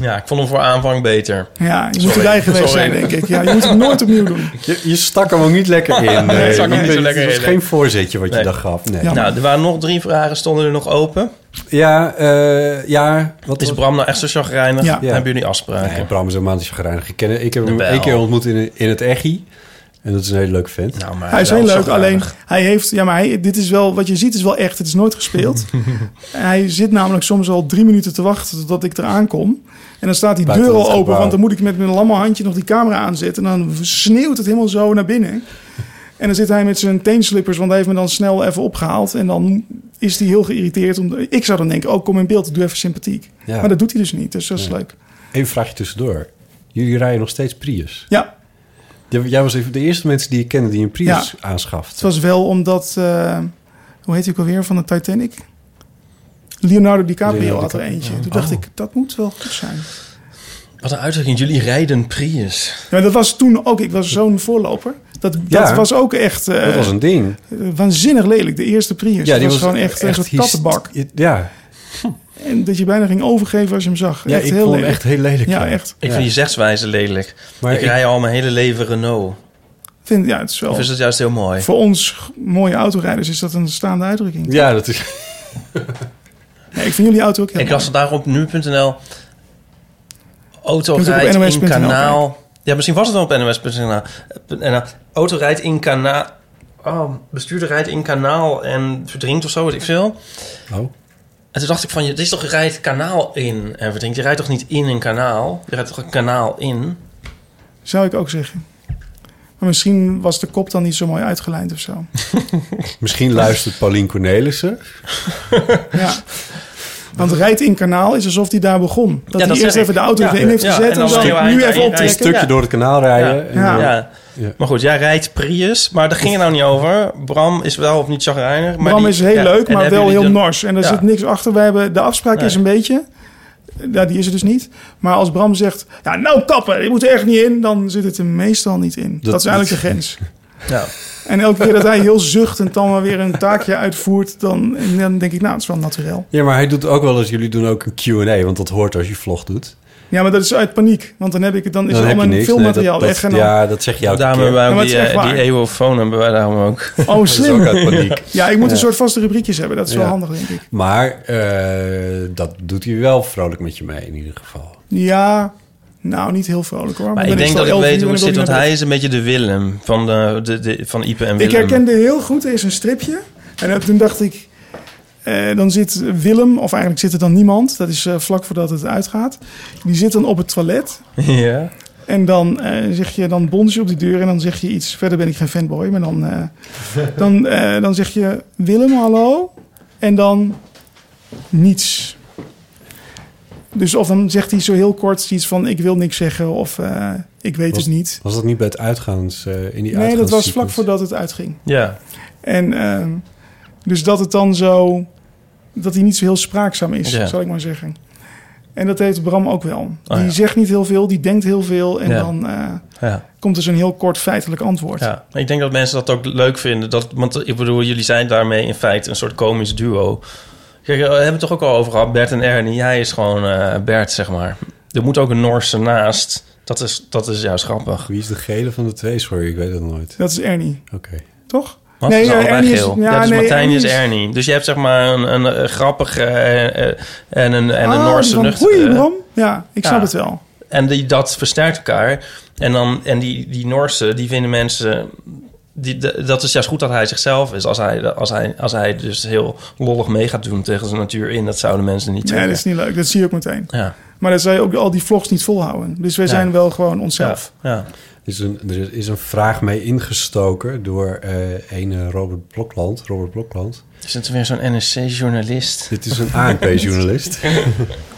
[SPEAKER 6] Ja, ik vond hem voor aanvang beter.
[SPEAKER 5] Ja, je moet erbij geweest zijn, denk ik. Ja, je moet het nooit opnieuw doen.
[SPEAKER 7] Je, je stak hem ook niet lekker in.
[SPEAKER 6] Nee,
[SPEAKER 7] Nee,
[SPEAKER 6] het zat er niet zo lekker
[SPEAKER 7] Het was
[SPEAKER 6] in,
[SPEAKER 7] geen
[SPEAKER 6] nee.
[SPEAKER 7] voorzetje wat
[SPEAKER 6] Nee.
[SPEAKER 7] je daar gaf. Nee.
[SPEAKER 6] Nou, er waren nog drie vragen, stonden er nog open.
[SPEAKER 7] Ja, eh, ja. Wat
[SPEAKER 6] is Bram nou echt zo chagrijnig?
[SPEAKER 7] Ja.
[SPEAKER 6] Hebben jullie afspraken?
[SPEAKER 7] Nee, Bram is helemaal niet chagrijnig. Ik, ken, ik heb hem
[SPEAKER 6] Jawel.
[SPEAKER 7] één keer ontmoet in, in het Echi. En dat is een hele leuke vent.
[SPEAKER 6] Nou, maar
[SPEAKER 5] Hij is heel leuk, alleen hij heeft... Ja, maar hij, dit is wel... Wat je ziet is wel echt. Het is nooit gespeeld. En hij zit namelijk soms al drie minuten te wachten totdat ik eraan kom. En dan staat die
[SPEAKER 7] Buiten
[SPEAKER 5] deur al
[SPEAKER 7] het
[SPEAKER 5] open,
[SPEAKER 7] gebouw.
[SPEAKER 5] want dan moet ik met mijn lamme handje nog die camera aanzetten. En dan sneeuwt het helemaal zo naar binnen. En dan zit hij met zijn teenslippers, want hij heeft me dan snel even opgehaald. En dan is hij heel geïrriteerd. Om, ik zou dan denken, oh, kom in beeld, doe even sympathiek.
[SPEAKER 7] Ja.
[SPEAKER 5] Maar dat doet hij dus niet, dus dat is leuk.
[SPEAKER 7] Even vraagje tussendoor. Jullie rijden nog steeds Prius?
[SPEAKER 5] Ja.
[SPEAKER 7] Jij- Jij was een van de eerste mensen die ik kende die een Prius
[SPEAKER 5] Ja.
[SPEAKER 7] aanschaft.
[SPEAKER 5] Het was wel omdat, eh, hoe heet hij ook alweer, van de Titanic? Leonardo DiCaprio
[SPEAKER 6] Leonardo
[SPEAKER 5] had er
[SPEAKER 6] DiCaprio,
[SPEAKER 5] eentje.
[SPEAKER 6] ja.
[SPEAKER 5] Toen dacht
[SPEAKER 6] Oh.
[SPEAKER 5] ik, dat moet wel goed zijn.
[SPEAKER 6] Wat een uitdrukking. Jullie rijden Prius.
[SPEAKER 5] Ja, maar dat was toen ook, ik was zo'n voorloper. Dat, dat
[SPEAKER 6] Ja.
[SPEAKER 5] was ook echt... eh,
[SPEAKER 7] dat was een ding.
[SPEAKER 5] eh, waanzinnig lelijk, de eerste Prius.
[SPEAKER 7] Ja, die
[SPEAKER 5] Ja, die was
[SPEAKER 7] was
[SPEAKER 5] gewoon echt, een
[SPEAKER 7] echt
[SPEAKER 5] soort
[SPEAKER 7] hyst-
[SPEAKER 5] kattenbak.
[SPEAKER 7] Ja.
[SPEAKER 5] En dat je bijna ging overgeven als je hem zag.
[SPEAKER 7] Ja,
[SPEAKER 5] echt
[SPEAKER 7] ik
[SPEAKER 5] heel
[SPEAKER 7] vond hem
[SPEAKER 5] lelijk.
[SPEAKER 7] echt heel lelijk,
[SPEAKER 5] Ja,
[SPEAKER 7] ja.
[SPEAKER 5] echt.
[SPEAKER 6] Ik vind die zegswijze lelijk.
[SPEAKER 7] Maar
[SPEAKER 6] ik,
[SPEAKER 7] ik-
[SPEAKER 6] rij al mijn hele leven Renault.
[SPEAKER 5] Vind, ja, het is wel...
[SPEAKER 6] Of is dat juist heel mooi?
[SPEAKER 5] Voor ons g- mooie autorijders is dat een staande uitdrukking.
[SPEAKER 7] Ja, dat is...
[SPEAKER 5] Nee, ik vind jullie auto ook heel
[SPEAKER 6] ik las vandaag op nu.nl. Auto
[SPEAKER 5] Je moet ook op
[SPEAKER 6] rijdt in
[SPEAKER 5] NOS.nl
[SPEAKER 6] kanaal. Ja, misschien was het wel op nws.nl. NL. Auto rijdt in kanaal. Oh, bestuurder rijdt in kanaal en verdrinkt of zo, weet ik veel.
[SPEAKER 7] Oh.
[SPEAKER 6] En toen dacht ik van, je- dit is toch, je rijdt kanaal in en verdrinkt. Je rijdt toch niet in een kanaal? Je rijdt toch een kanaal in?
[SPEAKER 5] Zou ik ook zeggen. Maar misschien was de kop dan niet zo mooi uitgelijnd of zo.
[SPEAKER 7] Misschien luistert Paulien Cornelissen.
[SPEAKER 5] Want rijdt in kanaal is alsof hij daar begon. Dat
[SPEAKER 6] Ja,
[SPEAKER 5] hij
[SPEAKER 6] dat
[SPEAKER 5] eerst
[SPEAKER 6] zeg
[SPEAKER 5] even de
[SPEAKER 6] ik.
[SPEAKER 5] auto
[SPEAKER 6] Ja.
[SPEAKER 5] erin heeft
[SPEAKER 6] Ja,
[SPEAKER 5] gezet
[SPEAKER 6] en
[SPEAKER 5] en
[SPEAKER 6] dan opnieuw
[SPEAKER 5] dan
[SPEAKER 6] aan-
[SPEAKER 5] nu
[SPEAKER 6] aan-
[SPEAKER 5] even
[SPEAKER 6] aan-
[SPEAKER 7] Een
[SPEAKER 5] optrekken.
[SPEAKER 7] stukje
[SPEAKER 6] ja.
[SPEAKER 7] door het kanaal rijden. en eh,
[SPEAKER 6] Ja.
[SPEAKER 7] dan-
[SPEAKER 6] Ja. Maar goed, jij rijdt Prius, maar daar ging het nou niet over. Bram is wel of niet chagrijnig. Maar
[SPEAKER 5] Bram
[SPEAKER 6] die-
[SPEAKER 5] is heel
[SPEAKER 6] ja,
[SPEAKER 5] leuk,
[SPEAKER 6] en
[SPEAKER 5] maar
[SPEAKER 6] hebben
[SPEAKER 5] wel
[SPEAKER 6] jullie
[SPEAKER 5] heel
[SPEAKER 6] de-
[SPEAKER 5] nors. En daar
[SPEAKER 6] Ja.
[SPEAKER 5] zit niks achter. We hebben, de afspraak
[SPEAKER 6] Nee.
[SPEAKER 5] is een beetje... Ja, die is er dus niet. Maar als Bram zegt, ja, nou kappen, dit moet er echt niet in... dan zit het er meestal niet in. Dat,
[SPEAKER 6] Dat-
[SPEAKER 5] is eigenlijk
[SPEAKER 6] dat-
[SPEAKER 5] de grens.
[SPEAKER 6] Ja.
[SPEAKER 5] En elke keer dat hij heel zuchtend dan maar weer een taakje uitvoert... dan, dan denk ik, nou, het is wel naturel.
[SPEAKER 7] Ja, maar hij doet ook wel eens, jullie doen ook een Q&A, want dat hoort als je vlog doet.
[SPEAKER 5] Ja, maar dat is uit paniek. Want dan, heb ik, het- dan is
[SPEAKER 7] Dan
[SPEAKER 5] er
[SPEAKER 7] heb je
[SPEAKER 5] allemaal
[SPEAKER 7] niks.
[SPEAKER 5] filmmateriaal
[SPEAKER 7] Nee, dat-
[SPEAKER 5] weg.
[SPEAKER 7] dat-
[SPEAKER 5] En dan,
[SPEAKER 7] ja, dat zeg je elke
[SPEAKER 6] Daarom hebben wij
[SPEAKER 5] Ja,
[SPEAKER 6] ook
[SPEAKER 5] maar
[SPEAKER 6] die,
[SPEAKER 5] het is echt
[SPEAKER 6] eh,
[SPEAKER 5] waar.
[SPEAKER 6] die EOFoon hebben wij daarom ook.
[SPEAKER 5] Oh, slim.
[SPEAKER 7] Dat is ook uit paniek.
[SPEAKER 5] Ja, ik moet
[SPEAKER 7] Ja.
[SPEAKER 5] een soort vaste rubriekjes hebben. Dat is wel handig, denk ik.
[SPEAKER 7] Maar eh, dat doet hij wel vrolijk met je mee, in ieder geval.
[SPEAKER 5] Ja, nou, niet heel vrolijk hoor.
[SPEAKER 6] Maar
[SPEAKER 5] Dan
[SPEAKER 6] ik
[SPEAKER 5] ben
[SPEAKER 6] denk
[SPEAKER 5] wel
[SPEAKER 6] dat ik
[SPEAKER 5] elf
[SPEAKER 6] weet
[SPEAKER 5] uur
[SPEAKER 6] hoe
[SPEAKER 5] en
[SPEAKER 6] het
[SPEAKER 5] dan
[SPEAKER 6] zit,
[SPEAKER 5] wil
[SPEAKER 6] want
[SPEAKER 5] je naar
[SPEAKER 6] hij is een beetje de Willem van, de, de, de- van Ipe en
[SPEAKER 5] bed. Ik
[SPEAKER 6] Willem.
[SPEAKER 5] herkende heel goed, er is een stripje. En dat- toen dacht ik, eh, dan zit Willem, of eigenlijk zit er dan niemand. Dat is eh, vlak voordat het uitgaat. Die zit dan op het toilet.
[SPEAKER 6] Ja.
[SPEAKER 5] En dan eh, zeg je, dan bons je op die deur en dan zeg je iets. Verder ben ik geen fanboy, maar dan, eh, dan, eh, dan zeg je Willem, hallo. En dan niets. Dus of dan zegt hij zo heel kort iets van ik wil niks zeggen of eh, ik weet
[SPEAKER 7] Was-
[SPEAKER 5] het niet.
[SPEAKER 7] Was dat niet bij het uitgaans, eh, in die
[SPEAKER 5] Nee, dat was vlak
[SPEAKER 7] uitgaanssequence?
[SPEAKER 5] voordat het uitging.
[SPEAKER 6] Ja.
[SPEAKER 5] En ehm, dus dat het dan zo, dat hij niet zo heel spraakzaam is,
[SPEAKER 6] Ja.
[SPEAKER 5] zal ik maar zeggen. En dat heeft Bram ook wel.
[SPEAKER 6] Oh,
[SPEAKER 5] die
[SPEAKER 6] ja.
[SPEAKER 5] zegt niet heel veel, die denkt heel veel en
[SPEAKER 6] Ja.
[SPEAKER 5] dan... eh,
[SPEAKER 6] Ja.
[SPEAKER 5] komt dus een heel kort feitelijk antwoord.
[SPEAKER 6] Ja, maar ik denk dat mensen dat ook leuk vinden. Dat, want ik bedoel, jullie zijn daarmee in feite een soort komisch duo. Kijk, we hebben het toch ook al over gehad, Bert en Ernie. Jij is gewoon eh, Bert, zeg maar. Er moet ook een Noorse naast. Dat is, dat is juist grappig.
[SPEAKER 7] Wie is de gele van de twee? Sorry, ik weet het nooit.
[SPEAKER 5] Dat is Ernie.
[SPEAKER 7] Oké.
[SPEAKER 5] Toch?
[SPEAKER 6] Wat?
[SPEAKER 5] Nee,
[SPEAKER 6] Nee,
[SPEAKER 5] eh, Ernie is-
[SPEAKER 6] geel.
[SPEAKER 5] ja,
[SPEAKER 6] Ja, dus
[SPEAKER 5] nee,
[SPEAKER 6] Martijn
[SPEAKER 5] Ernie
[SPEAKER 6] is
[SPEAKER 5] is-
[SPEAKER 6] Ernie. Dus je hebt zeg maar een, een, eh, grappige eh, eh, en een, en een
[SPEAKER 5] Ah, die
[SPEAKER 6] Noorse
[SPEAKER 5] van,
[SPEAKER 6] nuchtere.
[SPEAKER 5] Goeie, Bram. Ja, ik snap
[SPEAKER 6] Ja.
[SPEAKER 5] het wel.
[SPEAKER 6] En die, dat versterkt elkaar. En, dan, en die, die Noorse, die vinden mensen... die, de- dat is juist goed dat hij zichzelf is. Als hij, als hij, als hij dus heel lollig mee gaat doen tegen zijn natuur in, dat zouden mensen niet
[SPEAKER 5] Nee,
[SPEAKER 6] trekken.
[SPEAKER 5] dat is niet leuk. Dat zie je ook meteen.
[SPEAKER 6] Ja.
[SPEAKER 5] Maar dat zij ook al die vlogs niet volhouden. Dus wij
[SPEAKER 7] Ja.
[SPEAKER 5] zijn wel gewoon onszelf.
[SPEAKER 6] Ja.
[SPEAKER 7] Is een, er is een vraag mee ingestoken door eh ene Robert Blokland. Robert Blokland.
[SPEAKER 6] Is het weer zo'n NSC-journalist?
[SPEAKER 7] Dit is een ANP-journalist.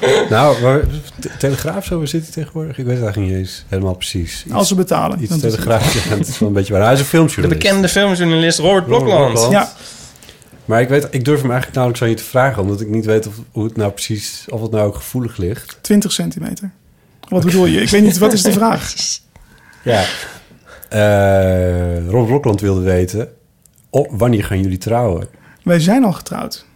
[SPEAKER 7] nou, waar, Te- Telegraaf, zo waar zit hij tegenwoordig? Ik weet het eigenlijk niet eens helemaal precies.
[SPEAKER 5] Als ze betalen,
[SPEAKER 7] Iets
[SPEAKER 5] dan doet
[SPEAKER 7] Telegraaf,
[SPEAKER 5] hij het.
[SPEAKER 7] ja, dat is wel een beetje waar. Hij is een
[SPEAKER 6] De
[SPEAKER 7] filmjournalist.
[SPEAKER 6] bekende filmjournalist Robert Blokland.
[SPEAKER 7] Ja. Maar ik, weet, ik durf hem eigenlijk nauwelijks aan je te vragen, omdat ik niet weet of, hoe het nou precies, of het nou ook gevoelig ligt.
[SPEAKER 5] 20 centimeter. Wat bedoel je? Ik weet niet, wat is de vraag?
[SPEAKER 7] Ja. Eh Rob Blokland wilde weten, oh, wanneer gaan jullie trouwen?
[SPEAKER 5] Wij zijn al getrouwd.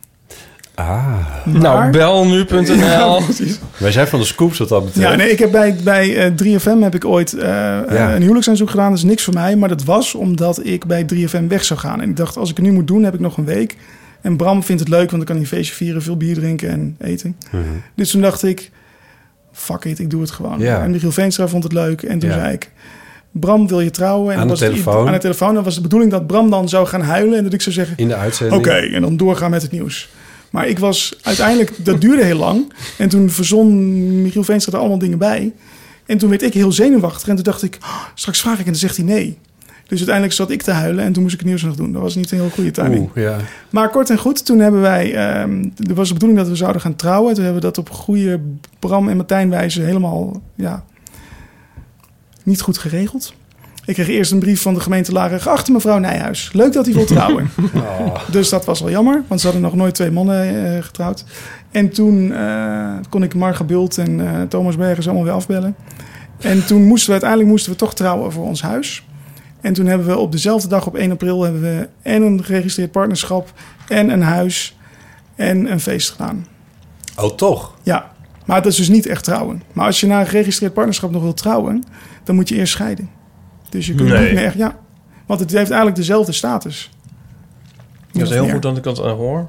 [SPEAKER 7] Ah.
[SPEAKER 6] Nou, bel
[SPEAKER 5] Ja,
[SPEAKER 6] nu.nl.
[SPEAKER 5] precies.
[SPEAKER 7] Wij zijn van de scoops wat dat betreft.
[SPEAKER 5] Ja, nee, ik heb bij, bij eh, 3FM heb ik ooit eh, eh, een huwelijksaanzoek gedaan. Dat is niks voor mij, maar dat was omdat ik bij 3FM weg zou gaan. En ik dacht, als ik het nu moet doen, heb ik nog een week. En Bram vindt het leuk, want dan kan hij een feestje vieren, veel bier drinken en eten.
[SPEAKER 7] Mhm.
[SPEAKER 5] Dus toen dacht ik, fuck it, ik doe het gewoon.
[SPEAKER 7] Ja.
[SPEAKER 5] En Michiel Veenstra vond het leuk. En toen
[SPEAKER 7] Ja.
[SPEAKER 5] zei ik, Bram, wil je trouwen? En
[SPEAKER 7] Aan de
[SPEAKER 5] was het-
[SPEAKER 7] telefoon.
[SPEAKER 5] aan de telefoon. Dan was de bedoeling dat Bram dan zou gaan huilen en dat ik zou zeggen...
[SPEAKER 7] In de
[SPEAKER 5] Oké,
[SPEAKER 7] uitzending.
[SPEAKER 5] en dan doorgaan met het nieuws. Maar ik was uiteindelijk, dat duurde heel lang. En toen verzon Michiel Veenstra er allemaal dingen bij. En toen werd ik heel zenuwachtig. En toen dacht ik, "Oh, straks vraag ik en dan zegt hij nee. Dus uiteindelijk zat ik te huilen en toen moest ik het nieuws nog doen. Dat was niet een heel goede timing.
[SPEAKER 7] Oeh, ja.
[SPEAKER 5] Maar kort en goed, toen hebben wij... ehm, er was de bedoeling dat we zouden gaan trouwen. Toen hebben we dat op goede Bram- en Martijn-wijze helemaal ja, niet goed geregeld. Ik kreeg eerst een brief van de gemeente Laren. Geachte mevrouw Nijhuis, leuk dat u wilt trouwen. Dus dat was wel jammer, want ze hadden nog nooit twee mannen eh, getrouwd. En toen eh, kon ik Marga Bult en eh, Thomas Bergers allemaal weer afbellen. En toen moesten we uiteindelijk moesten we toch trouwen voor ons huis. En toen hebben we op dezelfde dag, op 1 april, hebben we en een geregistreerd partnerschap en een huis en een feest gedaan.
[SPEAKER 7] Oh, toch?
[SPEAKER 5] Ja, maar dat is dus niet echt trouwen. Maar als je na een geregistreerd partnerschap nog wilt trouwen, dan moet je eerst scheiden. Dus je kunt
[SPEAKER 6] Nee.
[SPEAKER 5] niet meer echt, ja. Want het heeft eigenlijk dezelfde status.
[SPEAKER 6] Dat is
[SPEAKER 5] Min of
[SPEAKER 6] heel
[SPEAKER 5] meer.
[SPEAKER 6] goed dat ik dat eh, hoor.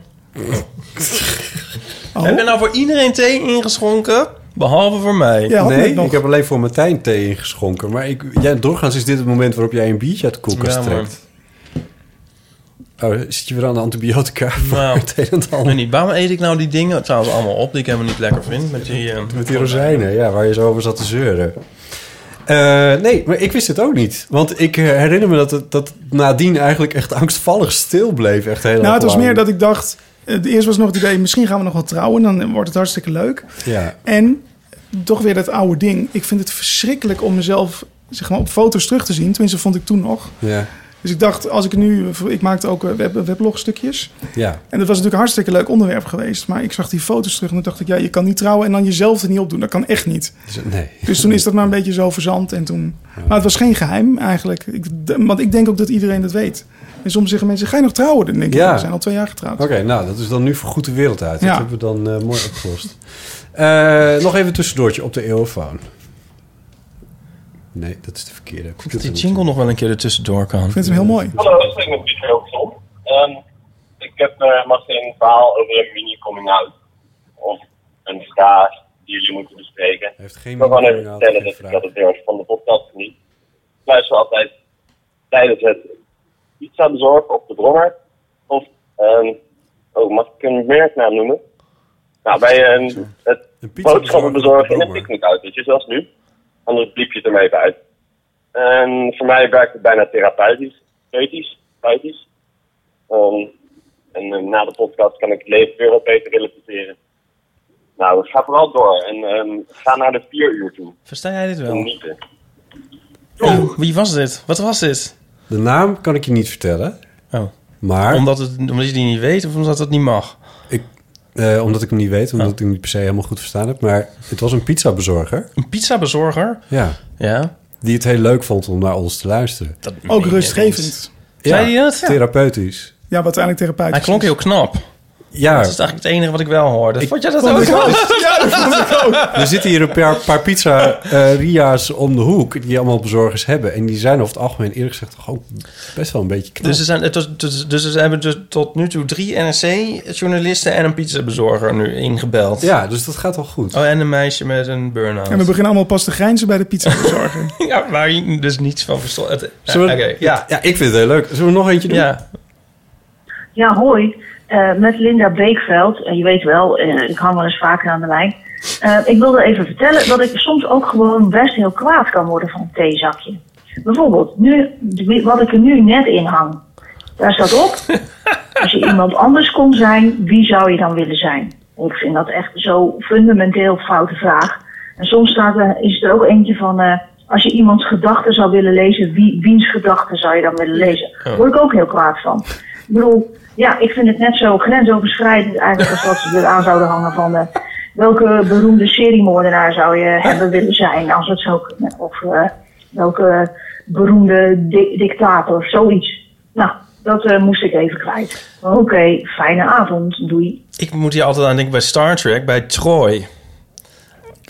[SPEAKER 5] Oh.
[SPEAKER 6] Heb je nou voor iedereen thee ingeschonken? Behalve voor mij.
[SPEAKER 7] nee, ik heb alleen voor Martijn thee ingeschonken. Maar ik, ja, doorgaans is dit het moment waarop jij een biertje uit de koelkast
[SPEAKER 6] Ja, maar-
[SPEAKER 7] trekt. Oh, zit je weer aan de antibiotica?
[SPEAKER 6] Nou,
[SPEAKER 7] het een en
[SPEAKER 6] ik weet niet. Waarom eet ik nou die dingen trouwens allemaal op die ik helemaal niet lekker vind? Met die, eh,
[SPEAKER 7] Met die rozijnen, ja, waar je zo over zat te zeuren. Eh, nee, maar ik wist het ook niet. Want ik eh, herinner me dat, het, dat het nadien eigenlijk echt angstvallig stil bleef. Echt heel
[SPEAKER 5] Nou, het was
[SPEAKER 7] lang.
[SPEAKER 5] meer dat ik dacht... eh, Eerst was nog het idee, misschien gaan we nog wel trouwen. Dan wordt het hartstikke leuk.
[SPEAKER 7] Ja.
[SPEAKER 5] En toch weer dat oude ding. Ik vind het verschrikkelijk om mezelf zeg maar, op foto's terug te zien. Tenminste, vond ik toen nog.
[SPEAKER 7] Ja.
[SPEAKER 5] Dus ik dacht, als ik nu... Ik maakte ook eh, web, weblogstukjes.
[SPEAKER 7] Ja.
[SPEAKER 5] En dat was natuurlijk een hartstikke leuk onderwerp geweest. Maar ik zag die foto's terug en toen dacht ik... Ja, je kan niet trouwen en dan jezelf er niet op doen. Dat kan echt niet.
[SPEAKER 7] Dus- nee.
[SPEAKER 5] Dus toen is dat maar een beetje zo verzand. En toen... Maar het was geen geheim eigenlijk. Ik, d- want ik denk ook dat iedereen dat weet. En soms zeggen mensen, ga je nog trouwen? Dan denk ik,
[SPEAKER 7] Ja.
[SPEAKER 5] we zijn al twee jaar getrouwd.
[SPEAKER 7] Oké, nou, dat is dan nu voor goed de wereld uit.
[SPEAKER 5] Ja.
[SPEAKER 7] Dat hebben we dan eh, mooi opgelost. Eh, nog even een tussendoortje op de eeuwfoon. Nee, dat is de verkeerde.
[SPEAKER 6] Dat die jingle nog wel een keer ertussendoor kan. Ik
[SPEAKER 5] vind hem heel mooi.
[SPEAKER 10] Hallo, ik ben Pieter Hilton. Ehm ik heb eh Martin een verhaal over een mini-coming-out. Of een vraag die jullie moeten bespreken.
[SPEAKER 7] Heeft
[SPEAKER 10] ik
[SPEAKER 7] geen
[SPEAKER 10] wil gewoon even
[SPEAKER 7] mini-coming-out,
[SPEAKER 10] vertellen dat ik dat het heel erg van de podcast niet. Ik luister altijd tijdens het pizza bezorgen op de Bronger. Of, ehm oh, mag ik een merknaam noemen? Nou, bij een, het boodschappen bezorgen in een picknickauto, weet je, zoals nu. Anders bliep je het er maar even uit. En voor mij werkt het bijna therapeutisch. Therapeutisch. therapeutisch. Ehm, en eh, na de podcast kan ik het leven weer wat beter relativeren. Nou, ga vooral door. En ehm, ga naar de vier uur toe.
[SPEAKER 6] Versta jij dit wel?
[SPEAKER 10] Genieten.
[SPEAKER 6] Oh, wie was dit? Wat was dit?
[SPEAKER 7] De naam kan ik je niet vertellen.
[SPEAKER 6] Oh.
[SPEAKER 7] Maar...
[SPEAKER 6] Omdat, het, omdat je die niet weet of omdat dat niet mag? Oh.
[SPEAKER 7] Ik, eh, omdat ik hem niet weet, omdat ik hem niet per se helemaal goed verstaan heb. Maar het was een pizzabezorger.
[SPEAKER 6] Een pizzabezorger?
[SPEAKER 7] Ja.
[SPEAKER 6] ja.
[SPEAKER 7] Die het heel leuk vond om naar ons te luisteren.
[SPEAKER 5] Ook rustgevend.
[SPEAKER 7] Ja,
[SPEAKER 5] Zei hij dat?
[SPEAKER 7] Therapeutisch.
[SPEAKER 5] Ja, wat uiteindelijk therapeutisch
[SPEAKER 6] Hij klonk
[SPEAKER 5] is.
[SPEAKER 6] heel knap.
[SPEAKER 7] Ja.
[SPEAKER 6] Dat is eigenlijk het enige wat ik wel hoorde. Vond jij dat
[SPEAKER 7] vond
[SPEAKER 6] ook?
[SPEAKER 7] ik ook.
[SPEAKER 6] Ja, dat vond ik ook.
[SPEAKER 7] Er zitten hier een paar, paar pizza eh, Ria's om de hoek die allemaal bezorgers hebben. En die zijn over het algemeen eerlijk gezegd toch ook best wel een beetje knap.
[SPEAKER 6] Dus ze, zijn, het was- dus, dus ze hebben dus tot nu toe drie NRC-journalisten en een pizzabezorger nu ingebeld.
[SPEAKER 7] Ja, dus dat gaat wel goed.
[SPEAKER 6] Oh, en een meisje met een burn-out.
[SPEAKER 5] En we beginnen allemaal pas te grijnzen bij de pizzabezorger.
[SPEAKER 6] Ja, waar je dus niets van verstond. Het- eh,
[SPEAKER 7] Zullen we-
[SPEAKER 6] Oké, ja.
[SPEAKER 7] ja, ik vind het heel leuk. Zullen we nog eentje doen?
[SPEAKER 6] Ja.
[SPEAKER 11] Ja, hoi. Eh, met Linda Beekveld. En je weet wel, eh, ik hang wel eens vaker aan de lijn. Eh, ik wilde even vertellen dat ik soms ook gewoon best heel kwaad kan worden van een theezakje. Bijvoorbeeld, nu, wat ik er nu net in hang. Daar staat op, als je iemand anders kon zijn, wie zou je dan willen zijn? Ik vind dat echt zo fundamenteel foute vraag. En soms staat er, is er ook eentje van, eh, als je iemands gedachten zou willen lezen, wie, wiens gedachten zou je dan willen lezen? Daar word ik ook heel kwaad van. Ik bedoel, ja, ik vind het net zo grensoverschrijdend eigenlijk als wat ze er aan zouden hangen van... eh, welke beroemde seriemoordenaar zou je hebben willen zijn als het zo... Of eh, welke beroemde di- dictator of zoiets. Nou, dat eh, moest ik even kwijt. Maar Oké, fijne avond. Doei.
[SPEAKER 6] Ik moet hier altijd aan denken bij Star Trek, bij Troy.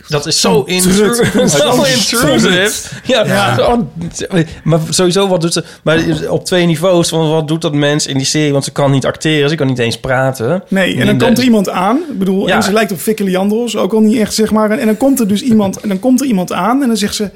[SPEAKER 6] Dat is zo intrusive.
[SPEAKER 8] trut.
[SPEAKER 6] Zo
[SPEAKER 8] Zo'n
[SPEAKER 6] intrusive.
[SPEAKER 8] trut.
[SPEAKER 6] Ja,
[SPEAKER 8] Ja.
[SPEAKER 6] zo- oh, Maar sowieso, wat doet ze... Maar op twee niveaus, van wat doet dat mens in die serie? Want ze kan niet acteren, ze kan niet eens praten.
[SPEAKER 5] Nee, en dan
[SPEAKER 6] de-
[SPEAKER 5] komt er iemand aan. Ik bedoel,
[SPEAKER 6] Ja.
[SPEAKER 5] en ze lijkt op Vicky Leandros, ook al niet echt, zeg maar. En dan komt er dus iemand, en dan komt er iemand aan en dan zegt ze...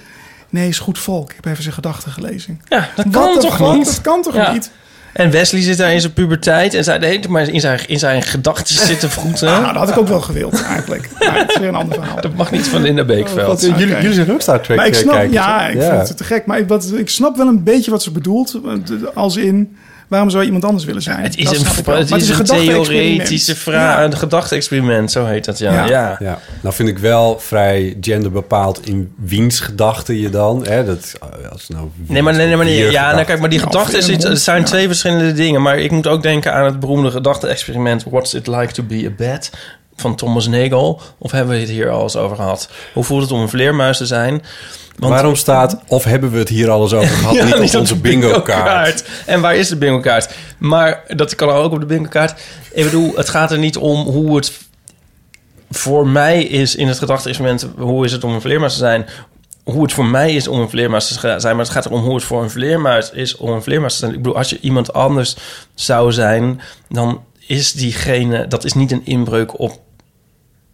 [SPEAKER 5] Nee, is goed volk. Ik heb even zijn gedachten gelezen.
[SPEAKER 6] Ja, dat
[SPEAKER 5] What
[SPEAKER 6] kan
[SPEAKER 5] the
[SPEAKER 6] toch
[SPEAKER 5] fuck?
[SPEAKER 6] niet?
[SPEAKER 5] Dat kan toch
[SPEAKER 6] Ja.
[SPEAKER 5] niet?
[SPEAKER 6] En Wesley zit daar in zijn puberteit en zij de hele tijd maar in zijn, in zijn gedachten zitten vroeten.
[SPEAKER 5] Ah, dat had ik ook wel gewild, eigenlijk. Maar het is weer een ander verhaal.
[SPEAKER 6] Dat mag niet van Linda Beekveld.
[SPEAKER 5] Wat- Jullie- oké. jullie
[SPEAKER 7] zijn ook Star
[SPEAKER 5] maar ik snap, ja, ik
[SPEAKER 6] vind
[SPEAKER 5] vind het te gek. Maar ik, wat, ik snap wel een beetje wat ze bedoelt. eh, Als in, waarom zou je iemand anders willen zijn?
[SPEAKER 6] Het is
[SPEAKER 5] Dat
[SPEAKER 6] een,
[SPEAKER 5] snap ik wel.
[SPEAKER 6] het
[SPEAKER 5] Maar
[SPEAKER 6] is een
[SPEAKER 5] gedachte-experiment.
[SPEAKER 6] theoretische vraag, een gedachte-experiment, zo heet dat, ja.
[SPEAKER 7] Ja.
[SPEAKER 6] ja.
[SPEAKER 7] Ja. Nou vind ik wel vrij gender bepaald in wiens gedachten je dan. Hè? Dat, als nou
[SPEAKER 6] Nee, maar, nee, nee, maar, nee. ja, nou, kijk, maar die
[SPEAKER 7] Nou,
[SPEAKER 6] gedachte is
[SPEAKER 7] vind
[SPEAKER 6] iets,
[SPEAKER 7] ik
[SPEAKER 6] het zijn
[SPEAKER 7] wel.
[SPEAKER 6] twee verschillende dingen. Maar ik moet ook denken aan het beroemde gedachte-experiment... What's it like to be a bat? van Thomas Nagel. Of hebben we het hier al eens over gehad? Hoe voelt het om een vleermuis te zijn?
[SPEAKER 7] Waarom staat, of hebben we het hier al eens over gehad, niet op onze bingo-kaart?
[SPEAKER 6] En waar is de bingo-kaart? Maar dat kan ook op de bingo-kaart. Ik bedoel, het gaat er niet om hoe het voor mij is in het gedachte-experiment... hoe is het om een vleermuis te zijn... hoe het voor mij is om een vleermuis te zijn... maar het gaat erom hoe het voor een vleermuis is om een vleermuis te zijn. Ik bedoel, als je iemand anders zou zijn... dan is diegene... dat is niet een inbreuk op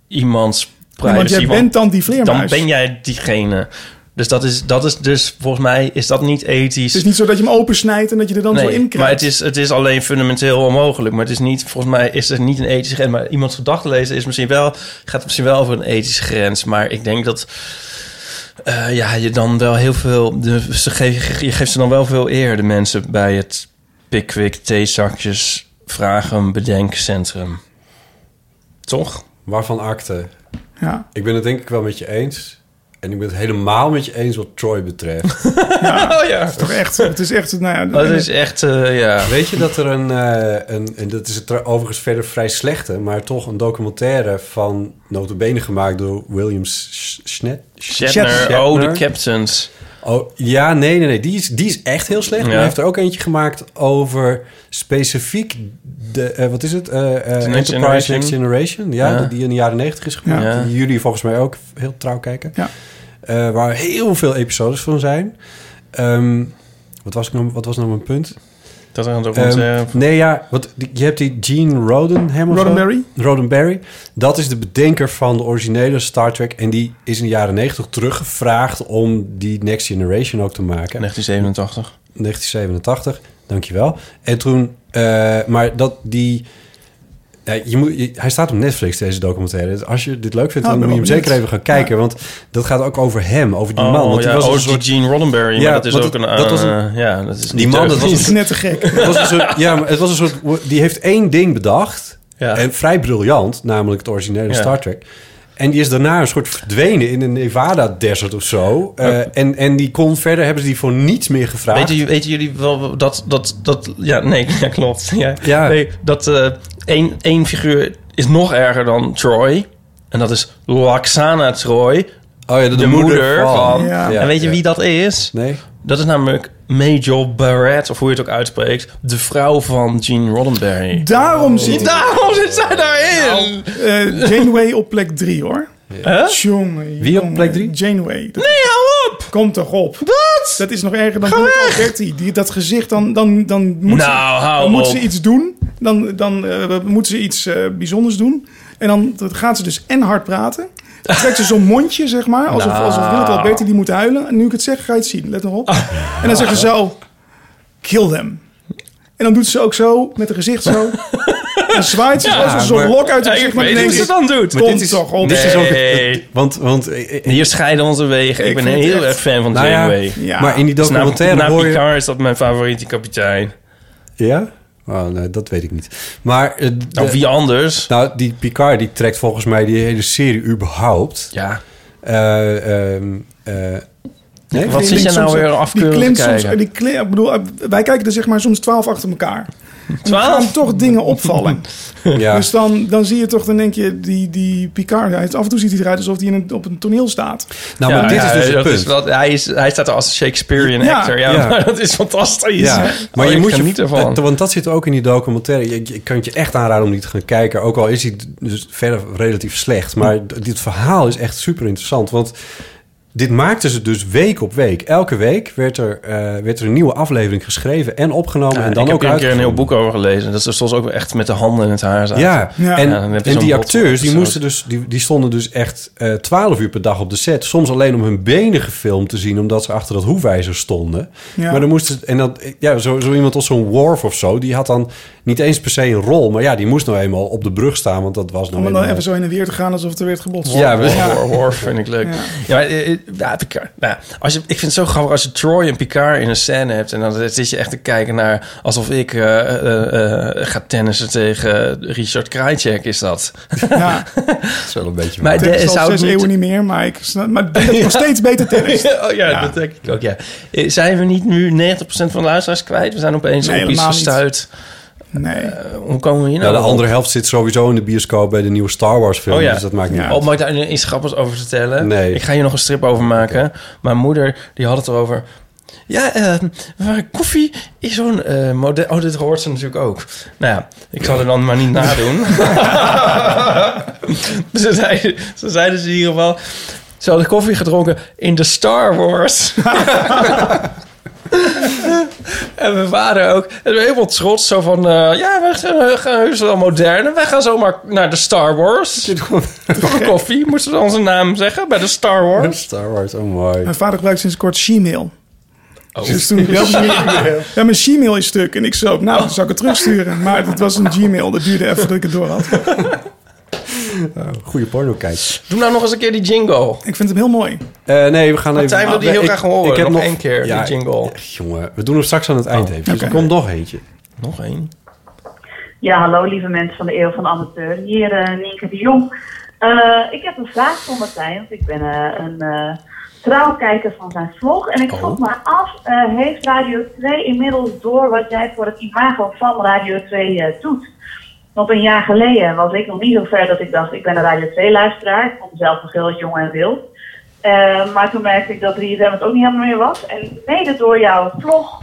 [SPEAKER 6] iemands
[SPEAKER 5] Ja,
[SPEAKER 6] privacy.
[SPEAKER 5] want jij bent dan die vleermuis.
[SPEAKER 6] Dan ben jij diegene. Dus dat is, dat is dus, volgens mij is dat niet ethisch.
[SPEAKER 5] Het is niet zo dat je hem opensnijdt en dat je er dan zo in
[SPEAKER 6] maar
[SPEAKER 5] krijgt.
[SPEAKER 6] het is, het is alleen fundamenteel onmogelijk. Maar het is niet, volgens mij is het niet een ethische grens. Maar iemands gedachten lezen is misschien wel, gaat misschien wel over een ethische grens. Maar ik denk dat eh, ja, je dan wel heel veel... De, ze geef, je geeft ze dan wel veel eer, de mensen, bij het Pickwick theezakjes vragen bedenkcentrum. Toch?
[SPEAKER 7] Waarvan akte?
[SPEAKER 5] Ja.
[SPEAKER 7] Ik ben het denk ik wel met je eens. En ik ben het helemaal met je eens wat Troy betreft.
[SPEAKER 6] Ja, oh ja.
[SPEAKER 5] Het is toch echt, het is echt, nou ja,
[SPEAKER 6] Dat is echt, eh, ja.
[SPEAKER 7] Weet je dat er een, eh, een... En dat is het tr- overigens verder vrij slechte... maar toch een documentaire van notabene gemaakt door William S- Snet-
[SPEAKER 6] Shatner. Oh, de Captains.
[SPEAKER 7] Oh, ja, nee, nee, nee. Die is, die is echt heel slecht. Maar
[SPEAKER 6] Ja.
[SPEAKER 7] hij heeft er ook eentje gemaakt over specifiek... De, eh, wat is het? Eh, eh, Enterprise
[SPEAKER 6] Generation.
[SPEAKER 7] Next Generation. Ja,
[SPEAKER 6] Ja.
[SPEAKER 7] die in de jaren negentig is gemaakt.
[SPEAKER 6] Ja.
[SPEAKER 7] Die jullie volgens mij ook heel trouw kijken. Eh, waar heel veel episodes van zijn. Ehm, wat, was ik nou, wat was nou mijn punt?
[SPEAKER 6] Dat er een
[SPEAKER 7] Ehm, nee, ja, want die- je hebt die Gene Roddenhammer.
[SPEAKER 5] Roddenberry?
[SPEAKER 7] Roddenberry. Dat is de bedenker van de originele Star Trek. En die is in de jaren 90 teruggevraagd om die Next Generation ook te maken.
[SPEAKER 6] 1987.
[SPEAKER 7] 1987, dankjewel. En toen, eh, maar dat die... ja, je moet, je- hij staat op Netflix, deze documentaire. Dus als je dit leuk vindt,
[SPEAKER 6] Oh,
[SPEAKER 7] dan
[SPEAKER 6] ik
[SPEAKER 7] moet
[SPEAKER 6] ben
[SPEAKER 7] je hem
[SPEAKER 6] wel
[SPEAKER 7] zeker even
[SPEAKER 6] benieuwd.
[SPEAKER 7] gaan kijken. Want dat gaat ook over hem, over die man. Want
[SPEAKER 6] ja,
[SPEAKER 7] die was
[SPEAKER 6] oh,
[SPEAKER 7] een
[SPEAKER 6] die
[SPEAKER 7] soort...
[SPEAKER 6] Gene Roddenberry.
[SPEAKER 7] Ja,
[SPEAKER 6] maar dat is
[SPEAKER 7] want
[SPEAKER 6] ook
[SPEAKER 7] dat-
[SPEAKER 6] een... eh,
[SPEAKER 7] dat was een-
[SPEAKER 6] ja, dat is
[SPEAKER 7] die man, dat was een-
[SPEAKER 5] net te gek.
[SPEAKER 7] Het was een soort, ja, maar het was een soort. Die heeft één ding bedacht. En vrij briljant, namelijk het originele
[SPEAKER 6] Ja.
[SPEAKER 7] Star Trek. En die is daarna een soort verdwenen in een Nevada-desert of zo. Eh, en, en die kon verder, hebben ze die voor niets meer gevraagd.
[SPEAKER 6] Weten, weten jullie wel dat... dat, dat ja, nee, ja, klopt. Ja.
[SPEAKER 7] Ja.
[SPEAKER 6] Nee, dat eh, één, één figuur is nog erger dan Troy. En dat is Loaxana Troy.
[SPEAKER 7] Oh ja, de, moeder van.
[SPEAKER 6] van.
[SPEAKER 7] Ja.
[SPEAKER 6] En weet je
[SPEAKER 7] Ja.
[SPEAKER 6] wie dat is?
[SPEAKER 7] Nee.
[SPEAKER 6] Dat is namelijk Major Barrett, of hoe je het ook uitspreekt, de vrouw van Gene Roddenberry.
[SPEAKER 5] Daarom zit, Nou, eh,
[SPEAKER 6] daarom zit zij daarin!
[SPEAKER 5] Janeway op plek 3 hoor.
[SPEAKER 6] Hè?
[SPEAKER 5] Jongen,
[SPEAKER 7] Wie op plek 3?
[SPEAKER 5] Janeway. Dat-
[SPEAKER 6] Nee, hou op!
[SPEAKER 5] Kom toch op.
[SPEAKER 6] Wat?
[SPEAKER 5] Dat is nog erger dan Blue Alberti. Die, dat gezicht, dan, dan, dan, moet,
[SPEAKER 6] Nou,
[SPEAKER 5] ze,
[SPEAKER 6] hou
[SPEAKER 5] dan moet
[SPEAKER 6] op.
[SPEAKER 5] ze iets doen. Dan, dan eh, moet ze iets eh, bijzonders doen. En dan dat gaat ze dus en hard praten. Dan trekt ze zo'n mondje, zeg maar. Alsof,
[SPEAKER 6] Nou.
[SPEAKER 5] alsof Willem Alberti die moet huilen. En nu ik het zeg, ga je het zien. Let erop. En dan zegt ze zo... Kill them. En dan doet ze ook zo, met haar gezicht zo. En zwaait ze
[SPEAKER 6] Ja,
[SPEAKER 5] alsof ze zo'n
[SPEAKER 6] maar-
[SPEAKER 5] lok uit
[SPEAKER 6] Ja,
[SPEAKER 5] haar
[SPEAKER 6] ik
[SPEAKER 5] gezicht. Maar
[SPEAKER 6] weet
[SPEAKER 5] dan
[SPEAKER 6] niet
[SPEAKER 5] denk
[SPEAKER 6] wat
[SPEAKER 5] ik,
[SPEAKER 6] ze dan doet. Maar
[SPEAKER 5] Kom
[SPEAKER 6] dit is-
[SPEAKER 5] toch op.
[SPEAKER 7] Dit is ook...
[SPEAKER 6] Nee.
[SPEAKER 7] Want, want, eh,
[SPEAKER 6] Hier scheiden onze wegen. Ik,
[SPEAKER 7] Ik
[SPEAKER 6] ben
[SPEAKER 7] vind
[SPEAKER 6] heel
[SPEAKER 7] het echt-
[SPEAKER 6] erg fan van
[SPEAKER 7] Nou ja,
[SPEAKER 6] Janeway.
[SPEAKER 7] ja. maar in die documentaire
[SPEAKER 6] na, na
[SPEAKER 7] hoor je-
[SPEAKER 6] Picard is dat mijn favoriete kapitein.
[SPEAKER 7] Ja? Oh, nee, dat weet ik niet. Maar... eh, de-
[SPEAKER 6] wie anders?
[SPEAKER 7] Nou, die Picard die trekt volgens mij die hele serie überhaupt. Eh, ehm,
[SPEAKER 6] Ja.
[SPEAKER 5] Ik vind die
[SPEAKER 6] nou
[SPEAKER 5] soms- Die klimt soms, die klim- ik bedoel, eh, wij kijken er zeg maar soms twaalf achter elkaar. Twaalf? Dan gaan toch dingen opvallen.
[SPEAKER 7] Ja.
[SPEAKER 5] Dus dan, dan zie je toch, dan denk je, die, die Picard, hij, af en toe ziet hij eruit alsof hij in een, op een toneel staat.
[SPEAKER 7] Nou, maar dit is dus het
[SPEAKER 6] dat
[SPEAKER 7] punt.
[SPEAKER 6] Is wat, hij, is, hij staat er als Shakespearean
[SPEAKER 5] Ja.
[SPEAKER 6] actor. Ja,
[SPEAKER 7] Ja.
[SPEAKER 6] maar dat is fantastisch.
[SPEAKER 7] Ja, maar
[SPEAKER 6] Oh,
[SPEAKER 7] je
[SPEAKER 6] ik
[SPEAKER 7] moet je
[SPEAKER 6] geniet ervan.
[SPEAKER 7] eh, Want dat zit ook in die documentaire. Ik, ik kan het je echt aanraden om die te gaan kijken. Ook al is die dus verder relatief slecht. Maar d- dit verhaal is echt super interessant. Want dit maakten ze dus week op week. Elke week werd er, eh, werd er een nieuwe aflevering geschreven en opgenomen.
[SPEAKER 6] Ja,
[SPEAKER 7] en dan
[SPEAKER 6] ik
[SPEAKER 7] ook
[SPEAKER 6] heb hier een keer een heel
[SPEAKER 7] uitgezonden.
[SPEAKER 6] boek over gelezen. Dat is soms ook echt met de handen in het haar zaten.
[SPEAKER 7] Ja, en,
[SPEAKER 6] dan heb je
[SPEAKER 7] en
[SPEAKER 6] zo'n
[SPEAKER 7] die
[SPEAKER 6] bot-
[SPEAKER 7] acteurs die,
[SPEAKER 6] episode.
[SPEAKER 7] moesten dus, die, die stonden dus echt twaalf uur per dag op de set. Soms alleen om hun benen gefilmd te zien, omdat ze achter dat hoefijzer stonden.
[SPEAKER 5] Ja.
[SPEAKER 7] Maar dan moesten, en dat, ja, zo, zo iemand als zo'n Worf of zo, die had dan niet eens per se een rol. Maar ja, die moest nou eenmaal op de brug staan, want dat was nou
[SPEAKER 5] Om dan
[SPEAKER 7] eenmaal-
[SPEAKER 5] even zo heen en weer te gaan alsof er werd gebotst.
[SPEAKER 6] Ja, War, War, War vind ik leuk.
[SPEAKER 5] Ja.
[SPEAKER 6] Ja, maar, eh, eh, ja, Picard. Nou, als je, ik vind het zo grappig als je Troy en Picard in een scène hebt... en dan zit je echt te kijken naar... alsof ik eh, eh, eh, ga tennissen tegen Richard Krajcek, is dat.
[SPEAKER 5] Ja.
[SPEAKER 7] Dat is wel een beetje...
[SPEAKER 6] Maar
[SPEAKER 5] tennis
[SPEAKER 6] de-
[SPEAKER 5] al
[SPEAKER 6] zou het
[SPEAKER 5] zes
[SPEAKER 6] niet-
[SPEAKER 5] eeuwen niet meer, maar ik snap, maar ik denk dat het nog
[SPEAKER 6] Ja.
[SPEAKER 5] steeds beter tennis.
[SPEAKER 6] oh, ja, dat denk ik ook, ja. Eh, Zijn we niet nu 90% van de luisteraars kwijt? We zijn opeens
[SPEAKER 5] Nee,
[SPEAKER 6] op iets
[SPEAKER 5] helemaal niet.
[SPEAKER 6] gestuurd.
[SPEAKER 5] Nee.
[SPEAKER 6] Eh, hoe komen we hier nou
[SPEAKER 7] Ja, de
[SPEAKER 6] op?
[SPEAKER 7] andere helft zit sowieso in de bioscoop bij de nieuwe Star Wars film.
[SPEAKER 6] Oh ja.
[SPEAKER 7] Dus dat maakt niet uit.
[SPEAKER 6] Oh, mag ik daar nu iets grappigs over vertellen?
[SPEAKER 7] Nee.
[SPEAKER 6] Ik ga hier nog een strip over maken. Mijn moeder, die had het erover. Ja, eh, maar koffie is zo'n eh model... Oh, dit hoort ze natuurlijk ook. Nou ja, ik zal er dan maar niet nadoen. ze, zeiden, ze zeiden ze in ieder geval... Ze hadden koffie gedronken in de Star Wars. En mijn vader ook. En helemaal trots. Zo van, eh, ja, we gaan, we gaan heus wel modern. En Wij gaan zomaar naar de Star Wars. Voor koffie. Moesten we dan onze naam zeggen bij de Star Wars.
[SPEAKER 7] Star Wars, oh mooi.
[SPEAKER 5] Mijn vader gebruikt sinds kort Gmail.
[SPEAKER 6] Oh.
[SPEAKER 5] Dus toen ik wel
[SPEAKER 6] Gmail.
[SPEAKER 5] Ja, mijn Gmail is stuk. En ik zo, nou, dan zou ik het terugsturen. Maar het was een Gmail. Dat duurde even dat ik het door had.
[SPEAKER 7] Goede porno kijk.
[SPEAKER 6] Doe nou nog eens een keer die jingle.
[SPEAKER 5] Ik vind hem heel mooi.
[SPEAKER 7] Eh, nee, we gaan even...
[SPEAKER 6] Martijn wil die heel
[SPEAKER 7] ik-
[SPEAKER 6] graag horen.
[SPEAKER 7] Ik heb
[SPEAKER 6] Nog
[SPEAKER 7] nog
[SPEAKER 6] één keer, die jingle.
[SPEAKER 7] Jongen, we doen hem straks aan het eind even. Dus
[SPEAKER 6] oké.
[SPEAKER 7] er komt nog eentje.
[SPEAKER 6] Nog één?
[SPEAKER 11] Ja, hallo lieve mensen van de Eeuw van de Amateur. Hier eh Nienke de Jong. Eh, ik heb een vraag voor Martijn, want ik ben eh, een eh trouwkijker van zijn vlog. En ik vroeg me af, eh, heeft Radio 2 inmiddels door wat jij voor het imago van Radio 2 eh, doet? Want een jaar geleden was ik nog niet zo ver dat ik dacht, ik ben een Radio 2-luisteraar. Ik vond mezelf nog heel jong en wild. Eh, maar toen merkte ik dat 3FM het ook niet helemaal meer was. En mede door jouw vlog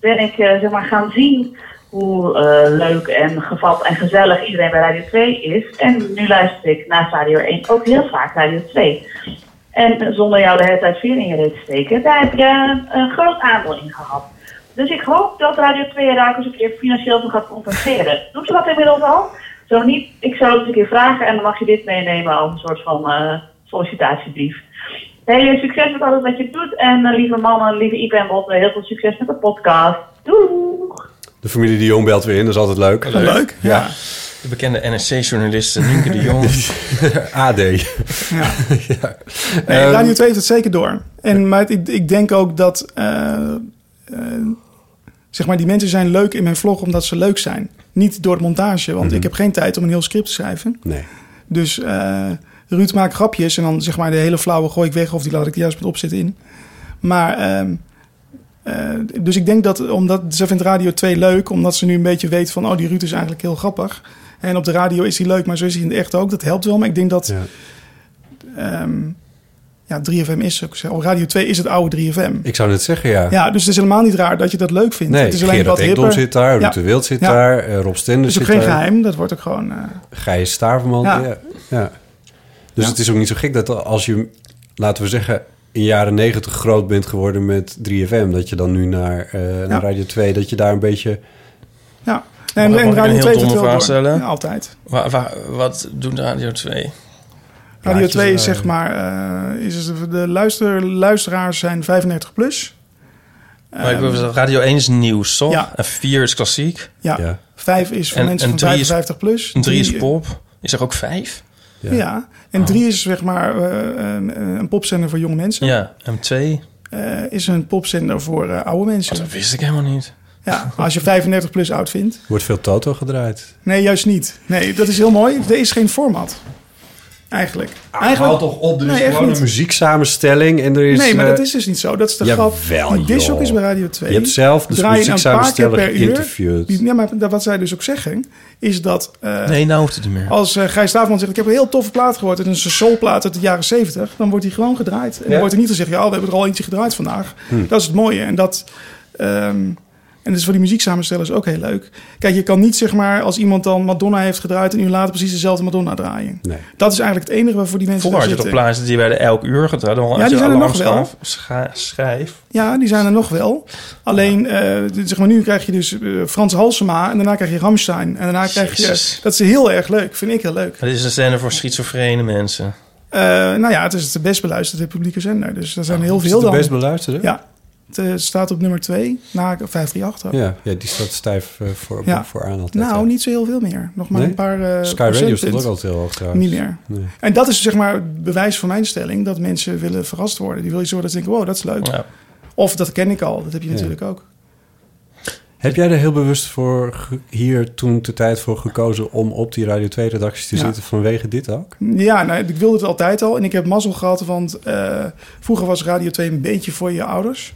[SPEAKER 11] ben ik eh, zeg maar gaan zien hoe eh, leuk en gevat en gezellig iedereen bij Radio 2 is. En nu luister ik naast Radio 1 ook heel vaak Radio 2. En eh, zonder jou de hele tijd veer in je reet te steken, daar heb je eh, een groot aandeel in gehad. Dus ik hoop dat Radio 2 er ook eens een keer financieel voor gaat compenseren. Doen ze dat inmiddels al? Zo niet, ik zou het eens een keer vragen en dan mag je dit meenemen als een soort van eh, sollicitatiebrief. Heel succes met alles wat je doet. En eh, lieve mannen, lieve Ipe en Bob, eh, heel veel succes met de podcast. Doei!
[SPEAKER 7] De familie de Jong belt weer in, dat is altijd leuk.
[SPEAKER 5] Leuk,
[SPEAKER 7] ja.
[SPEAKER 6] De bekende NSC-journaliste eh, Nienke de Jong.
[SPEAKER 7] AD.
[SPEAKER 5] Nee,
[SPEAKER 7] Ehm,
[SPEAKER 5] Radio 2 heeft het zeker door. En, maar het- ik, ik denk ook dat... eh, eh, zeg maar, die mensen zijn leuk in mijn vlog omdat ze leuk zijn. Niet door het montage, want
[SPEAKER 7] Mhm.
[SPEAKER 5] ik heb geen tijd om een heel script te schrijven.
[SPEAKER 7] Nee.
[SPEAKER 5] Dus eh, Ruud maakt grapjes en dan zeg maar de hele flauwe gooi ik weg... of die laat ik er juist met opzet in. Maar... ehm, eh, dus ik denk dat omdat ze vindt Radio 2 leuk, omdat ze nu een beetje weet van, oh, die Ruud is eigenlijk heel grappig. En op de radio is hij leuk, maar zo is hij in het echt ook. Dat helpt wel, maar ik denk dat ehm, Ja, 3FM is ook zo. Op Radio 2 is het oude 3FM.
[SPEAKER 7] Ik zou net zeggen, ja.
[SPEAKER 5] Ja, dus het is helemaal niet raar dat je dat leuk vindt.
[SPEAKER 7] nee,
[SPEAKER 5] het is
[SPEAKER 7] Gerard Ekdom zit daar, Ruud
[SPEAKER 5] Ja.
[SPEAKER 7] de Wild zit
[SPEAKER 5] Ja.
[SPEAKER 7] daar, eh, Rob Stender
[SPEAKER 5] Dat is ook
[SPEAKER 7] zit
[SPEAKER 5] geen
[SPEAKER 7] daar.
[SPEAKER 5] geheim, dat wordt ook gewoon... eh,
[SPEAKER 7] Gijs Staverman. Ja.
[SPEAKER 5] Ja.
[SPEAKER 7] Ja. Dus het is ook niet zo gek dat als je, laten we zeggen, in jaren negentig groot bent geworden met 3FM, dat je dan nu naar, eh, naar Radio 2, dat je daar een beetje.
[SPEAKER 5] ja.
[SPEAKER 6] Mag-
[SPEAKER 5] Nee, en,
[SPEAKER 6] mag
[SPEAKER 5] en
[SPEAKER 6] ik
[SPEAKER 5] Radio
[SPEAKER 6] een
[SPEAKER 5] 2
[SPEAKER 6] heel
[SPEAKER 5] zit
[SPEAKER 6] domme
[SPEAKER 5] wel door.
[SPEAKER 6] vraag stellen?
[SPEAKER 5] Ja, altijd.
[SPEAKER 6] Wa- wa- wat doet Radio 2?
[SPEAKER 5] Radio
[SPEAKER 6] Plaatjes
[SPEAKER 7] eh,
[SPEAKER 5] 2 is
[SPEAKER 6] draaien.
[SPEAKER 5] zeg maar... eh, is het- de luister, luisteraars zijn 35 plus.
[SPEAKER 6] Maar ik wil zeggen, Radio 1 is nieuws, toch?
[SPEAKER 5] ja.
[SPEAKER 6] En 4 is klassiek.
[SPEAKER 5] Ja. Vijf is voor mensen van
[SPEAKER 6] drie
[SPEAKER 5] 55 plus.
[SPEAKER 6] En 3 is
[SPEAKER 5] Drie-
[SPEAKER 6] pop. Is er ook Oh. 5?
[SPEAKER 5] Ja. En 3 is zeg maar eh, een- een popzender voor jonge mensen.
[SPEAKER 6] Ja, M2.
[SPEAKER 5] Eh, is een popzender voor eh, oude mensen.
[SPEAKER 6] Oh, dat wist ik helemaal niet.
[SPEAKER 5] Ja, als je 35 plus oud vindt.
[SPEAKER 7] Wordt veel Toto gedraaid.
[SPEAKER 5] Nee, juist niet. Nee, dat is heel mooi. Er is geen format. Eigenlijk. Eigenlijk
[SPEAKER 7] Hou Ah, toch op, er is
[SPEAKER 5] Nee, echt
[SPEAKER 7] gewoon
[SPEAKER 5] niet.
[SPEAKER 7] een muzieksamenstelling en er is...
[SPEAKER 5] nee, maar
[SPEAKER 7] eh,
[SPEAKER 5] dat is dus niet zo. Dat is de grap.
[SPEAKER 7] Jawel,
[SPEAKER 5] Die
[SPEAKER 7] joh.
[SPEAKER 5] discjockeys bij Radio 2.
[SPEAKER 7] Je hebt zelf dus
[SPEAKER 5] draaien nou een paar keer
[SPEAKER 7] muzieksamensteller
[SPEAKER 5] per uur.
[SPEAKER 7] geïnterviewd.
[SPEAKER 5] Die- Ja, maar dat- wat zij dus ook zeggen, is dat... eh,
[SPEAKER 6] Nee, nou hoeft het niet meer.
[SPEAKER 5] Als eh, Gijs Staafman zegt, ik heb een heel toffe plaat gehoord. Het is een soulplaat uit de jaren 70. Dan wordt die gewoon gedraaid. En
[SPEAKER 6] Ja.
[SPEAKER 5] dan wordt er niet gezegd, ja, we hebben er al eentje gedraaid vandaag.
[SPEAKER 6] Hm.
[SPEAKER 5] Dat is het mooie. En dat... ehm, en dat is voor die muzieksamenstellers ook heel leuk. Kijk, je kan niet zeg maar als iemand dan Madonna heeft gedraaid... en u later precies dezelfde Madonna draaien.
[SPEAKER 6] Nee.
[SPEAKER 5] Dat is eigenlijk het enige waarvoor die mensen
[SPEAKER 6] Vroeger
[SPEAKER 5] daar
[SPEAKER 6] had je toch
[SPEAKER 5] zitten.
[SPEAKER 6] plaatsen die werden elk uur gedraaid. Dan had
[SPEAKER 5] Ja,
[SPEAKER 6] je
[SPEAKER 5] die zijn er
[SPEAKER 6] alarm
[SPEAKER 5] nog wel.
[SPEAKER 6] scha- scha- Schijf.
[SPEAKER 5] Ja, die zijn er nog wel. Alleen, eh, zeg maar, nu krijg je dus eh, Frans Halsema en daarna krijg je Ramstein. En daarna krijg je... eh,
[SPEAKER 6] Jezus.
[SPEAKER 5] Dat is heel erg leuk, vind ik heel leuk.
[SPEAKER 6] Dat is een zender voor schizofrene mensen.
[SPEAKER 5] Eh, nou ja, het is de best beluisterde publieke zender. Dus er zijn heel
[SPEAKER 7] is
[SPEAKER 5] veel
[SPEAKER 7] het de
[SPEAKER 5] dan.
[SPEAKER 7] best beluisterde?
[SPEAKER 5] Ja. Het eh, staat op nummer 2, na 538.
[SPEAKER 7] Ja, ja, die staat stijf eh, voor,
[SPEAKER 5] Ja.
[SPEAKER 7] voor aan altijd.
[SPEAKER 5] Nou, niet zo heel veel meer. Nog maar
[SPEAKER 7] Nee?
[SPEAKER 5] een paar. eh,
[SPEAKER 7] Sky Radio stond
[SPEAKER 5] procentpunt.
[SPEAKER 7] ook altijd heel hoog trouwens.
[SPEAKER 5] Niet meer.
[SPEAKER 7] Nee.
[SPEAKER 5] En dat is zeg maar het bewijs van mijn stelling: dat mensen willen verrast worden. Die willen zo dat ze denken: wow, dat is leuk.
[SPEAKER 7] Ja.
[SPEAKER 5] Of dat ken ik al. Dat heb je
[SPEAKER 7] Ja.
[SPEAKER 5] natuurlijk ook.
[SPEAKER 7] Heb jij er heel bewust voor ge- hier toen de tijd voor gekozen om op die Radio 2-redactie te
[SPEAKER 5] Ja.
[SPEAKER 7] zitten vanwege dit ook?
[SPEAKER 5] Ja, nou, ik wilde het altijd al. En ik heb mazzel gehad, want eh, vroeger was Radio 2 een beetje voor je ouders.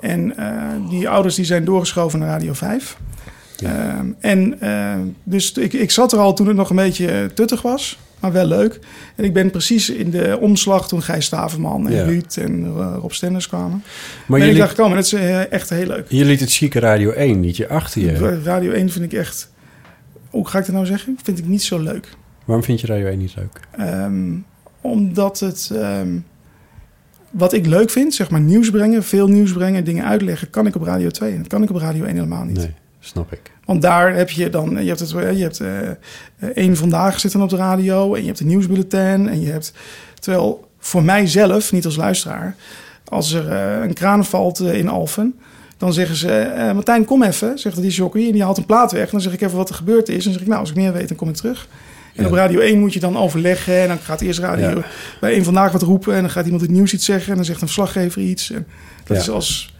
[SPEAKER 5] En eh, die ouders die zijn doorgeschoven naar Radio 5. Ehm, en eh, dus ik, ik zat er al toen het nog een beetje eh, tuttig was, maar wel leuk. En ik ben precies in de omslag toen Gijs Staverman en
[SPEAKER 7] Ja.
[SPEAKER 5] Ruud en eh, Rob Stenders kwamen.
[SPEAKER 7] Maar
[SPEAKER 5] Maar ben
[SPEAKER 7] jullie-
[SPEAKER 5] ik daar gekomen. Dat is eh, echt heel leuk.
[SPEAKER 7] Je liet het chique Radio 1 liedje achter je.
[SPEAKER 5] Radio 1 vind ik echt... Hoe ga ik dat nou zeggen? Vind ik niet zo leuk.
[SPEAKER 7] Waarom vind je Radio 1 niet leuk?
[SPEAKER 5] Ehm, omdat het. ehm, wat ik leuk vind, zeg maar nieuws brengen, veel nieuws brengen, dingen uitleggen, kan ik op Radio 2 en dat kan ik op Radio 1 helemaal niet.
[SPEAKER 7] Nee, snap ik.
[SPEAKER 5] Want daar heb je dan, je hebt, het, je hebt eh, één vandaag zit dan op de radio en je hebt een nieuwsbulletin en je hebt, terwijl voor mijzelf, niet als luisteraar, als er eh, een kraan valt eh, in Alphen, dan zeggen ze, eh, Martijn kom even, zegt die jockey en die haalt een plaat weg. Dan zeg ik even wat er gebeurd is en dan zeg ik, nou als ik meer weet dan kom ik terug. En
[SPEAKER 7] Ja.
[SPEAKER 5] op Radio 1 moet je dan overleggen en dan gaat eerst radio
[SPEAKER 7] Ja.
[SPEAKER 5] bij één vandaag wat roepen en dan gaat iemand het nieuws iets zeggen en dan zegt een verslaggever iets. En dat
[SPEAKER 7] Ja.
[SPEAKER 5] is als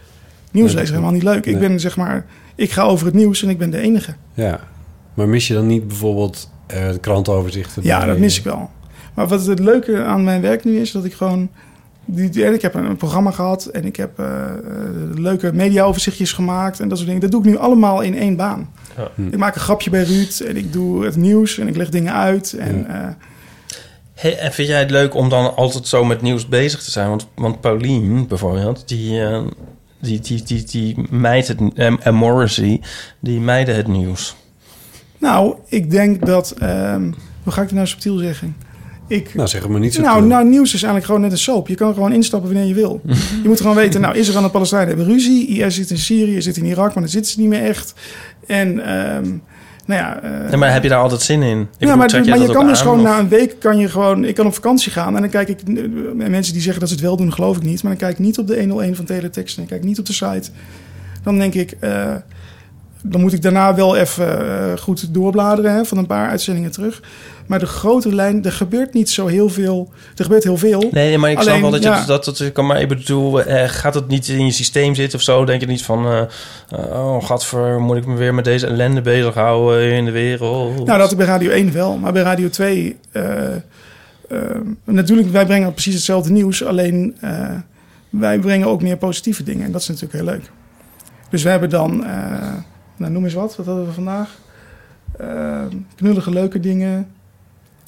[SPEAKER 5] nieuwslezer helemaal niet leuk. Ik
[SPEAKER 7] Nee.
[SPEAKER 5] ben zeg maar, ik ga over het nieuws en ik ben de enige.
[SPEAKER 7] Ja, maar mis je dan niet bijvoorbeeld eh de krantenoverzichten?
[SPEAKER 5] Ja,
[SPEAKER 7] bij-
[SPEAKER 5] dat mis ik wel. Maar wat het leuke aan mijn werk nu is, dat ik gewoon. Die, die- en ik heb een, een programma gehad en ik heb eh, eh, leuke mediaoverzichtjes gemaakt en dat soort dingen. Dat doe ik nu allemaal in één baan.
[SPEAKER 6] Ja.
[SPEAKER 5] Ik maak een grapje bij Ruud en ik doe het nieuws en ik leg dingen uit. En, eh,
[SPEAKER 6] Hey, en vind jij het leuk om dan altijd zo met nieuws bezig te zijn? Want, want Paulien bijvoorbeeld, die, eh, die, die, die, die mijt het... En, en Morrissey, die mijden het nieuws.
[SPEAKER 5] nou, ik denk dat. ehm, hoe ga ik het nou subtiel zeggen? Ik,
[SPEAKER 7] Nou, zeg het maar niet zo.
[SPEAKER 5] Nou, nou, nieuws is eigenlijk gewoon net een soap. Je kan gewoon instappen wanneer je wil.
[SPEAKER 6] Mhm.
[SPEAKER 5] je moet gewoon weten, nou, Israël en Palestijnen hebben ruzie. IS zit in Syrië, zit in Irak, maar dan zitten ze niet meer echt. En, ehm, nou ja... eh,
[SPEAKER 6] Ja, maar heb je daar altijd zin in? Ik bedoel,
[SPEAKER 5] ja, maar,
[SPEAKER 6] trek
[SPEAKER 5] maar je
[SPEAKER 6] dat
[SPEAKER 5] kan
[SPEAKER 6] ook
[SPEAKER 5] dus
[SPEAKER 6] aan,
[SPEAKER 5] gewoon
[SPEAKER 6] of-
[SPEAKER 5] na een week kan je gewoon. Ik kan op vakantie gaan en dan kijk ik. eh, Mensen die zeggen dat ze het wel doen, geloof ik niet. Maar dan kijk ik niet op de 101 van Teletext en ik kijk niet op de site. Dan denk ik. eh, dan moet ik daarna wel even eh, goed doorbladeren hè, van een paar uitzendingen terug. Maar de grote lijn, er gebeurt niet zo heel veel. Er gebeurt heel veel.
[SPEAKER 6] Nee, nee, maar ik snap
[SPEAKER 5] Alleen,
[SPEAKER 6] wel dat je
[SPEAKER 5] ja,
[SPEAKER 6] dat, dat, dat kan. Maar ik bedoel, eh, gaat het niet in je systeem zitten of zo? Denk je niet van, eh eh, oh gadver, moet ik me weer met deze ellende bezighouden in de wereld?
[SPEAKER 5] Nou, dat bij Radio 1 wel. Maar bij Radio 2... eh, eh, natuurlijk, wij brengen precies hetzelfde nieuws. Alleen eh, wij brengen ook meer positieve dingen. En dat is natuurlijk heel leuk. Dus we hebben dan... eh, nou, noem eens wat. Wat hadden we vandaag? Eh, knullige leuke dingen.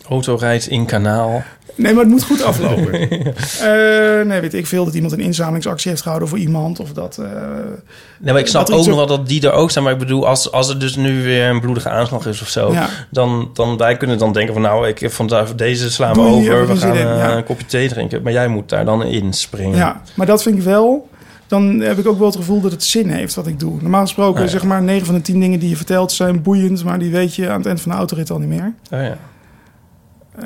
[SPEAKER 6] Autorijdt in kanaal.
[SPEAKER 5] Nee, maar het moet goed aflopen. Eh, nee, weet ik veel dat iemand een inzamelingsactie heeft gehouden voor iemand. Of dat. eh,
[SPEAKER 6] Nee, maar ik snap
[SPEAKER 5] dat er
[SPEAKER 6] ook
[SPEAKER 5] iets
[SPEAKER 6] nog
[SPEAKER 5] op-
[SPEAKER 6] wel dat die er ook zijn. Maar ik bedoel, als, als er dus nu weer een bloedige aanslag is of zo...
[SPEAKER 5] Ja.
[SPEAKER 6] Dan, dan wij kunnen dan denken van... nou, ik, vandaag deze slaan we
[SPEAKER 5] Doe
[SPEAKER 6] over.
[SPEAKER 5] hier even
[SPEAKER 6] We
[SPEAKER 5] een
[SPEAKER 6] gaan
[SPEAKER 5] zin in,
[SPEAKER 6] eh,
[SPEAKER 5] ja.
[SPEAKER 6] een kopje thee drinken. Maar jij moet daar dan inspringen.
[SPEAKER 5] Ja, maar dat vind ik wel. Dan heb ik ook wel het gevoel dat het zin heeft wat ik doe. Normaal gesproken,
[SPEAKER 6] Ah, ja.
[SPEAKER 5] zeg maar, 9 van de 10 dingen die je vertelt zijn boeiend. Maar die weet je aan het eind van de autorit al niet meer.
[SPEAKER 6] Oh, ja.
[SPEAKER 5] Eh,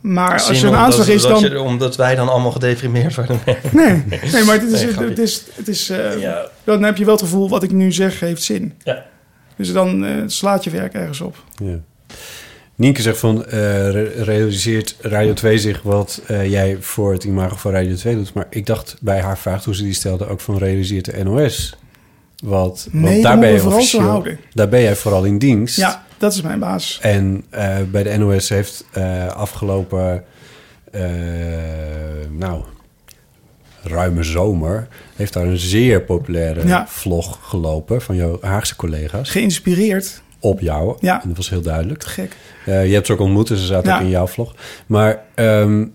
[SPEAKER 5] maar als
[SPEAKER 6] Zin
[SPEAKER 5] er een
[SPEAKER 6] omdat-
[SPEAKER 5] aanslag is,
[SPEAKER 6] omdat
[SPEAKER 5] dan.
[SPEAKER 6] je- omdat wij dan allemaal gedeprimeerd worden.
[SPEAKER 5] Nee, nee, maar het is,
[SPEAKER 6] Nee,
[SPEAKER 5] het,
[SPEAKER 6] grapje.
[SPEAKER 5] het is, het is eh, dan heb je wel het gevoel wat ik nu zeg heeft zin.
[SPEAKER 6] Ja.
[SPEAKER 5] Dus dan eh, slaat je werk ergens op.
[SPEAKER 7] Ja. Nienke zegt van, eh, re- realiseert Radio 2 zich wat eh, jij voor het imago van Radio 2 doet? Maar ik dacht bij haar vraag toen ze die stelde ook van realiseert de NOS. Wat,
[SPEAKER 5] Nee,
[SPEAKER 7] want
[SPEAKER 5] dat
[SPEAKER 7] daar ben
[SPEAKER 5] moeten
[SPEAKER 7] je
[SPEAKER 5] we vooral zo
[SPEAKER 7] officieel,
[SPEAKER 5] houden.
[SPEAKER 7] daar ben jij vooral in dienst.
[SPEAKER 5] Ja, dat is mijn baas.
[SPEAKER 7] En eh, bij de NOS heeft eh, afgelopen, eh, nou, ruime zomer, heeft daar een zeer populaire
[SPEAKER 5] Ja.
[SPEAKER 7] vlog gelopen van jouw Haagse collega's.
[SPEAKER 5] Geïnspireerd.
[SPEAKER 7] Op jou.
[SPEAKER 5] Ja.
[SPEAKER 7] En dat was heel duidelijk.
[SPEAKER 5] gek.
[SPEAKER 7] Eh, je hebt ze ook ontmoet, dus ze zaten
[SPEAKER 5] Ja.
[SPEAKER 7] ook in jouw vlog. Maar ehm,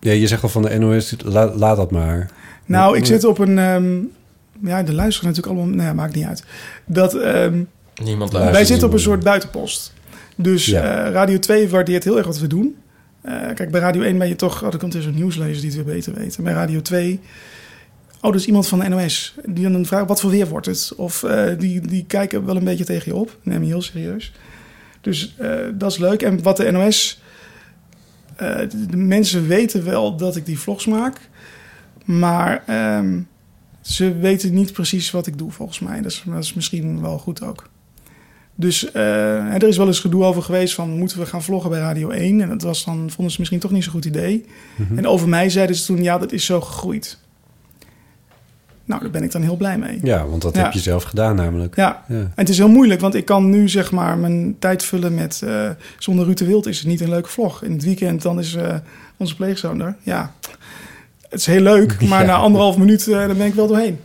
[SPEAKER 7] ja, je zegt al van de NOS, la- laat dat maar.
[SPEAKER 5] Nou,
[SPEAKER 6] Mm.
[SPEAKER 5] ik zit op een. ehm, ja, de luisteren natuurlijk allemaal. Nou ja, maakt niet uit. Dat, ehm,
[SPEAKER 6] Niemand luistert.
[SPEAKER 5] wij zitten op een soort buitenpost. Dus
[SPEAKER 6] Ja.
[SPEAKER 5] eh, Radio 2 waardeert heel erg wat we doen. Eh, kijk, bij Radio 1 ben je toch. Oh, er komt weer zo'n nieuwslezer die het weer beter weet. En bij Radio 2. Oh, dus iemand van de NOS. Die dan vraagt: wat voor weer wordt het? Of eh, die, die kijken wel een beetje tegen je op. Neem je heel serieus. Dus eh, dat is leuk. En wat de NOS. eh, de- de mensen weten wel dat ik die vlogs maak. Maar ehm, ze weten niet precies wat ik doe, volgens mij. Dat is, dat is misschien wel goed ook. Dus eh, er is wel eens gedoe over geweest van... moeten we gaan vloggen bij Radio 1? En dat was dan, vonden ze misschien toch niet zo'n goed idee.
[SPEAKER 7] Mhm.
[SPEAKER 5] En over mij zeiden ze toen, ja, dat is zo gegroeid. Nou, daar ben ik dan heel blij mee.
[SPEAKER 7] Ja, want dat
[SPEAKER 5] Ja.
[SPEAKER 7] heb je zelf gedaan namelijk.
[SPEAKER 5] Ja. En het is heel moeilijk, want ik kan nu zeg maar mijn tijd vullen met... eh, zonder Ruud de Wild is het niet een leuke vlog. In het weekend dan is eh, onze pleegzoon er. Ja, het is heel leuk, maar
[SPEAKER 7] Ja.
[SPEAKER 5] na anderhalf minuut eh, dan ben ik wel doorheen.